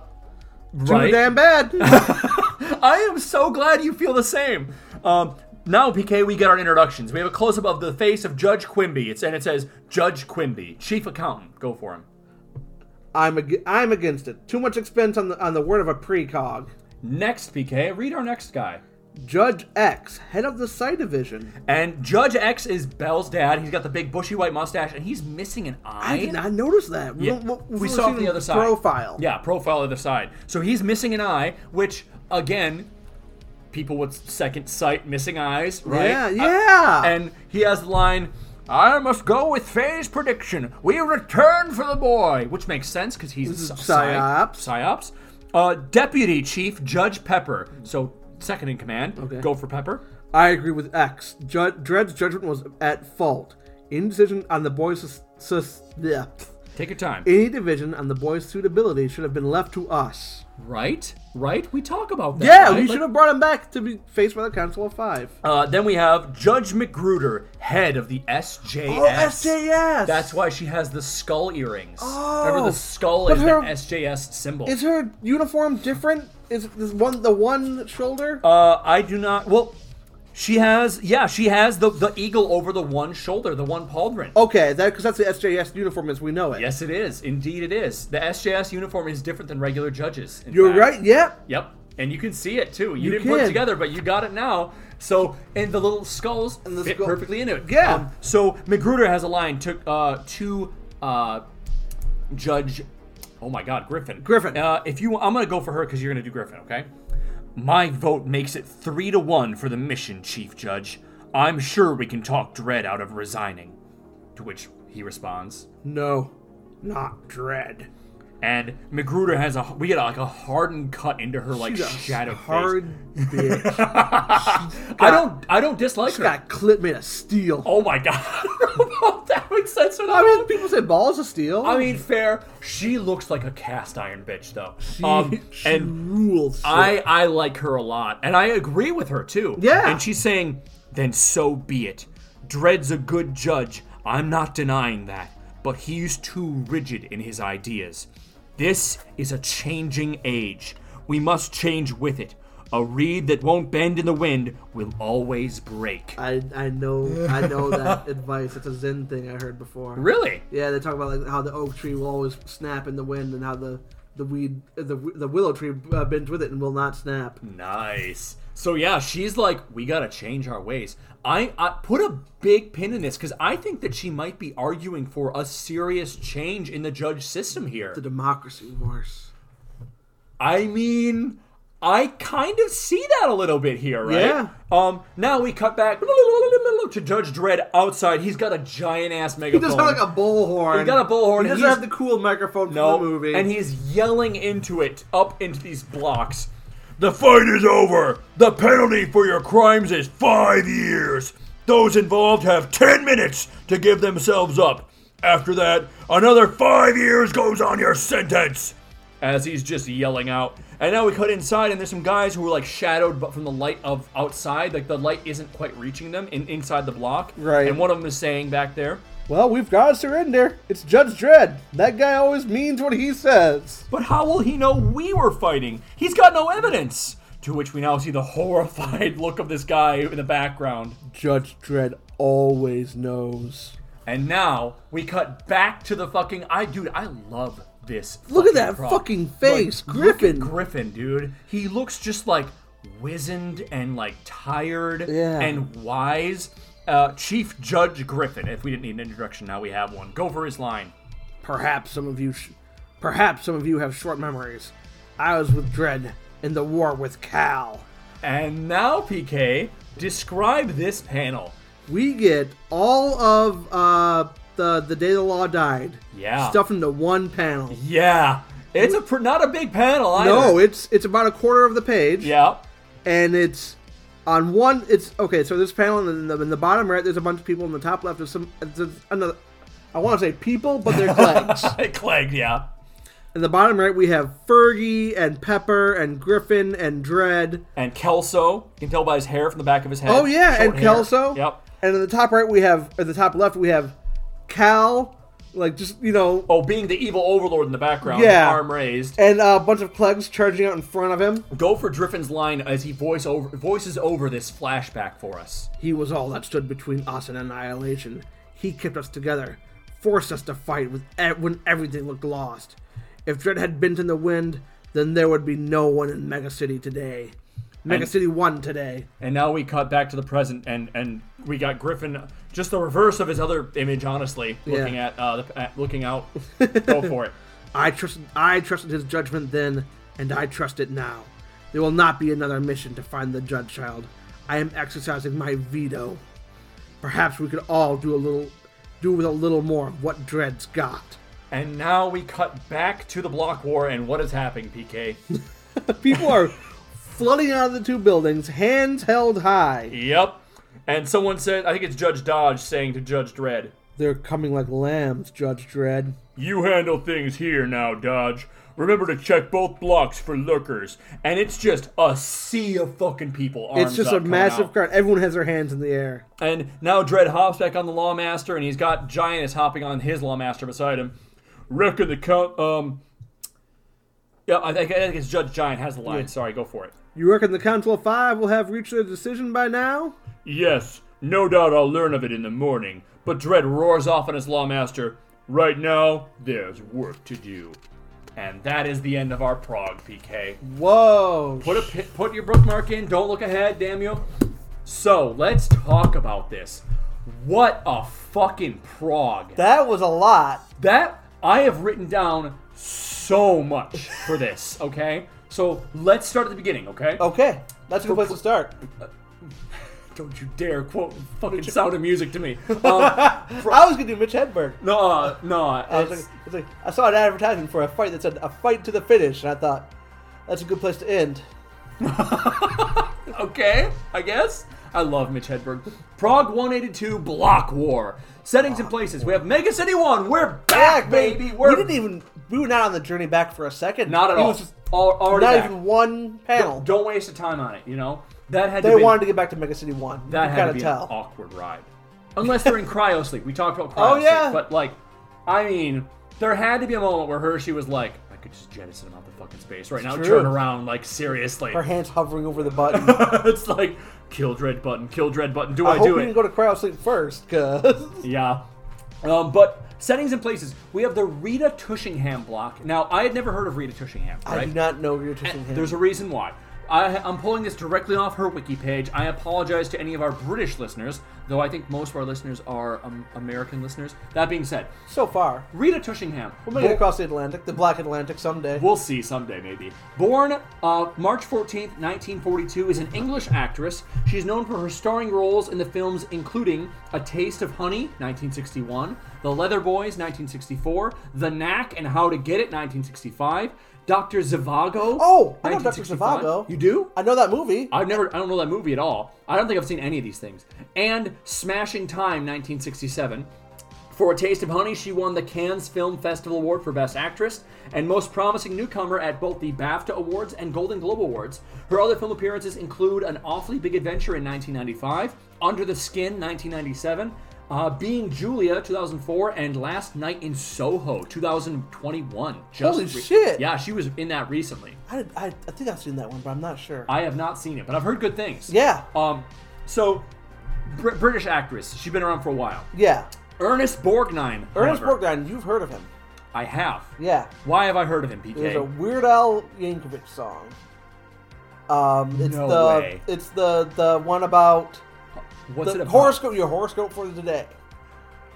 S3: right.
S4: damn bad.
S3: I am so glad you feel the same. Um, now, PK, we get our introductions. We have a close up of the face of Judge Quimby. It's and it says Judge Quimby, Chief Accountant. Go for him.
S4: I'm ag- I'm against it. Too much expense on the on the word of a precog.
S3: Next, PK, read our next guy.
S4: Judge X, head of the Psi Division.
S3: And Judge X is Belle's dad. He's got the big bushy white mustache, and he's missing an eye.
S4: I did not notice that.
S3: Yeah.
S4: don't- we've
S3: we
S4: only
S3: saw
S4: seen
S3: it the
S4: him
S3: other side.
S4: Profile.
S3: Yeah, profile other side. So he's missing an eye, which again, people with second sight missing eyes, right?
S4: Yeah,
S3: Uh,
S4: yeah.
S3: and he has the line, "I must go with Faye's prediction. We return for the boy," which makes sense because he's a psy-
S4: psyops.
S3: Psyops. Uh, Deputy Chief Judge Pepper. So second in command.
S4: Okay.
S3: Go for Pepper.
S4: I agree with X. Jud- Dred's judgment was at fault. Indecision on the boys' sus- sus- bleh.
S3: Take your time.
S4: any division on the boys' suitability should have been left to us.
S3: right, right. We talk about that.
S4: Yeah,
S3: right?
S4: we
S3: Like-
S4: should have brought him back to be faced by the Council of Five.
S3: Uh, then we have Judge McGruder, head of the SJS.
S4: Oh, SJS.
S3: That's why she has the skull earrings. Remember, the skull
S4: Oh. but
S3: is
S4: her-
S3: the SJS symbol.
S4: Is her uniform different? Is this one the one shoulder?
S3: Uh, I do not. Well, she has. Yeah, she has the the eagle over the one shoulder, the one pauldron.
S4: okay, that because that's the SJS uniform as we know it.
S3: Yes, it is. Indeed, it is. The SJS uniform is different than regular judges. in
S4: You're
S3: fact.
S4: right. Yep.
S3: Yep. And you can see it too. You,
S4: You
S3: didn't put it
S4: can.
S3: together, but you got it now. So, and the little skulls
S4: the
S3: fit
S4: skull-
S3: perfectly into it. Um,
S4: Yeah.
S3: so Magruder has a line to uh, to uh, Judge. Oh my God, Griffin.
S4: Griffin.
S3: Uh, if you, I'm gonna go for her because you're gonna do Griffin. Okay. My vote makes it three to one for the mission, Chief Judge. I'm sure we can talk Dread out of resigning. To which he responds,
S4: No, not dread.
S3: and Magruder has a we get like a hardened cut into her like
S4: She's a
S3: shadow face.
S4: hard bitch.
S3: I don't I don't dislike her.
S4: Got clip made of steel.
S3: Oh my god. that makes sense for
S4: I mean, people say balls of steel.
S3: I mean, fair. She looks like a cast iron bitch, though.
S4: she,
S3: um,
S4: she
S3: and
S4: rules. shit.
S3: I I like her a lot, and I agree with her too.
S4: Yeah.
S3: And she's saying, "Then so be it. Dread's a good judge. I'm not denying that, but he's too rigid in his ideas. This is a changing age. We must change with it. A reed that won't bend in the wind will always break."
S4: I, I know, I know that advice. It's a Zen thing I heard before.
S3: Really?
S4: Yeah, they talk about like how the oak tree will always snap in the wind and how the the weed, the the willow tree uh, bends with it and will not snap.
S3: Hmm. Nice. So yeah, she's like, we gotta change our ways. I, I put a big pin in this because I think that she might be arguing for a serious change in the judge system here.
S4: The democracy wars.
S3: I mean, I kind of see that a little bit here, right?
S4: Yeah.
S3: Um. Now we cut back to Judge Dredd outside. He's got a giant ass
S4: He
S3: megaphone.
S4: does have like a bullhorn.
S3: He got a bullhorn, and
S4: He doesn't
S3: he's-
S4: have the cool microphone from
S3: no
S4: the movie.
S3: and he's yelling into it, up into these blocks. The fight is over. The penalty for your crimes is five years. Those involved have ten minutes to give themselves up. After that, another five years goes on your sentence. As he's just yelling out. And now we cut inside, and there's some guys who are like shadowed, but from the light of outside, like the light isn't quite reaching them in, inside the block.
S4: Right.
S3: And one of them is saying back there,
S4: well, we've got to surrender. It's Judge Dredd. That guy always means what he says.
S3: But how will he know we were fighting? He's got no evidence! To which we now see the horrified look of this guy in the background.
S4: Judge Dredd always knows.
S3: And now we cut back to the fucking. I, dude, I love this.
S4: Look at
S3: fucking
S4: that
S3: prop.
S4: fucking
S3: Like,
S4: face,
S3: look at
S4: Griffin.
S3: Griffin, dude. He looks just like wizened and like tired
S4: Yeah.
S3: and wise. Uh, Chief Judge Griffin. If we didn't need an introduction, now we have one. Go for his line.
S4: Perhaps some of you, sh- perhaps some of you have short memories. I was with Dredd in the war with Cal.
S3: And now, PK, describe this panel.
S4: We get all of uh, the the day the law died.
S3: Yeah.
S4: Stuff into one panel.
S3: Yeah, it's a pr- not a big panel. Either.
S4: No, it's it's about a quarter of the page.
S3: yeah,
S4: and it's on one. It's okay. So this panel in the, in the bottom right, there's a bunch of people. In the top left, there's some there's another. I want to say people, but they're clegs.
S3: it clagged. Yeah,
S4: in the bottom right, we have Fergie and Pepper and Griffin and Dread.
S3: and Kelso, you can tell by his hair from the back of his head.
S4: Oh yeah,
S3: short
S4: and
S3: hair.
S4: Kelso.
S3: Yep.
S4: And in the top right, we have or the top left, we have Cal. Like just you know,
S3: Oh, being the evil overlord in the background,
S4: Yeah.
S3: arm raised.
S4: and a bunch of clegs charging out in front of him.
S3: Go for Driffin's line as he voice over voices over this flashback for us.
S4: He was all that stood between us and annihilation. He kept us together, forced us to fight with e- when everything looked lost. If Dread had bent in the wind, then there would be no one in Mega City today. Mega
S3: And-
S4: City 1 today.
S3: And now we cut back to the present, and and we got Griffin just the reverse of his other image, honestly. Looking
S4: Yeah.
S3: at uh, the, at looking out. Go for it.
S4: I trusted, I trusted his judgment then, and I trust it now. There will not be another mission to find the Judge Child. I am exercising my veto. Perhaps we could all do a little, do with a little more of what Dread's got.
S3: And now we cut back to the block war, and what is happening, PK?
S4: People are flooding out of the two buildings, hands held high.
S3: Yep. And someone said, I think it's Judge Dodge saying to Judge Dredd,
S4: They're coming like lambs, Judge Dredd.
S3: You handle things here now, Dodge. Remember to check both blocks for lurkers. And it's just a sea of fucking people. Arms
S4: It's just
S3: up,
S4: a
S3: coming
S4: massive
S3: out.
S4: crowd. Everyone has their hands in the air.
S3: And now Dredd hops back on the Lawmaster, and he's got Giant is hopping on his Lawmaster beside him. Reckon the count. Um. Yeah, I think, I think it's Judge Giant has the line. Sorry, go for it.
S4: You reckon the Council of Five will have reached their decision by now?
S3: Yes, no doubt I'll learn of it in the morning. But Dredd roars off on his lawmaster. Right now, there's work to do. And that is the end of our prog, PK.
S4: Whoa.
S3: Put a pi- put your bookmark in. Don't look ahead, damn you. So let's talk about this. What a fucking prog.
S4: That was a lot.
S3: That I have written down so much for this. Okay, so let's start at the beginning. Okay.
S4: Okay. That's a good place to start.
S3: Don't you dare quote fucking Sound of Music to me. Um,
S4: I was going to do Mitch Hedberg.
S3: no, no.
S4: I, was like,
S3: it's-
S4: I was like, I saw an advertisement for a fight that said a fight to the finish, and I thought, that's a good place to end.
S3: Ah, Okay, I guess. I love Mitch Hedberg. Prague 182 Block War. Settings and places. We have Mega City 1. We're back, baby. We're
S4: we didn't even. We were not on the journey back for a second.
S3: not at
S4: It
S3: all.
S4: was just
S3: Al- already
S4: not
S3: back.
S4: even one panel.
S3: Don't waste your time on it, you know? That had
S4: they
S3: to be
S4: wanted to get back to Mega City One.
S3: that
S4: you
S3: had to
S4: gotta
S3: be
S4: tell.
S3: an awkward ride. Unless they're in cryo sleep. We talked about cryo
S4: Oh, yeah.
S3: sleep, but like I mean, there had to be a moment where Hershey was like, I could just jettison him out the fucking space right now.
S4: true.
S3: Turn around, like seriously.
S4: Her hands hovering over the button. I,
S3: it's like kill dread button, kill dread button. Do I,
S4: hope
S3: do
S4: we
S3: it?
S4: didn't go to cryo sleep first, cause
S3: Yeah. Um, but Settings and places. We have the Rita Tushingham block. Now, I had never heard of Rita Tushingham. Right?
S4: I do not know your Twisting Hand.
S3: There's a reason why. I, I'm pulling this directly off her wiki page. I apologize to any of our British listeners, though I think most of our listeners are um, American listeners. That being said,
S4: so far.
S3: Rita Tushingham.
S4: We'll make it across the Atlantic, the Black Atlantic someday.
S3: We'll see someday, maybe. Born uh, March 14th, 1942, is an English actress. She's known for her starring roles in the films including A Taste of Honey, 1961, The Leather Boys, 1964, The Knack and How to Get It, 1965, Dr. Zhivago.
S4: Oh, I know Dr.
S3: 1965.
S4: Zhivago.
S3: You do?
S4: I know that movie.
S3: I've never, I don't know that movie at all. I don't think I've seen any of these things. And Smashing Time, 1967. For A Taste of Honey, she won the Cannes Film Festival Award for Best Actress and Most Promising Newcomer at both the BAFTA Awards and Golden Globe Awards. Her other film appearances include An Awfully Big Adventure in 1995, Under the Skin, 1997. Uh, Being Julia, 2004, and Last Night in Soho, 2021. Just
S4: Holy shit.
S3: Yeah, she was in that recently.
S4: I, did- I, I think I've seen that one, but I'm not sure.
S3: I have not seen it, but I've heard good things.
S4: yeah.
S3: Um, so, Br- British actress. She's been around for a while.
S4: Yeah.
S3: Ernest Borgnine.
S4: Ernest
S3: however,
S4: Borgnine, you've heard of him.
S3: I have.
S4: Yeah.
S3: Why have I heard of him, PK?
S4: There's a Weird Al Yankovic song. Um, it's
S3: No
S4: the
S3: way.
S4: it's the the one about
S3: What's
S4: the
S3: it about?
S4: horoscope. Your horoscope for today.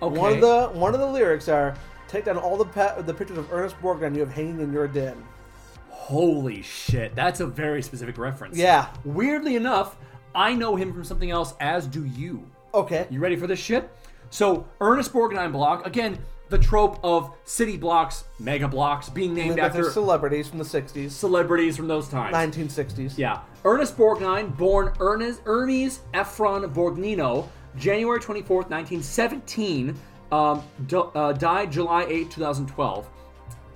S3: Okay.
S4: One of the one of the lyrics are take down all the pa- the pictures of Ernest Borgnine you have hanging in your den.
S3: Holy shit! That's a very specific reference.
S4: Yeah.
S3: Weirdly enough, I know him from something else, as do you.
S4: Okay.
S3: You ready for this shit? So Ernest Borgnine block again. The trope of city blocks, mega blocks being named
S4: Named after
S3: after
S4: celebrities from the 60s,
S3: celebrities from those times.
S4: 1960s.
S3: Yeah. Ernest Borgnine, born Ernest, Hermes Ephron Borgnino, January 24th, 1917, um, d- uh, died July 8, 2012,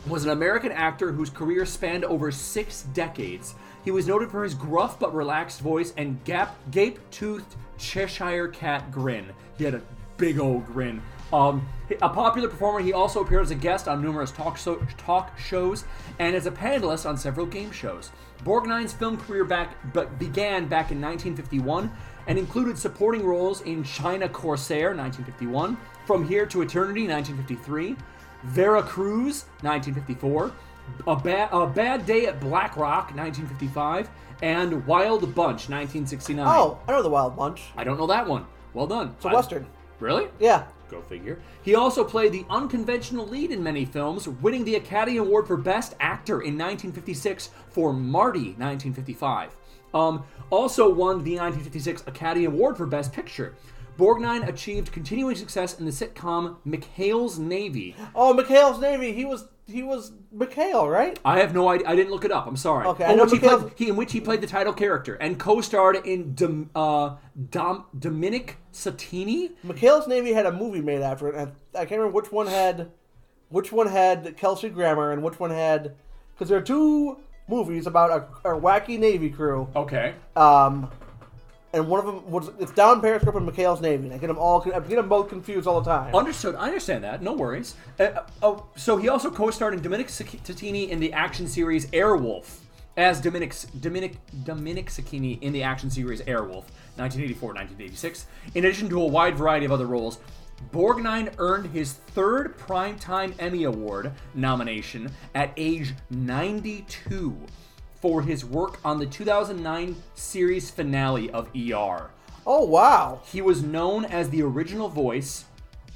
S3: was an American actor whose career spanned over six decades. He was noted for his gruff but relaxed voice and gap, gape-toothed Cheshire cat grin. He had a big old grin. Um, a popular performer, he also appeared as a guest on numerous talk, so- talk shows and as a panelist on several game shows. Borgnine's film career back but began back in 1951 and included supporting roles in China Corsair 1951, From Here to Eternity 1953, Vera Cruz 1954, a, ba- a Bad Day at Black Rock 1955, and Wild Bunch 1969.
S4: Oh, I know the Wild Bunch.
S3: I don't know that one. Well done.
S4: It's a western.
S3: Really?
S4: Yeah.
S3: Go figure. He also played the unconventional lead in many films, winning the Academy Award for Best Actor in 1956 for Marty 1955. Um, also won the 1956 Academy Award for Best Picture. Borgnine achieved continuing success in the sitcom McHale's Navy.
S4: Oh, McHale's Navy. He was he was McHale, right?
S3: I have no idea. I didn't look it up. I'm sorry.
S4: Okay,
S3: In
S4: I know
S3: which he
S4: McHale-
S3: played, he, in which he played the title character and co-starred in Dom, uh, Dom, Dominic Satini.
S4: McHale's Navy had a movie made after it. And I can't remember which one had which one had Kelsey Grammer and which one had because there are two movies about a, a wacky Navy crew.
S3: Okay.
S4: Um, and one of them was it's down Periscope and McHale's Navy. And I get them all I get them both confused all the time.
S3: Understood. I understand that. No worries. Uh, uh, oh, so he also co-starred in Dominic Sacchini in the action series Airwolf as Dominic Dominic Dominic Sacchini in the action series Airwolf, 1984-1986. In addition to a wide variety of other roles, Borgnine earned his third Primetime Emmy Award nomination at age 92 for his work on the 2009 series finale of ER.
S4: oh wow.
S3: He was known as the original voice.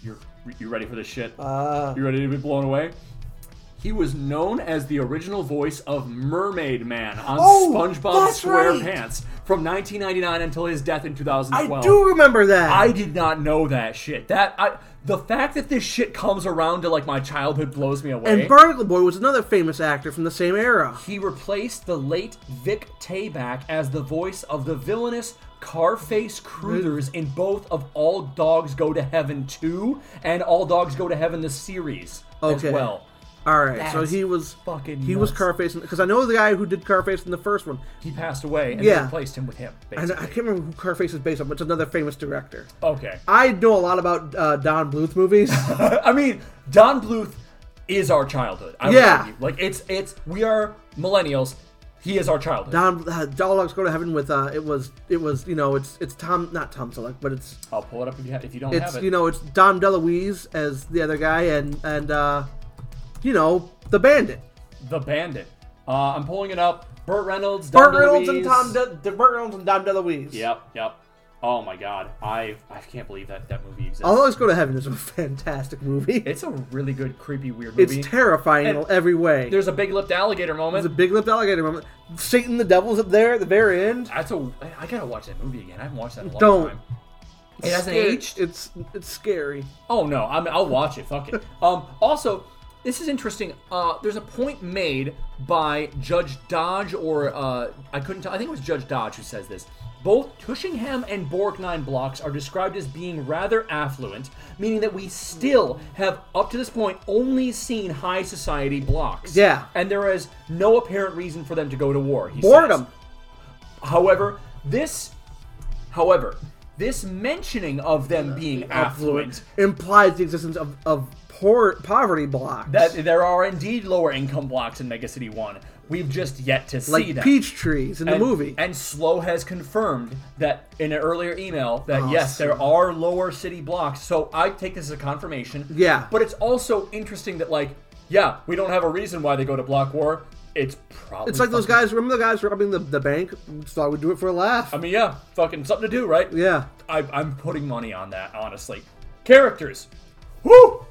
S3: You're you ready for this shit?
S4: Uh,
S3: you ready to be blown away? He was known as the original voice of Mermaid Man on
S4: Oh,
S3: SpongeBob
S4: that's right.
S3: SquarePants from 1999 until his death in
S4: I
S3: 2012.
S4: do remember that.
S3: I did not know that shit. That I the fact that this shit comes around to like my childhood blows me away.
S4: and Barnacle Boy was another famous actor from the same era.
S3: He replaced the late Vic Tayback as the voice of the villainous Carface Cruthers in both of All Dogs Go to Heaven 2 and All Dogs Go to Heaven the series
S4: Okay.
S3: as well.
S4: All right, so
S3: That's
S4: he was
S3: fucking
S4: he was
S3: nuts.
S4: Carface because I know the guy who did Carface in the first one.
S3: He passed away and
S4: Yeah.
S3: they replaced him with him.
S4: And uh, I
S3: Basically.
S4: can't remember who Carface is based on, but it's another famous director.
S3: Okay.
S4: I know a lot about uh, Don Bluth movies.
S3: I mean, Don Bluth is our childhood. I would
S4: Yeah.
S3: argue. Like it's it's we are millennials. He is our childhood.
S4: Don uh, Dollocks go to heaven with uh, it was it was you know it's it's Tom not Tom Selleck but it's
S3: I'll pull it up if you, ha- if you don't
S4: it's
S3: have it.
S4: you know it's Dom DeLuise as the other guy and and uh, you know the bandit
S3: the Bandit. Uh, I'm pulling it up. Burt Reynolds.
S4: Burt
S3: Dom
S4: Reynolds and
S3: DeLuise.
S4: Tom De- De- Burt Reynolds and Dom DeLuise.
S3: Yep, yep. Oh my God, I I can't believe that that movie exists.
S4: I'll always go to heaven is a fantastic movie.
S3: It's a really good, creepy, weird
S4: It's
S3: movie.
S4: terrifying in
S3: And
S4: every way.
S3: There's a big-lipped alligator moment.
S4: There's a big lipped alligator moment. Satan the devil's up there at the very end.
S3: That's a. I- I gotta watch that movie again. I haven't watched that in a long
S4: Don't.
S3: time. It hasn't
S4: Scary.
S3: aged.
S4: It's it's scary.
S3: Oh no, I'm, I'll watch it. Fuck it. Um, also, this is interesting. Uh, there's a point made by Judge Dodge, or uh, I couldn't tell. I think it was Judge Dodge who says this. Both Tushingham and Borgnine blocks are described as being rather affluent, meaning that we still have, up to this point, only seen high society blocks.
S4: Yeah.
S3: And there is no apparent reason for them to go to war. He says.
S4: Boredom.
S3: However, this, however, this mentioning of them being affluent
S4: implies the existence of, of poor poverty blocks.
S3: That there are indeed lower income blocks in Mega City One. We've just yet to see
S4: like
S3: them.
S4: peach trees in
S3: and,
S4: the movie.
S3: And Slow has confirmed that in an earlier email that
S4: Oh,
S3: yes, there are lower city blocks. So I take this as a confirmation.
S4: Yeah.
S3: But it's also interesting that like, yeah, we don't have a reason why they go to block war. It's probably
S4: it's like those
S3: fucking- Um,
S4: guys. Remember the guys robbing the, the bank? Just thought we'd do it for a laugh.
S3: I mean, yeah, fucking something to do, right?
S4: yeah.
S3: I, I'm putting money on that, honestly. Characters, woo!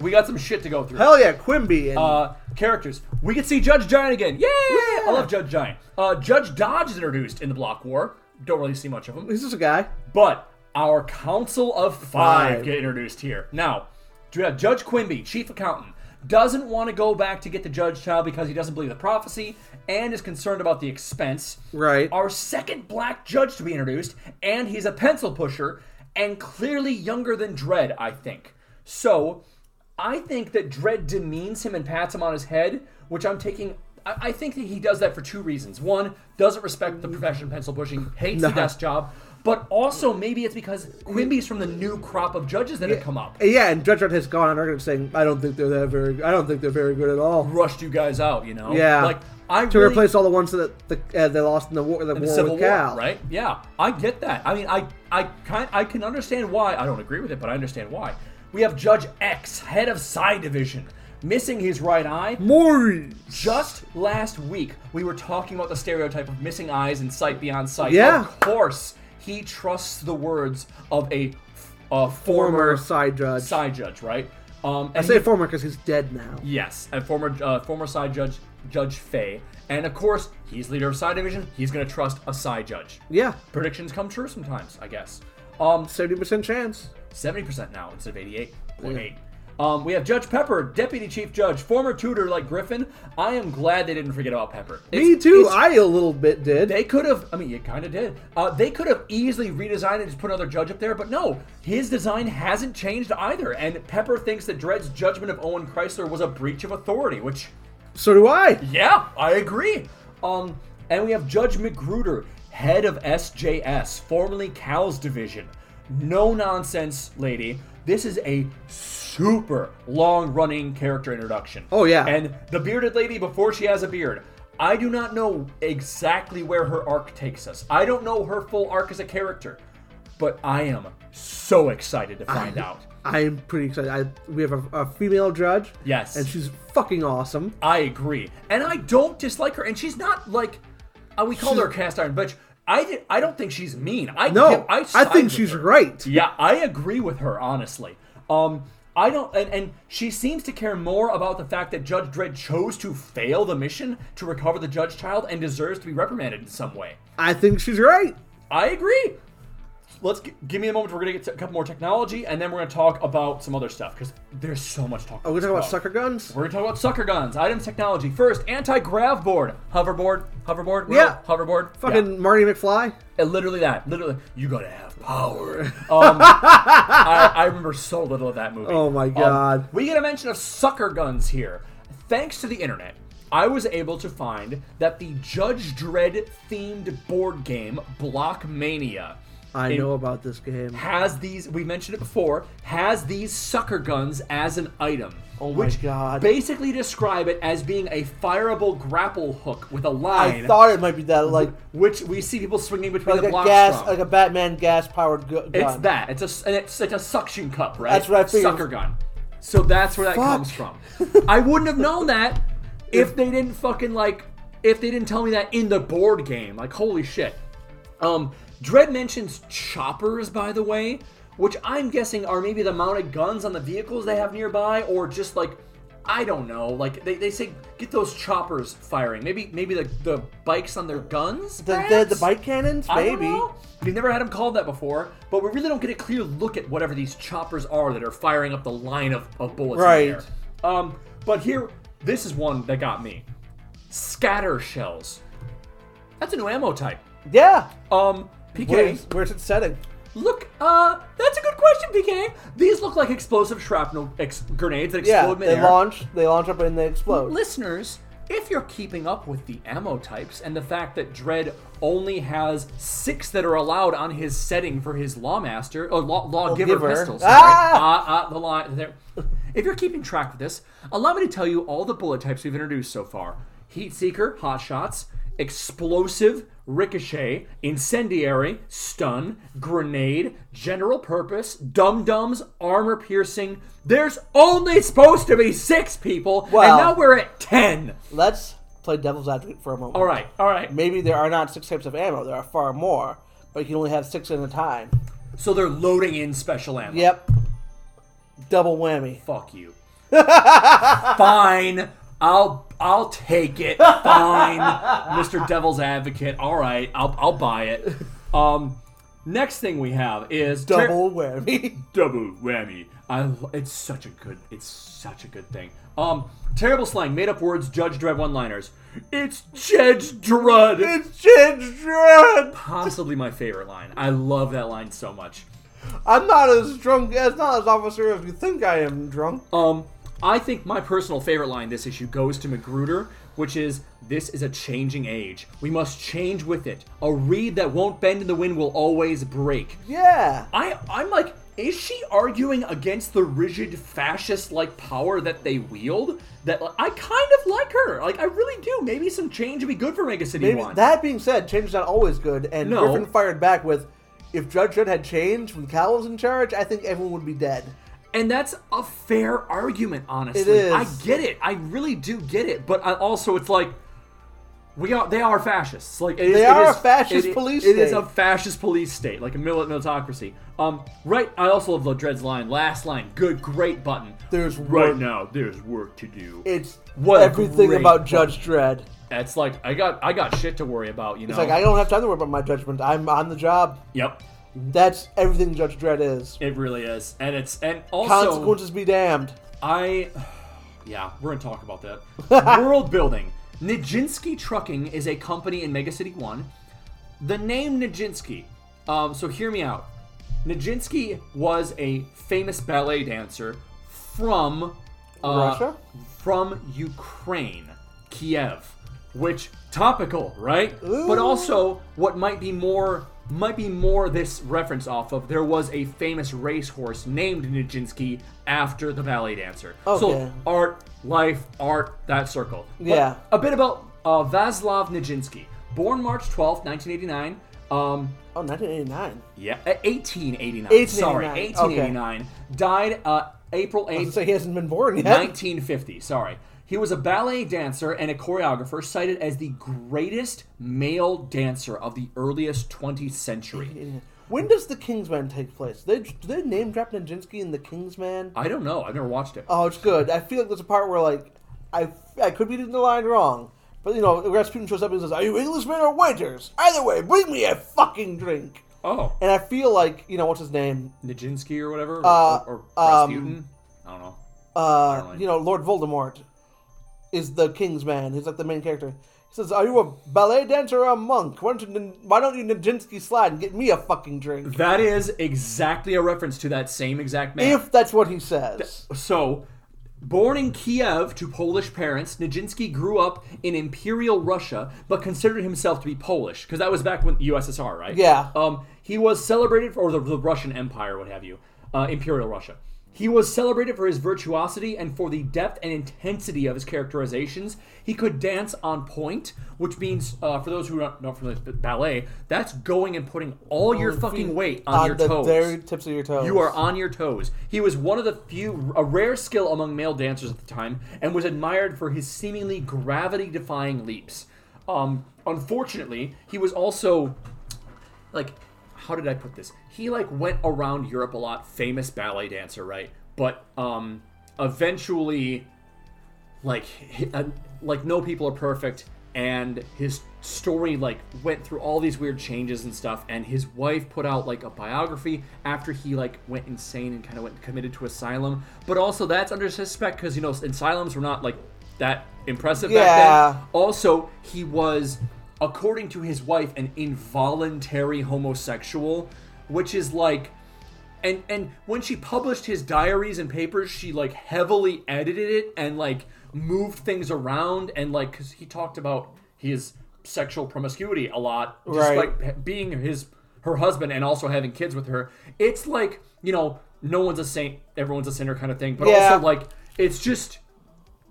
S3: We got some shit to go through.
S4: Hell yeah, Quimby and
S3: Uh, characters. We could see Judge Giant again. Yeah! I love Judge Giant. Uh, Judge Dodge is introduced in the Block War. Don't really see much of him.
S4: he's just a guy.
S3: But our Council of Five
S4: Five.
S3: get introduced here. Now, do we have Judge Quimby, Chief Accountant, doesn't want to go back to get the Judge Child because he doesn't believe the prophecy and is concerned about the expense.
S4: Right.
S3: Our second black judge to be introduced, and he's a pencil pusher and clearly younger than Dredd, I think. So, I think that Dredd demeans him and pats him on his head, which I'm taking. I I think that he does that for two reasons. One, doesn't respect the profession of pencil pushing, hates the desk job, but also maybe it's because Quimby's from the new crop of judges that have come up.
S4: And yeah, and Judge Dredd has gone on record saying, "I don't think they're that very. I don't think they're very good at all."
S3: Rushed you guys out, you know?
S4: Yeah.
S3: Like, I
S4: to
S3: really,
S4: replace all the ones that the, uh, they lost in the war, the war
S3: Civil
S4: with
S3: War,
S4: Cal.
S3: right? Yeah, I get that. I mean, I I kind I can understand why. I don't agree with it, but I understand why. We have Judge X, head of Psi Division, missing his right eye.
S4: Maurice.
S3: Just last week, we were talking about the stereotype of missing eyes and sight beyond sight.
S4: Yeah.
S3: Of course, he trusts the words of a, a
S4: Former
S3: former,
S4: side judge.
S3: Psy judge, right? Um, and
S4: I say
S3: he-
S4: former because he's dead now.
S3: Yes, and former uh, former side judge Judge Fay, and of course he's leader of side division. He's going to trust a side judge.
S4: Yeah,
S3: Predictions come true sometimes, I guess. Um,
S4: seventy percent chance.
S3: seventy percent now instead of eighty-eight point eight. Um, we have Judge Pepper, Deputy Chief Judge, former tutor like Griffin. I am glad they didn't forget about Pepper.
S4: Me
S3: It's-
S4: too.
S3: it's-
S4: I a little bit did.
S3: they could have. I mean, you kind of did. Uh, they could have easily redesigned and just put another judge up there, but no, his design hasn't changed either. And Pepper thinks that Dredd's judgment of Owen Chrysler was a breach of authority, which
S4: so do I.
S3: yeah, I agree. Um, and we have Judge McGruder, head of SJS, formerly Cal's division. No nonsense, lady. This is a super long running character introduction.
S4: Oh, yeah.
S3: And the bearded lady before she has a beard. I do not know exactly where her arc takes us. I don't know her full arc as a character, but I am so excited to find out.
S4: I'm pretty excited. I, we have a, a female judge.
S3: Yes.
S4: and she's fucking awesome.
S3: I agree, and I don't dislike her, and she's not like uh, we called her a cast iron bitch. I did, I don't think she's mean. I
S4: No,
S3: I,
S4: I,
S3: side
S4: think
S3: with
S4: she's
S3: her.
S4: right.
S3: Yeah, I agree with her honestly. Um, I don't, and, and she seems to care more about the fact that Judge Dredd chose to fail the mission to recover the Judge Child and deserves to be reprimanded in some way.
S4: I think she's right.
S3: I agree. Let's g- give me a moment. We're gonna get to a couple more technology, and then we're gonna talk about some other stuff because there's so much talk.
S4: Are we talking about
S3: about.
S4: sucker guns?
S3: We're gonna talk about sucker guns, items, technology. First, anti-grav board, hoverboard, hoverboard, we're
S4: Yeah.
S3: all- hoverboard.
S4: Fucking
S3: yeah.
S4: Marty McFly.
S3: And literally that, literally. You gotta have power. Um, I, I remember so little of that movie.
S4: Oh my
S3: Um,
S4: God.
S3: we get a mention of sucker guns here, thanks to the internet. I was able to find that the Judge Dredd themed board game Block Mania
S4: I
S3: It-
S4: know about this game.
S3: has these we mentioned it before has these sucker guns as an item
S4: Oh my
S3: which
S4: God.
S3: basically describe it as being a fireable grapple hook with a line
S4: I thought it might be that, like
S3: which we see people swinging between
S4: like
S3: the
S4: a
S3: blocks
S4: gas,
S3: from.
S4: like a Batman gas powered gun.
S3: it's that it's a s- and it's, it's a suction cup right
S4: That's what I figured.
S3: sucker gun so that's where that
S4: Fuck.
S3: comes from i wouldn't have known that if they didn't fucking like if they didn't tell me that in the board game like holy shit um, Dread mentions choppers, by the way, which I'm guessing are maybe the mounted guns on the vehicles they have nearby, or just like I don't know. Like they, they say, get those choppers firing. Maybe maybe the, the bikes on their guns.
S4: The, the, the
S3: perhaps?
S4: bike cannons,
S3: I
S4: maybe.
S3: don't know. We've never had them called that before, but we really don't get a clear look at whatever these choppers are that are firing up the line of, of bullets. in the
S4: Right.
S3: air. Um, but here, this is one that got me. Scatter shells. That's a new ammo type.
S4: Yeah.
S3: Um, PK,
S4: Where's, where's it setting?
S3: look, uh, that's a good question, PK. These look like explosive shrapnel ex- grenades that explode
S4: Yeah, they
S3: midair.
S4: launch, they launch up and they explode.
S3: Listeners, if you're keeping up with the ammo types and the fact that Dread only has six that are allowed on his setting for his lawmaster or law, lawgiver
S4: Lawgiver.
S3: pistols,
S4: Ah!
S3: uh, uh, the law there. If you're keeping track of this, allow me to tell you all the bullet types we've introduced so far: heat seeker, hot shots, explosive, ricochet, incendiary, stun, grenade, general purpose, dum dums, armor piercing. There's only supposed to be six people,
S4: Well-
S3: and now we're at ten.
S4: Let's play devil's advocate for a moment.
S3: All right, all right.
S4: Maybe there are not six types of ammo. There are far more, but you can only have six at a time.
S3: So they're loading in special ammo.
S4: Yep. Double whammy.
S3: fuck you. Fine. I'll I'll take it. Fine. Mr. Devil's Advocate. All right. I'll I'll buy it. Um next thing we have is Ter-
S4: Double whammy.
S3: double whammy. I lo- it's such a good it's such a good thing. Um terrible slang, made up words, judge dread one-liners. It's Judge Dredd.
S4: it's children.
S3: possibly my favorite line. I love that line so much.
S4: I'm not as drunk as not as officer as you think I am drunk.
S3: Um, I think my personal favorite line this issue goes to Magruder, which is This is a changing age. We must change with it. A reed that won't bend in the wind will always break.
S4: Yeah.
S3: I, I'm like, is she arguing against the rigid fascist like power that they wield? That like, I kind of like her. Like, I really do. Maybe some change would be good for Mega City
S4: Maybe,
S3: 1.
S4: that being said, change is not always good, and
S3: No.
S4: Griffin fired back with, "If Judge Dredd had changed when Cal was in charge, I think everyone would be dead."
S3: And that's a fair argument, honestly.
S4: It is.
S3: I get it. I really do get it. But I also, it's like we are. They are fascists. Like it is,
S4: They
S3: it
S4: are
S3: is-
S4: a fascist
S3: it-
S4: police
S3: It is
S4: state.
S3: a fascist police state, like a mili- meritocracy. Um, right. I also love the Dread's line. Last line. Good. Great button.
S4: There's
S3: right
S4: work.
S3: now. There's work to do.
S4: It's
S3: What a
S4: everything
S3: great
S4: about Judge Dredd.
S3: That's like I got. I got shit to worry about. You know.
S4: It's like I don't have time to worry about my judgment. I'm on the job.
S3: yep.
S4: That's everything Judge Dredd is.
S3: It really is, and it's and also
S4: Consequences be damned.
S3: I, yeah, we're gonna talk about that. World building. Nijinsky Trucking is a company in Mega City One. The name Nijinsky. Um, so hear me out. Nijinsky was a famous ballet dancer from uh,
S4: Russia?
S3: from Ukraine, Kiev, which topical, right? But also what might be more might be more this reference off of there was a famous racehorse named Nijinsky after the ballet dancer.
S4: Okay.
S3: So art, life, art, that circle. But
S4: Yeah.
S3: a bit about uh, Vaslav Nijinsky, born March 12th, 1989. Um,
S4: Oh, 1989.
S3: yeah, uh, 1889.
S4: 1889,
S3: Sorry,
S4: okay.
S3: 1889. Died uh, April 8th,
S4: So he hasn't been born yet.
S3: 1950. Sorry. He was a ballet dancer and a choreographer cited as the greatest male dancer of the earliest 20th century.
S4: When does the Kingsman take place? They do they name drop Nijinsky in the Kingsman?
S3: I don't know. I've never watched it.
S4: Oh, it's good. I feel like there's a part where like I I could be reading the line wrong, but you know Rasputin shows up and says, "Are you Englishmen or waiters? Either way, bring me a fucking drink."
S3: Oh,
S4: And I feel like you know what's his name,
S3: Nijinsky or whatever, or,
S4: Uh,
S3: or, or
S4: um,
S3: Rasputin. I don't know.
S4: uh,
S3: Apparently.
S4: you know Lord Voldemort, is the Kingsman. He's like the main character. He says, "Are you a ballet dancer or a monk? Why don't you, Nin- why don't you Nijinsky slide and get me a fucking drink?"
S3: That is exactly a reference to that same exact man.
S4: If that's what he says.
S3: so Born in Kiev to Polish parents, Nijinsky grew up in Imperial Russia, but considered himself to be Polish because that was back when the USSR, right?
S5: Yeah.
S3: Um, he was celebrated for or the, the Russian Empire, what have you, uh, Imperial Russia. He was celebrated for his virtuosity and for the depth and intensity of his characterizations. He could dance on point, which means, uh, for those who are not familiar with ballet, that's going and putting all your fucking weight on, your
S5: the
S3: toes.
S5: very tips of your toes.
S3: You are on your toes. He was one of the few, a rare skill among male dancers at the time, and was admired for his seemingly gravity defying leaps. Um, unfortunately, he was also, like, how did I put this? He, like, went around Europe a lot, famous ballet dancer, right? But, um, eventually, like hi- uh, like no people are perfect and his story like went through all these weird changes and stuff and his wife put out like a biography after he like went insane and kind of went committed to asylum but also that's under suspect because you know asylums were not like that impressive back
S5: Yeah.
S3: then also he was according to his wife an involuntary homosexual which is like and and when she published his diaries and papers she like heavily edited it and like moved things around and like because he talked about his sexual promiscuity a lot despite
S5: Right.
S3: h- being his her husband and also having kids with her it's like you know no one's a saint everyone's a sinner kind of thing but
S5: Yeah.
S3: also like it's just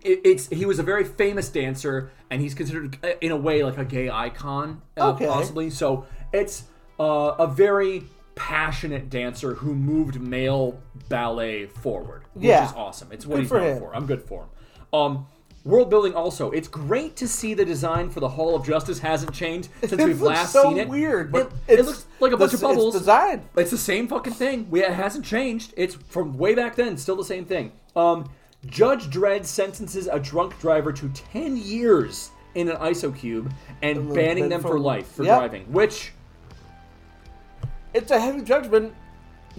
S3: it, it's he was a very famous dancer and he's considered uh, in a way like a gay icon uh,
S5: Okay.
S3: possibly so it's uh, a very passionate dancer who moved male ballet forward which
S5: Yeah.
S3: is awesome it's what
S5: Good
S3: he's
S5: for
S3: known
S5: him.
S3: for i'm good for him um World building also. It's great to see the design for the Hall of Justice hasn't changed since
S5: It
S3: we've
S5: looks
S3: last
S5: so
S3: seen it.
S5: weird.
S3: But
S5: It-
S3: it,
S5: it's-
S3: looks like a bunch
S5: this-
S3: of bubbles.
S5: It's design.
S3: It's the same fucking thing. We, it hasn't changed. It's from way back then, still the same thing. Um, Judge Dredd sentences a drunk driver to 10 years in an ISO cube and banning
S5: then
S3: them for
S5: from-
S3: life for
S5: Yep.
S3: driving, which
S5: It's a heavy judgment,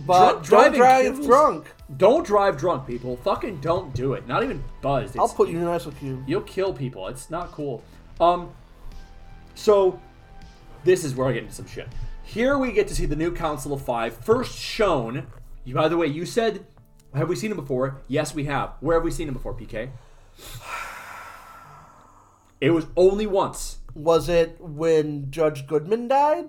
S5: but
S3: Dr-
S5: don't
S3: driving
S5: drive
S3: kills.
S5: drunk.
S3: don't drive drunk, people. Fucking don't do it. Not even buzzed.
S5: I'll
S3: It's-
S5: put you in an ice cube.
S3: You'll kill people. It's not cool. Um, so this is where I get into some shit. Here we get to see the new Council of Five first shown. You, by the way, you said, have we seen him before? Yes, we have. Where have we seen him before, PK? It was only once.
S5: Was it when Judge Goodman died?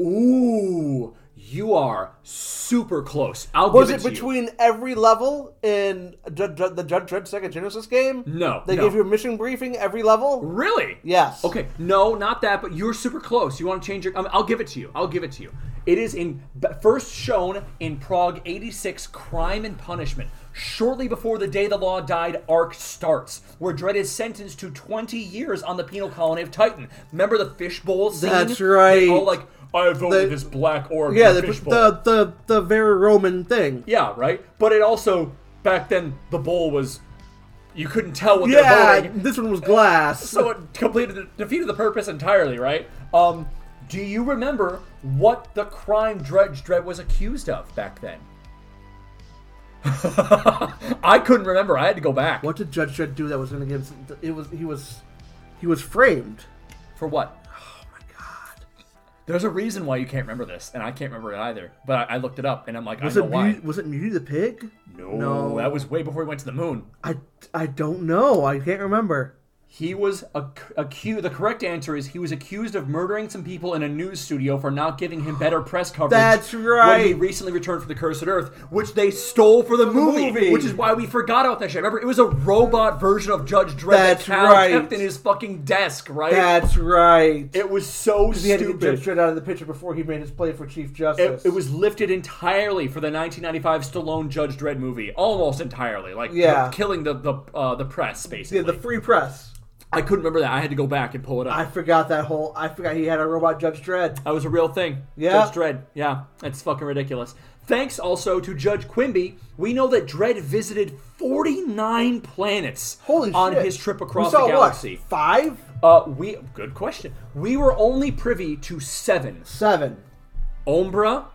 S3: Ooh, you are super close. I'll
S5: Was
S3: give
S5: it
S3: it, to you.
S5: between every level in Judge, Dredd- the Judge Dredd Second Genesis game?
S3: No,
S5: They
S3: no.
S5: gave you a mission briefing every level?
S3: Really?
S5: Yes.
S3: Okay. No, not that, but you're super close. You want to change your. I mean, I'll give it to you. I'll give it to you. It is in b- first shown in Prague '86, Crime and Punishment, shortly before the day the law died. Arc starts, where Dredd is sentenced to 20 years on the penal colony of Titan. Remember the fishbowl scene?
S4: That's right.
S3: They all like, I voted
S4: The-
S3: this black orb.
S4: Yeah,
S3: in a
S4: the,
S3: fishbowl."
S4: the the the very Roman thing.
S3: Yeah, right. But it also back then the bowl was. You couldn't tell what
S4: Yeah,
S3: they're voting
S4: this one was glass.
S3: so it completed defeated the purpose entirely, right? Um, do you remember what the crime Dredge Dread was accused of back then? I couldn't remember. I had to go back.
S4: what did Judge Dredd do that was going against? It was he was he was framed.
S3: For what? Oh my god. There's a reason why you can't remember this, and I can't remember it either. But I, I looked it up, and I'm like,
S4: Was
S3: I know
S4: it
S3: why.
S4: Mew, was it Mew the pig?
S3: no, that was way before he went to the moon.
S4: I I don't know. I can't remember.
S3: He was ac- accused. The correct answer is he was accused of murdering some people in a news studio for not giving him better press coverage.
S4: That's
S3: When he
S4: right.
S3: recently returned from the Cursed Earth, which they stole for the movie,
S4: movie.
S3: which is why we forgot about that shit. Remember, it was a robot version of Judge Dredd
S4: That's
S3: that Cal
S4: right.
S3: kept in his fucking desk, right?
S4: That's right.
S3: it was so
S4: he had to get
S3: stupid.
S4: Judge Dredd out of the picture before he made his play for Chief
S3: It,
S4: Justice.
S3: it was lifted entirely for the 1995 Stallone Judge Dredd movie, almost entirely, like
S4: Yeah.
S3: killing the the uh, the press basically.
S4: yeah, the free press.
S3: I couldn't remember that. I had to go back and pull it up.
S4: I forgot that whole. I forgot he had a robot Judge Dredd.
S3: That was a real thing.
S4: Yeah.
S3: Judge Dredd. Yeah. That's fucking ridiculous. Thanks also to Judge Quimby, we know that Dredd visited 49 planets
S4: Holy
S3: on
S4: shit!
S3: his trip across
S4: we saw
S3: the galaxy.
S4: What, five,
S3: Uh, we good question. We were only privy to seven.
S4: seven.
S3: Ombra.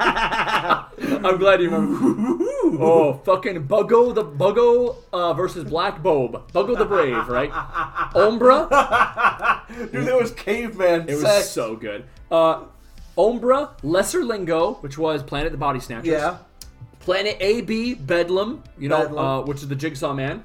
S3: I'm glad you remember. Oh, fucking Buggo the Buggo uh, versus Black Bob. Buggo the Brave, right? Ombra.
S5: Dude, that was caveman.
S3: It was so good. Uh, Ombra, Lesser Lingo, which was Planet the Body Snatchers.
S4: Yeah.
S3: Planet AB, Bedlam, you know,
S4: Bedlam.
S3: Uh, which is the Jigsaw Man.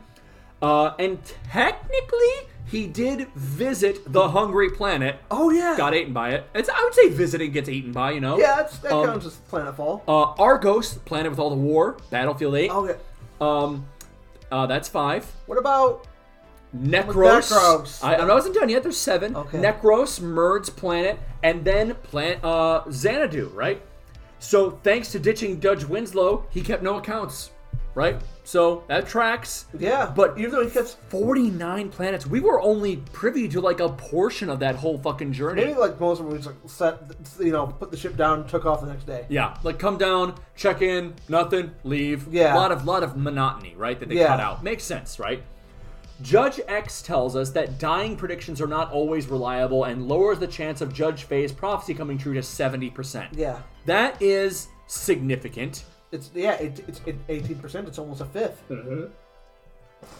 S3: Uh, and technically, he did visit the Hungry Planet.
S4: Oh yeah.
S3: Got eaten by it. It's, I would say visiting gets eaten by, you know.
S4: Yeah, that's, that
S3: Um,
S4: counts as Planetfall.
S3: Uh, Argos, planet with all the war, Battlefield 8.
S4: okay.
S3: Um, uh, that's five.
S4: What about
S3: Necros.
S4: Necros.
S3: I, I wasn't done yet. There's seven.
S4: Okay.
S3: Necros, Murd's planet, and then plant uh, Xanadu, right? So thanks to ditching Judge Winslow, he kept no accounts, right? So that tracks.
S4: yeah?
S3: But
S4: even though he gets
S3: 49 planets. We were only privy to like a portion of that whole fucking journey.
S4: maybe like most of them, just like set, you know, put the ship down, took off the next day.
S3: Yeah, like come down, check in, nothing, leave.
S4: Yeah.
S3: lot of lot of monotony, right? That they
S4: Yeah.
S3: cut out makes sense, right? Judge X tells us that dying predictions are not always reliable and lowers the chance of Judge Faye's prophecy coming true to seventy percent.
S4: Yeah.
S3: that is significant,
S4: It's yeah, it, it's eighteen percent. It's almost a fifth.
S3: Hmm.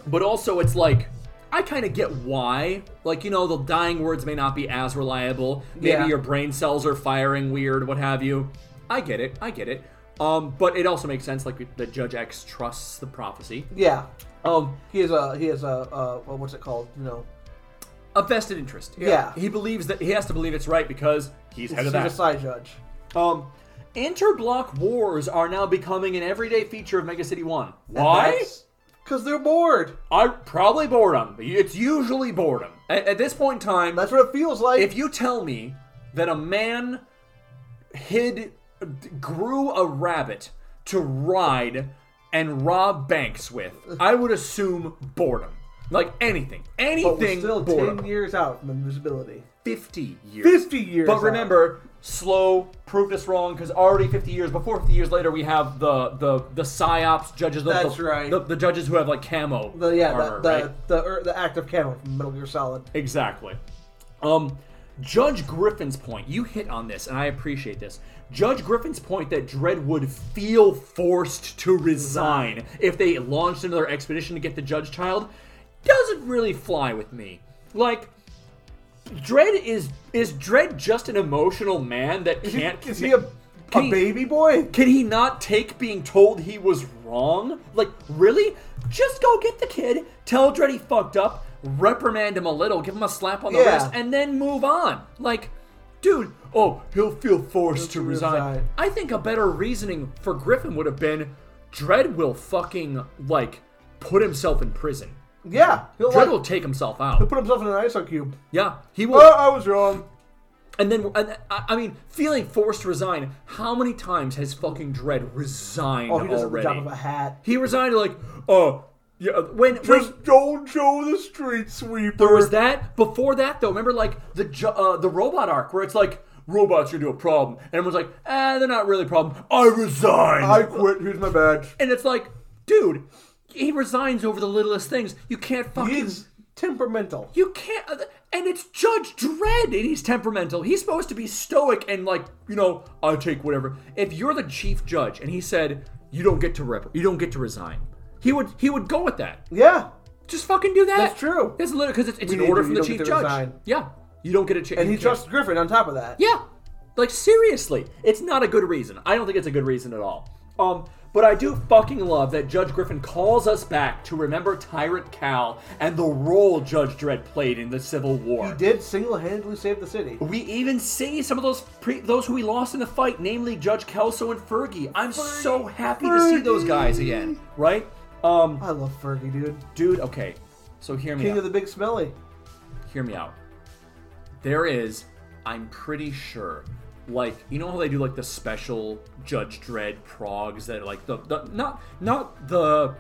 S3: but also it's like. I kind of get why. Like, you know, the dying words may not be as reliable. Maybe
S4: Yeah.
S3: your brain cells are firing weird, what have you. I get it. I get it. Um, but it also makes sense, like, that Judge X trusts the prophecy.
S4: Yeah,
S3: Um,
S4: he has a he has a uh, well, what's it called? You know,
S3: a vested interest.
S4: Yeah.
S3: He believes that he has to believe it's right because he's head
S4: he's
S3: of
S4: a
S3: that.
S4: side judge.
S3: Um, interblock wars are now becoming an everyday feature of Mega City 1. Why?
S4: Because they're bored.
S3: I probably boredom. It's usually boredom. At, at this point in time,
S4: That's what it feels like.
S3: if you tell me that a man hid grew a rabbit to ride and rob banks with, I would assume boredom. Like anything.
S4: but
S3: Anything
S4: we're still
S3: boredom.
S4: ten years out from invisibility.
S3: 50 years.
S4: 50 years
S3: But
S4: out.
S3: remember, slow proved us wrong because already 50 years before 50 years later, we have the the the psyops judges. The,
S4: That's
S3: the,
S4: right.
S3: The, the judges who have like camo
S4: The, yeah,
S3: armor,
S4: the the,
S3: right?
S4: the, er, the act of Cameron from Metal Gear Solid.
S3: Exactly. Um, Judge Griffin's point. You hit on this, and I appreciate this. Judge Griffin's point that Dread would feel forced to resign if they launched another expedition to get the Judge Child doesn't really fly with me. Like. Dread is is Dread just an emotional man that
S4: Is he,
S3: can't
S4: is he a,
S3: can
S4: a
S3: he-
S4: baby boy?
S3: can he not take being told he was wrong? Like, really? Just go get the kid, tell Dredd he fucked up, reprimand him a little, give him a slap on the
S4: Yeah.
S3: wrist, and then move on. Like, dude, oh, he'll feel forced to resign.
S4: resign.
S3: I think a better reasoning for Griffin would have been Dredd will fucking, like, put himself in prison.
S4: Yeah, he'll
S3: Dredd
S4: like,
S3: will take himself out.
S4: put himself in an ISO cube.
S3: Yeah, he will.
S4: Oh, I was wrong.
S3: And then, and, uh, I I mean, feeling forced to resign. How many times has fucking Dredd resigned
S4: Oh, he does it with the
S3: already?
S4: drop of a hat.
S3: He resigned like, oh, yeah. When, when
S4: Just don't show the street sweeper.
S3: there was that before that though, remember like the ju- uh, the robot arc where it's like robots are to a problem, and everyone's like, ah, they're not really a problem. I resign,
S4: I quit. Here's my badge.
S3: and it's like, dude, he resigns over the littlest things. You can't fucking.
S4: He's temperamental.
S3: you can't, uh, and it's Judge Dredd, and he's temperamental. He's supposed to be stoic and like, you know, I take whatever. If you're the chief judge, and he said you don't get to rep, you don't get to resign, he would he would go with that.
S4: Yeah,
S3: Just fucking do that.
S4: That's true.
S3: That's literally because it's, it's an
S4: need
S3: order
S4: to-
S3: from
S4: you
S3: the
S4: don't get
S3: chief
S4: to
S3: judge.
S4: resign.
S3: Yeah, you don't get a chance.
S4: and he trusts Griffin. On top of that,
S3: Yeah, like seriously, it's not a good reason. I don't think it's a good reason at all. Um, but I do fucking love that Judge Griffin calls us back to remember Tyrant Cal and the role Judge Dredd played in the Civil War.
S4: he did single-handedly save the city.
S3: We even see some of those pre- those who we lost in the fight, namely Judge Kelso and Fergie. I'm so happy to see those guys again, right? Um,
S4: I love Fergie, dude.
S3: dude, okay. So hear me
S4: King
S3: out.
S4: of the Big Smelly.
S3: hear me out. There is, I'm pretty sure, like you know how they do like the special Judge Dredd progs that are, like the, the not not the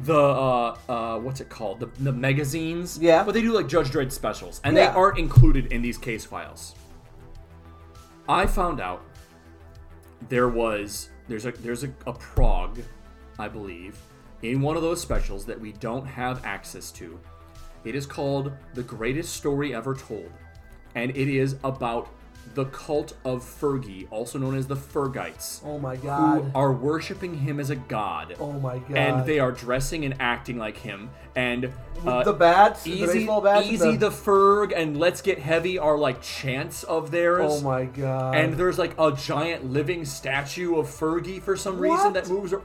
S3: the uh uh what's it called the the magazines
S4: Yeah.
S3: but they do like Judge Dredd specials and they
S4: Yeah.
S3: aren't included in these case files. I found out there was there's a there's a, a prog, I believe, in one of those specials that we don't have access to. It is called The Greatest Story Ever Told, and it is about the cult of Fergie, also known as the Fergites,
S5: Oh my
S3: who
S5: god.
S3: are worshiping him as a god.
S5: Oh my god.
S3: and they are dressing and acting like him. And uh,
S5: the bats, the
S3: easy,
S5: baseball bats, and
S3: easy
S5: the-
S3: the... Ferg, and let's get heavy are like chants of theirs.
S5: Oh my god.
S3: And there's like a giant living statue of Fergie for some reason
S5: What?
S3: that moves. ar-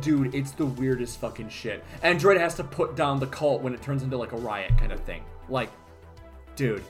S3: Dude, it's the weirdest fucking shit. And Dread has to put down the cult when it turns into like a riot kind of thing. Like, dude,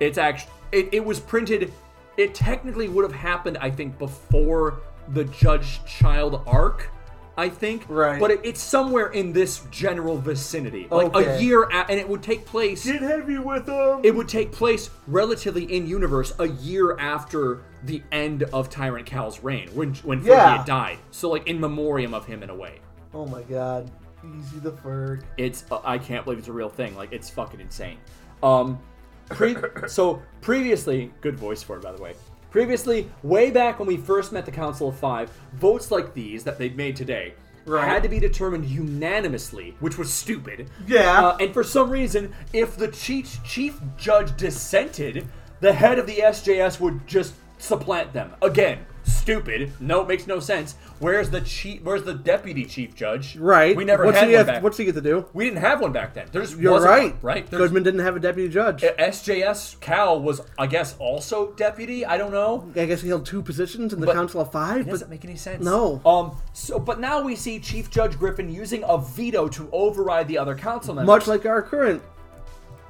S3: it's actually it, it was printed. It technically would have happened, I think, before the Judge Child arc. I think,
S5: Right.
S3: But it, it's somewhere in this general vicinity, like a
S5: Okay.
S3: year, a and it would take place
S5: get heavy with them.
S3: it would take place relatively in universe a year after the end of Tyrant Cal's reign, when when Fergie
S5: Yeah.
S3: had died. So like in memoriam of him in a way.
S5: oh my god. Easy the Ferg.
S3: It's uh, I can't believe it's a real thing. Like it's fucking insane. Um, pre- so previously, good voice for it by the way. Previously, way back when we first met the Council of Five, votes like these that they've made today
S5: Right.
S3: had to be determined unanimously, which was stupid.
S5: Yeah.
S3: Uh, and for some reason, if the chief chief judge dissented, the head of the SJS would just supplant them again. Stupid. No, it makes no sense. Where's the chief? Where's the deputy chief judge?
S4: Right.
S3: We never
S4: what's
S3: had
S4: he
S3: one
S4: have,
S3: back.
S4: What's he get to do?
S3: We didn't have one back then. There just
S4: You're
S3: wasn't
S4: right.
S3: one, right? There's,
S4: Goodman didn't have a deputy judge.
S3: SJS Cal was, I guess, also deputy. I don't know.
S4: I guess he held two positions in the
S3: But-
S4: Council of Five.
S3: It
S4: But
S3: doesn't make any sense.
S4: No.
S3: Um. So, but now we see Chief Judge Griffin using a veto to override the other council members.
S4: much like our current,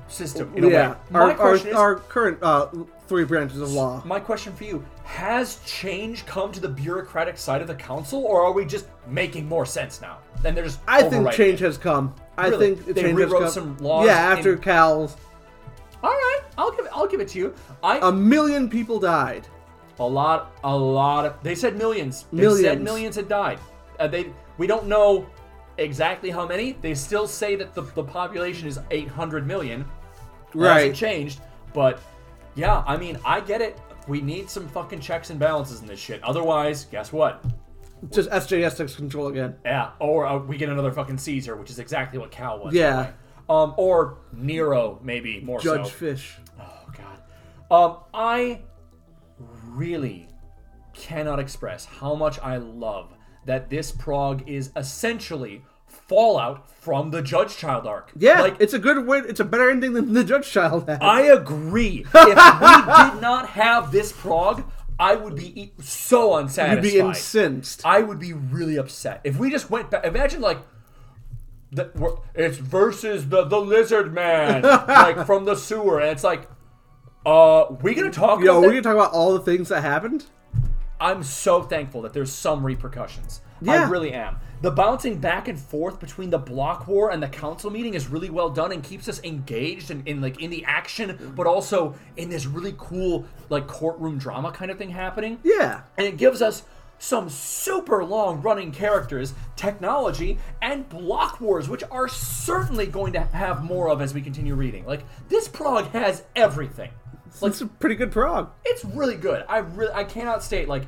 S3: system. In A
S4: yeah,
S3: way.
S4: our
S3: my
S4: our,
S3: question is,
S4: our current uh, three branches of law.
S3: my question for you: Has change come to the bureaucratic side of the council, or are we just making more sense now? And there's.
S4: I think change has come. I
S3: Really?
S4: think the
S3: They
S4: change has
S3: rewrote
S4: come.
S3: some laws
S4: yeah, after
S3: in-
S4: Cal's,
S3: All right, I'll give it. I'll give it to you. I
S4: a million people died.
S3: A lot, a lot of. They said millions. They said
S4: Millions.
S3: millions had died. Uh, they, we don't know exactly how many. They still say that the, the population is 800 million. That hasn't
S4: Right.
S3: changed, but yeah, I mean, I get it. We need some fucking checks and balances in this shit. Otherwise, guess what?
S4: Just SJS takes control again.
S3: Yeah, or uh, we get another fucking Caesar, which is exactly what Cal was.
S4: Yeah.
S3: Um, or Nero, maybe more so.
S4: Judge Fish.
S3: Oh god. Um, I really cannot express how much I love that this prog is essentially fallout from the Judge Child arc.
S4: Yeah,
S3: like
S4: it's a good win. It's a better ending than the Judge Child had.
S3: I agree. if we did not have this prog, I would be e- so
S4: You'd
S3: unsatisfied.
S4: be incensed.
S3: I would be really upset if we just went back. Imagine like. The, we're- it's versus the, the lizard man like from the sewer and it's like uh we gonna talk
S4: Yo,
S3: about
S4: we're
S3: that?
S4: gonna talk about all the things that happened.
S3: I'm so thankful that there's some repercussions. I
S4: Yeah.
S3: really am. The bouncing back and forth between the block war and the council meeting is really well done and keeps us engaged and in like in the action, but also in this really cool like courtroom drama kind of thing happening.
S4: Yeah.
S3: And it gives us some super long running characters, technology, and block wars, which are certainly going to have more of as we continue reading. Like this prog has everything. Like
S4: It's a pretty good prog.
S3: it's really good. I really I cannot state like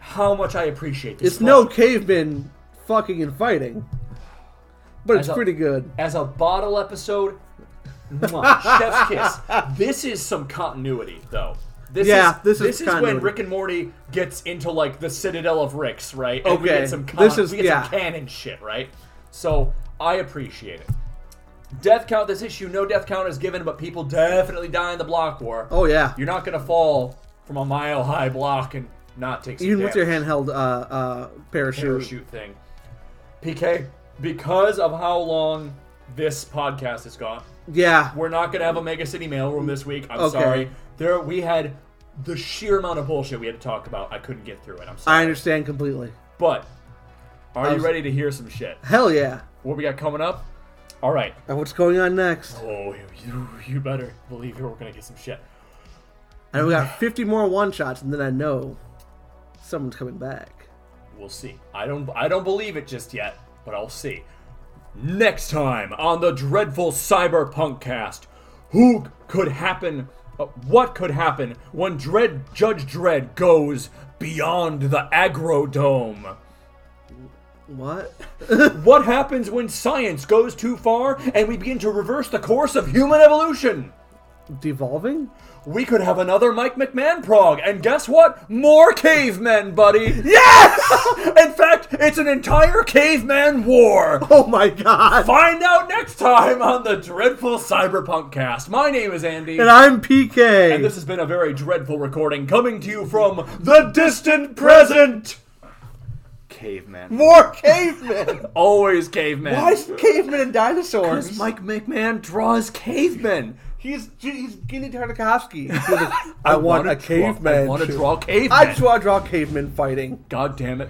S3: how much I appreciate this.
S4: It's no
S3: book.
S4: caveman fucking and fighting, but it's
S3: As a-
S4: pretty good.
S3: as a bottle episode. mwah, chef's kiss. This is some continuity though. This
S4: Yeah,
S3: is,
S4: this is
S3: this is when
S4: continuity.
S3: Rick and Morty gets into like the Citadel of Ricks, right? And we
S4: Okay,
S3: get some con-
S4: this is-
S3: we get some
S4: yeah.
S3: canon shit, right? So I appreciate it. Death count this issue, no death count is given, but people definitely die in the block war.
S4: Oh yeah.
S3: You're not gonna fall from a mile high block and not take some
S4: Even with your
S3: damage.
S4: handheld uh, uh, parachute.
S3: parachute thing. PK, because of how long this podcast has gone,
S4: Yeah.
S3: we're not gonna have a Mega City Mail Room this week. I'm
S4: Okay.
S3: sorry. There, we had the sheer amount of bullshit we had to talk about. I couldn't get through it. I'm sorry.
S4: I understand completely.
S3: but are you
S4: was-
S3: ready to hear some shit?
S4: Hell yeah.
S3: What we got coming up? All right.
S4: And what's going on next?
S3: Oh, you, you better believe it. We're gonna get some shit.
S4: And we got 50 more one shots, and then I know someone's coming back.
S3: We'll see. I don't I don't believe it just yet, but I'll see. Next time on the dreadful cyberpunk cast, who could happen uh, what could happen when Dread Judge Dread goes beyond the aggro dome?
S4: What?
S3: What happens when science goes too far and we begin to reverse the course of human evolution?
S4: Devolving?
S3: We could have another Mike McMahon prog, and guess what? More cavemen, buddy!
S4: Yes!
S3: In fact, it's an entire caveman war!
S4: oh my god!
S3: Find out next time on the Dreadful Cyberpunk cast. My name is Andy.
S4: And I'm PK.
S3: and this has been a very dreadful recording coming to you from the distant present!
S6: Caveman.
S5: More cavemen.
S3: Always cavemen.
S5: Why is cavemen and dinosaurs?
S3: Because Mike McMahon draws cavemen.
S5: He's he's Guinea Tartakovsky.
S4: I, want,
S3: wanna
S4: a
S3: draw-
S4: caveman.
S3: I want to
S4: shoot.
S3: draw cavemen.
S4: I just want to draw cavemen fighting.
S3: God damn it.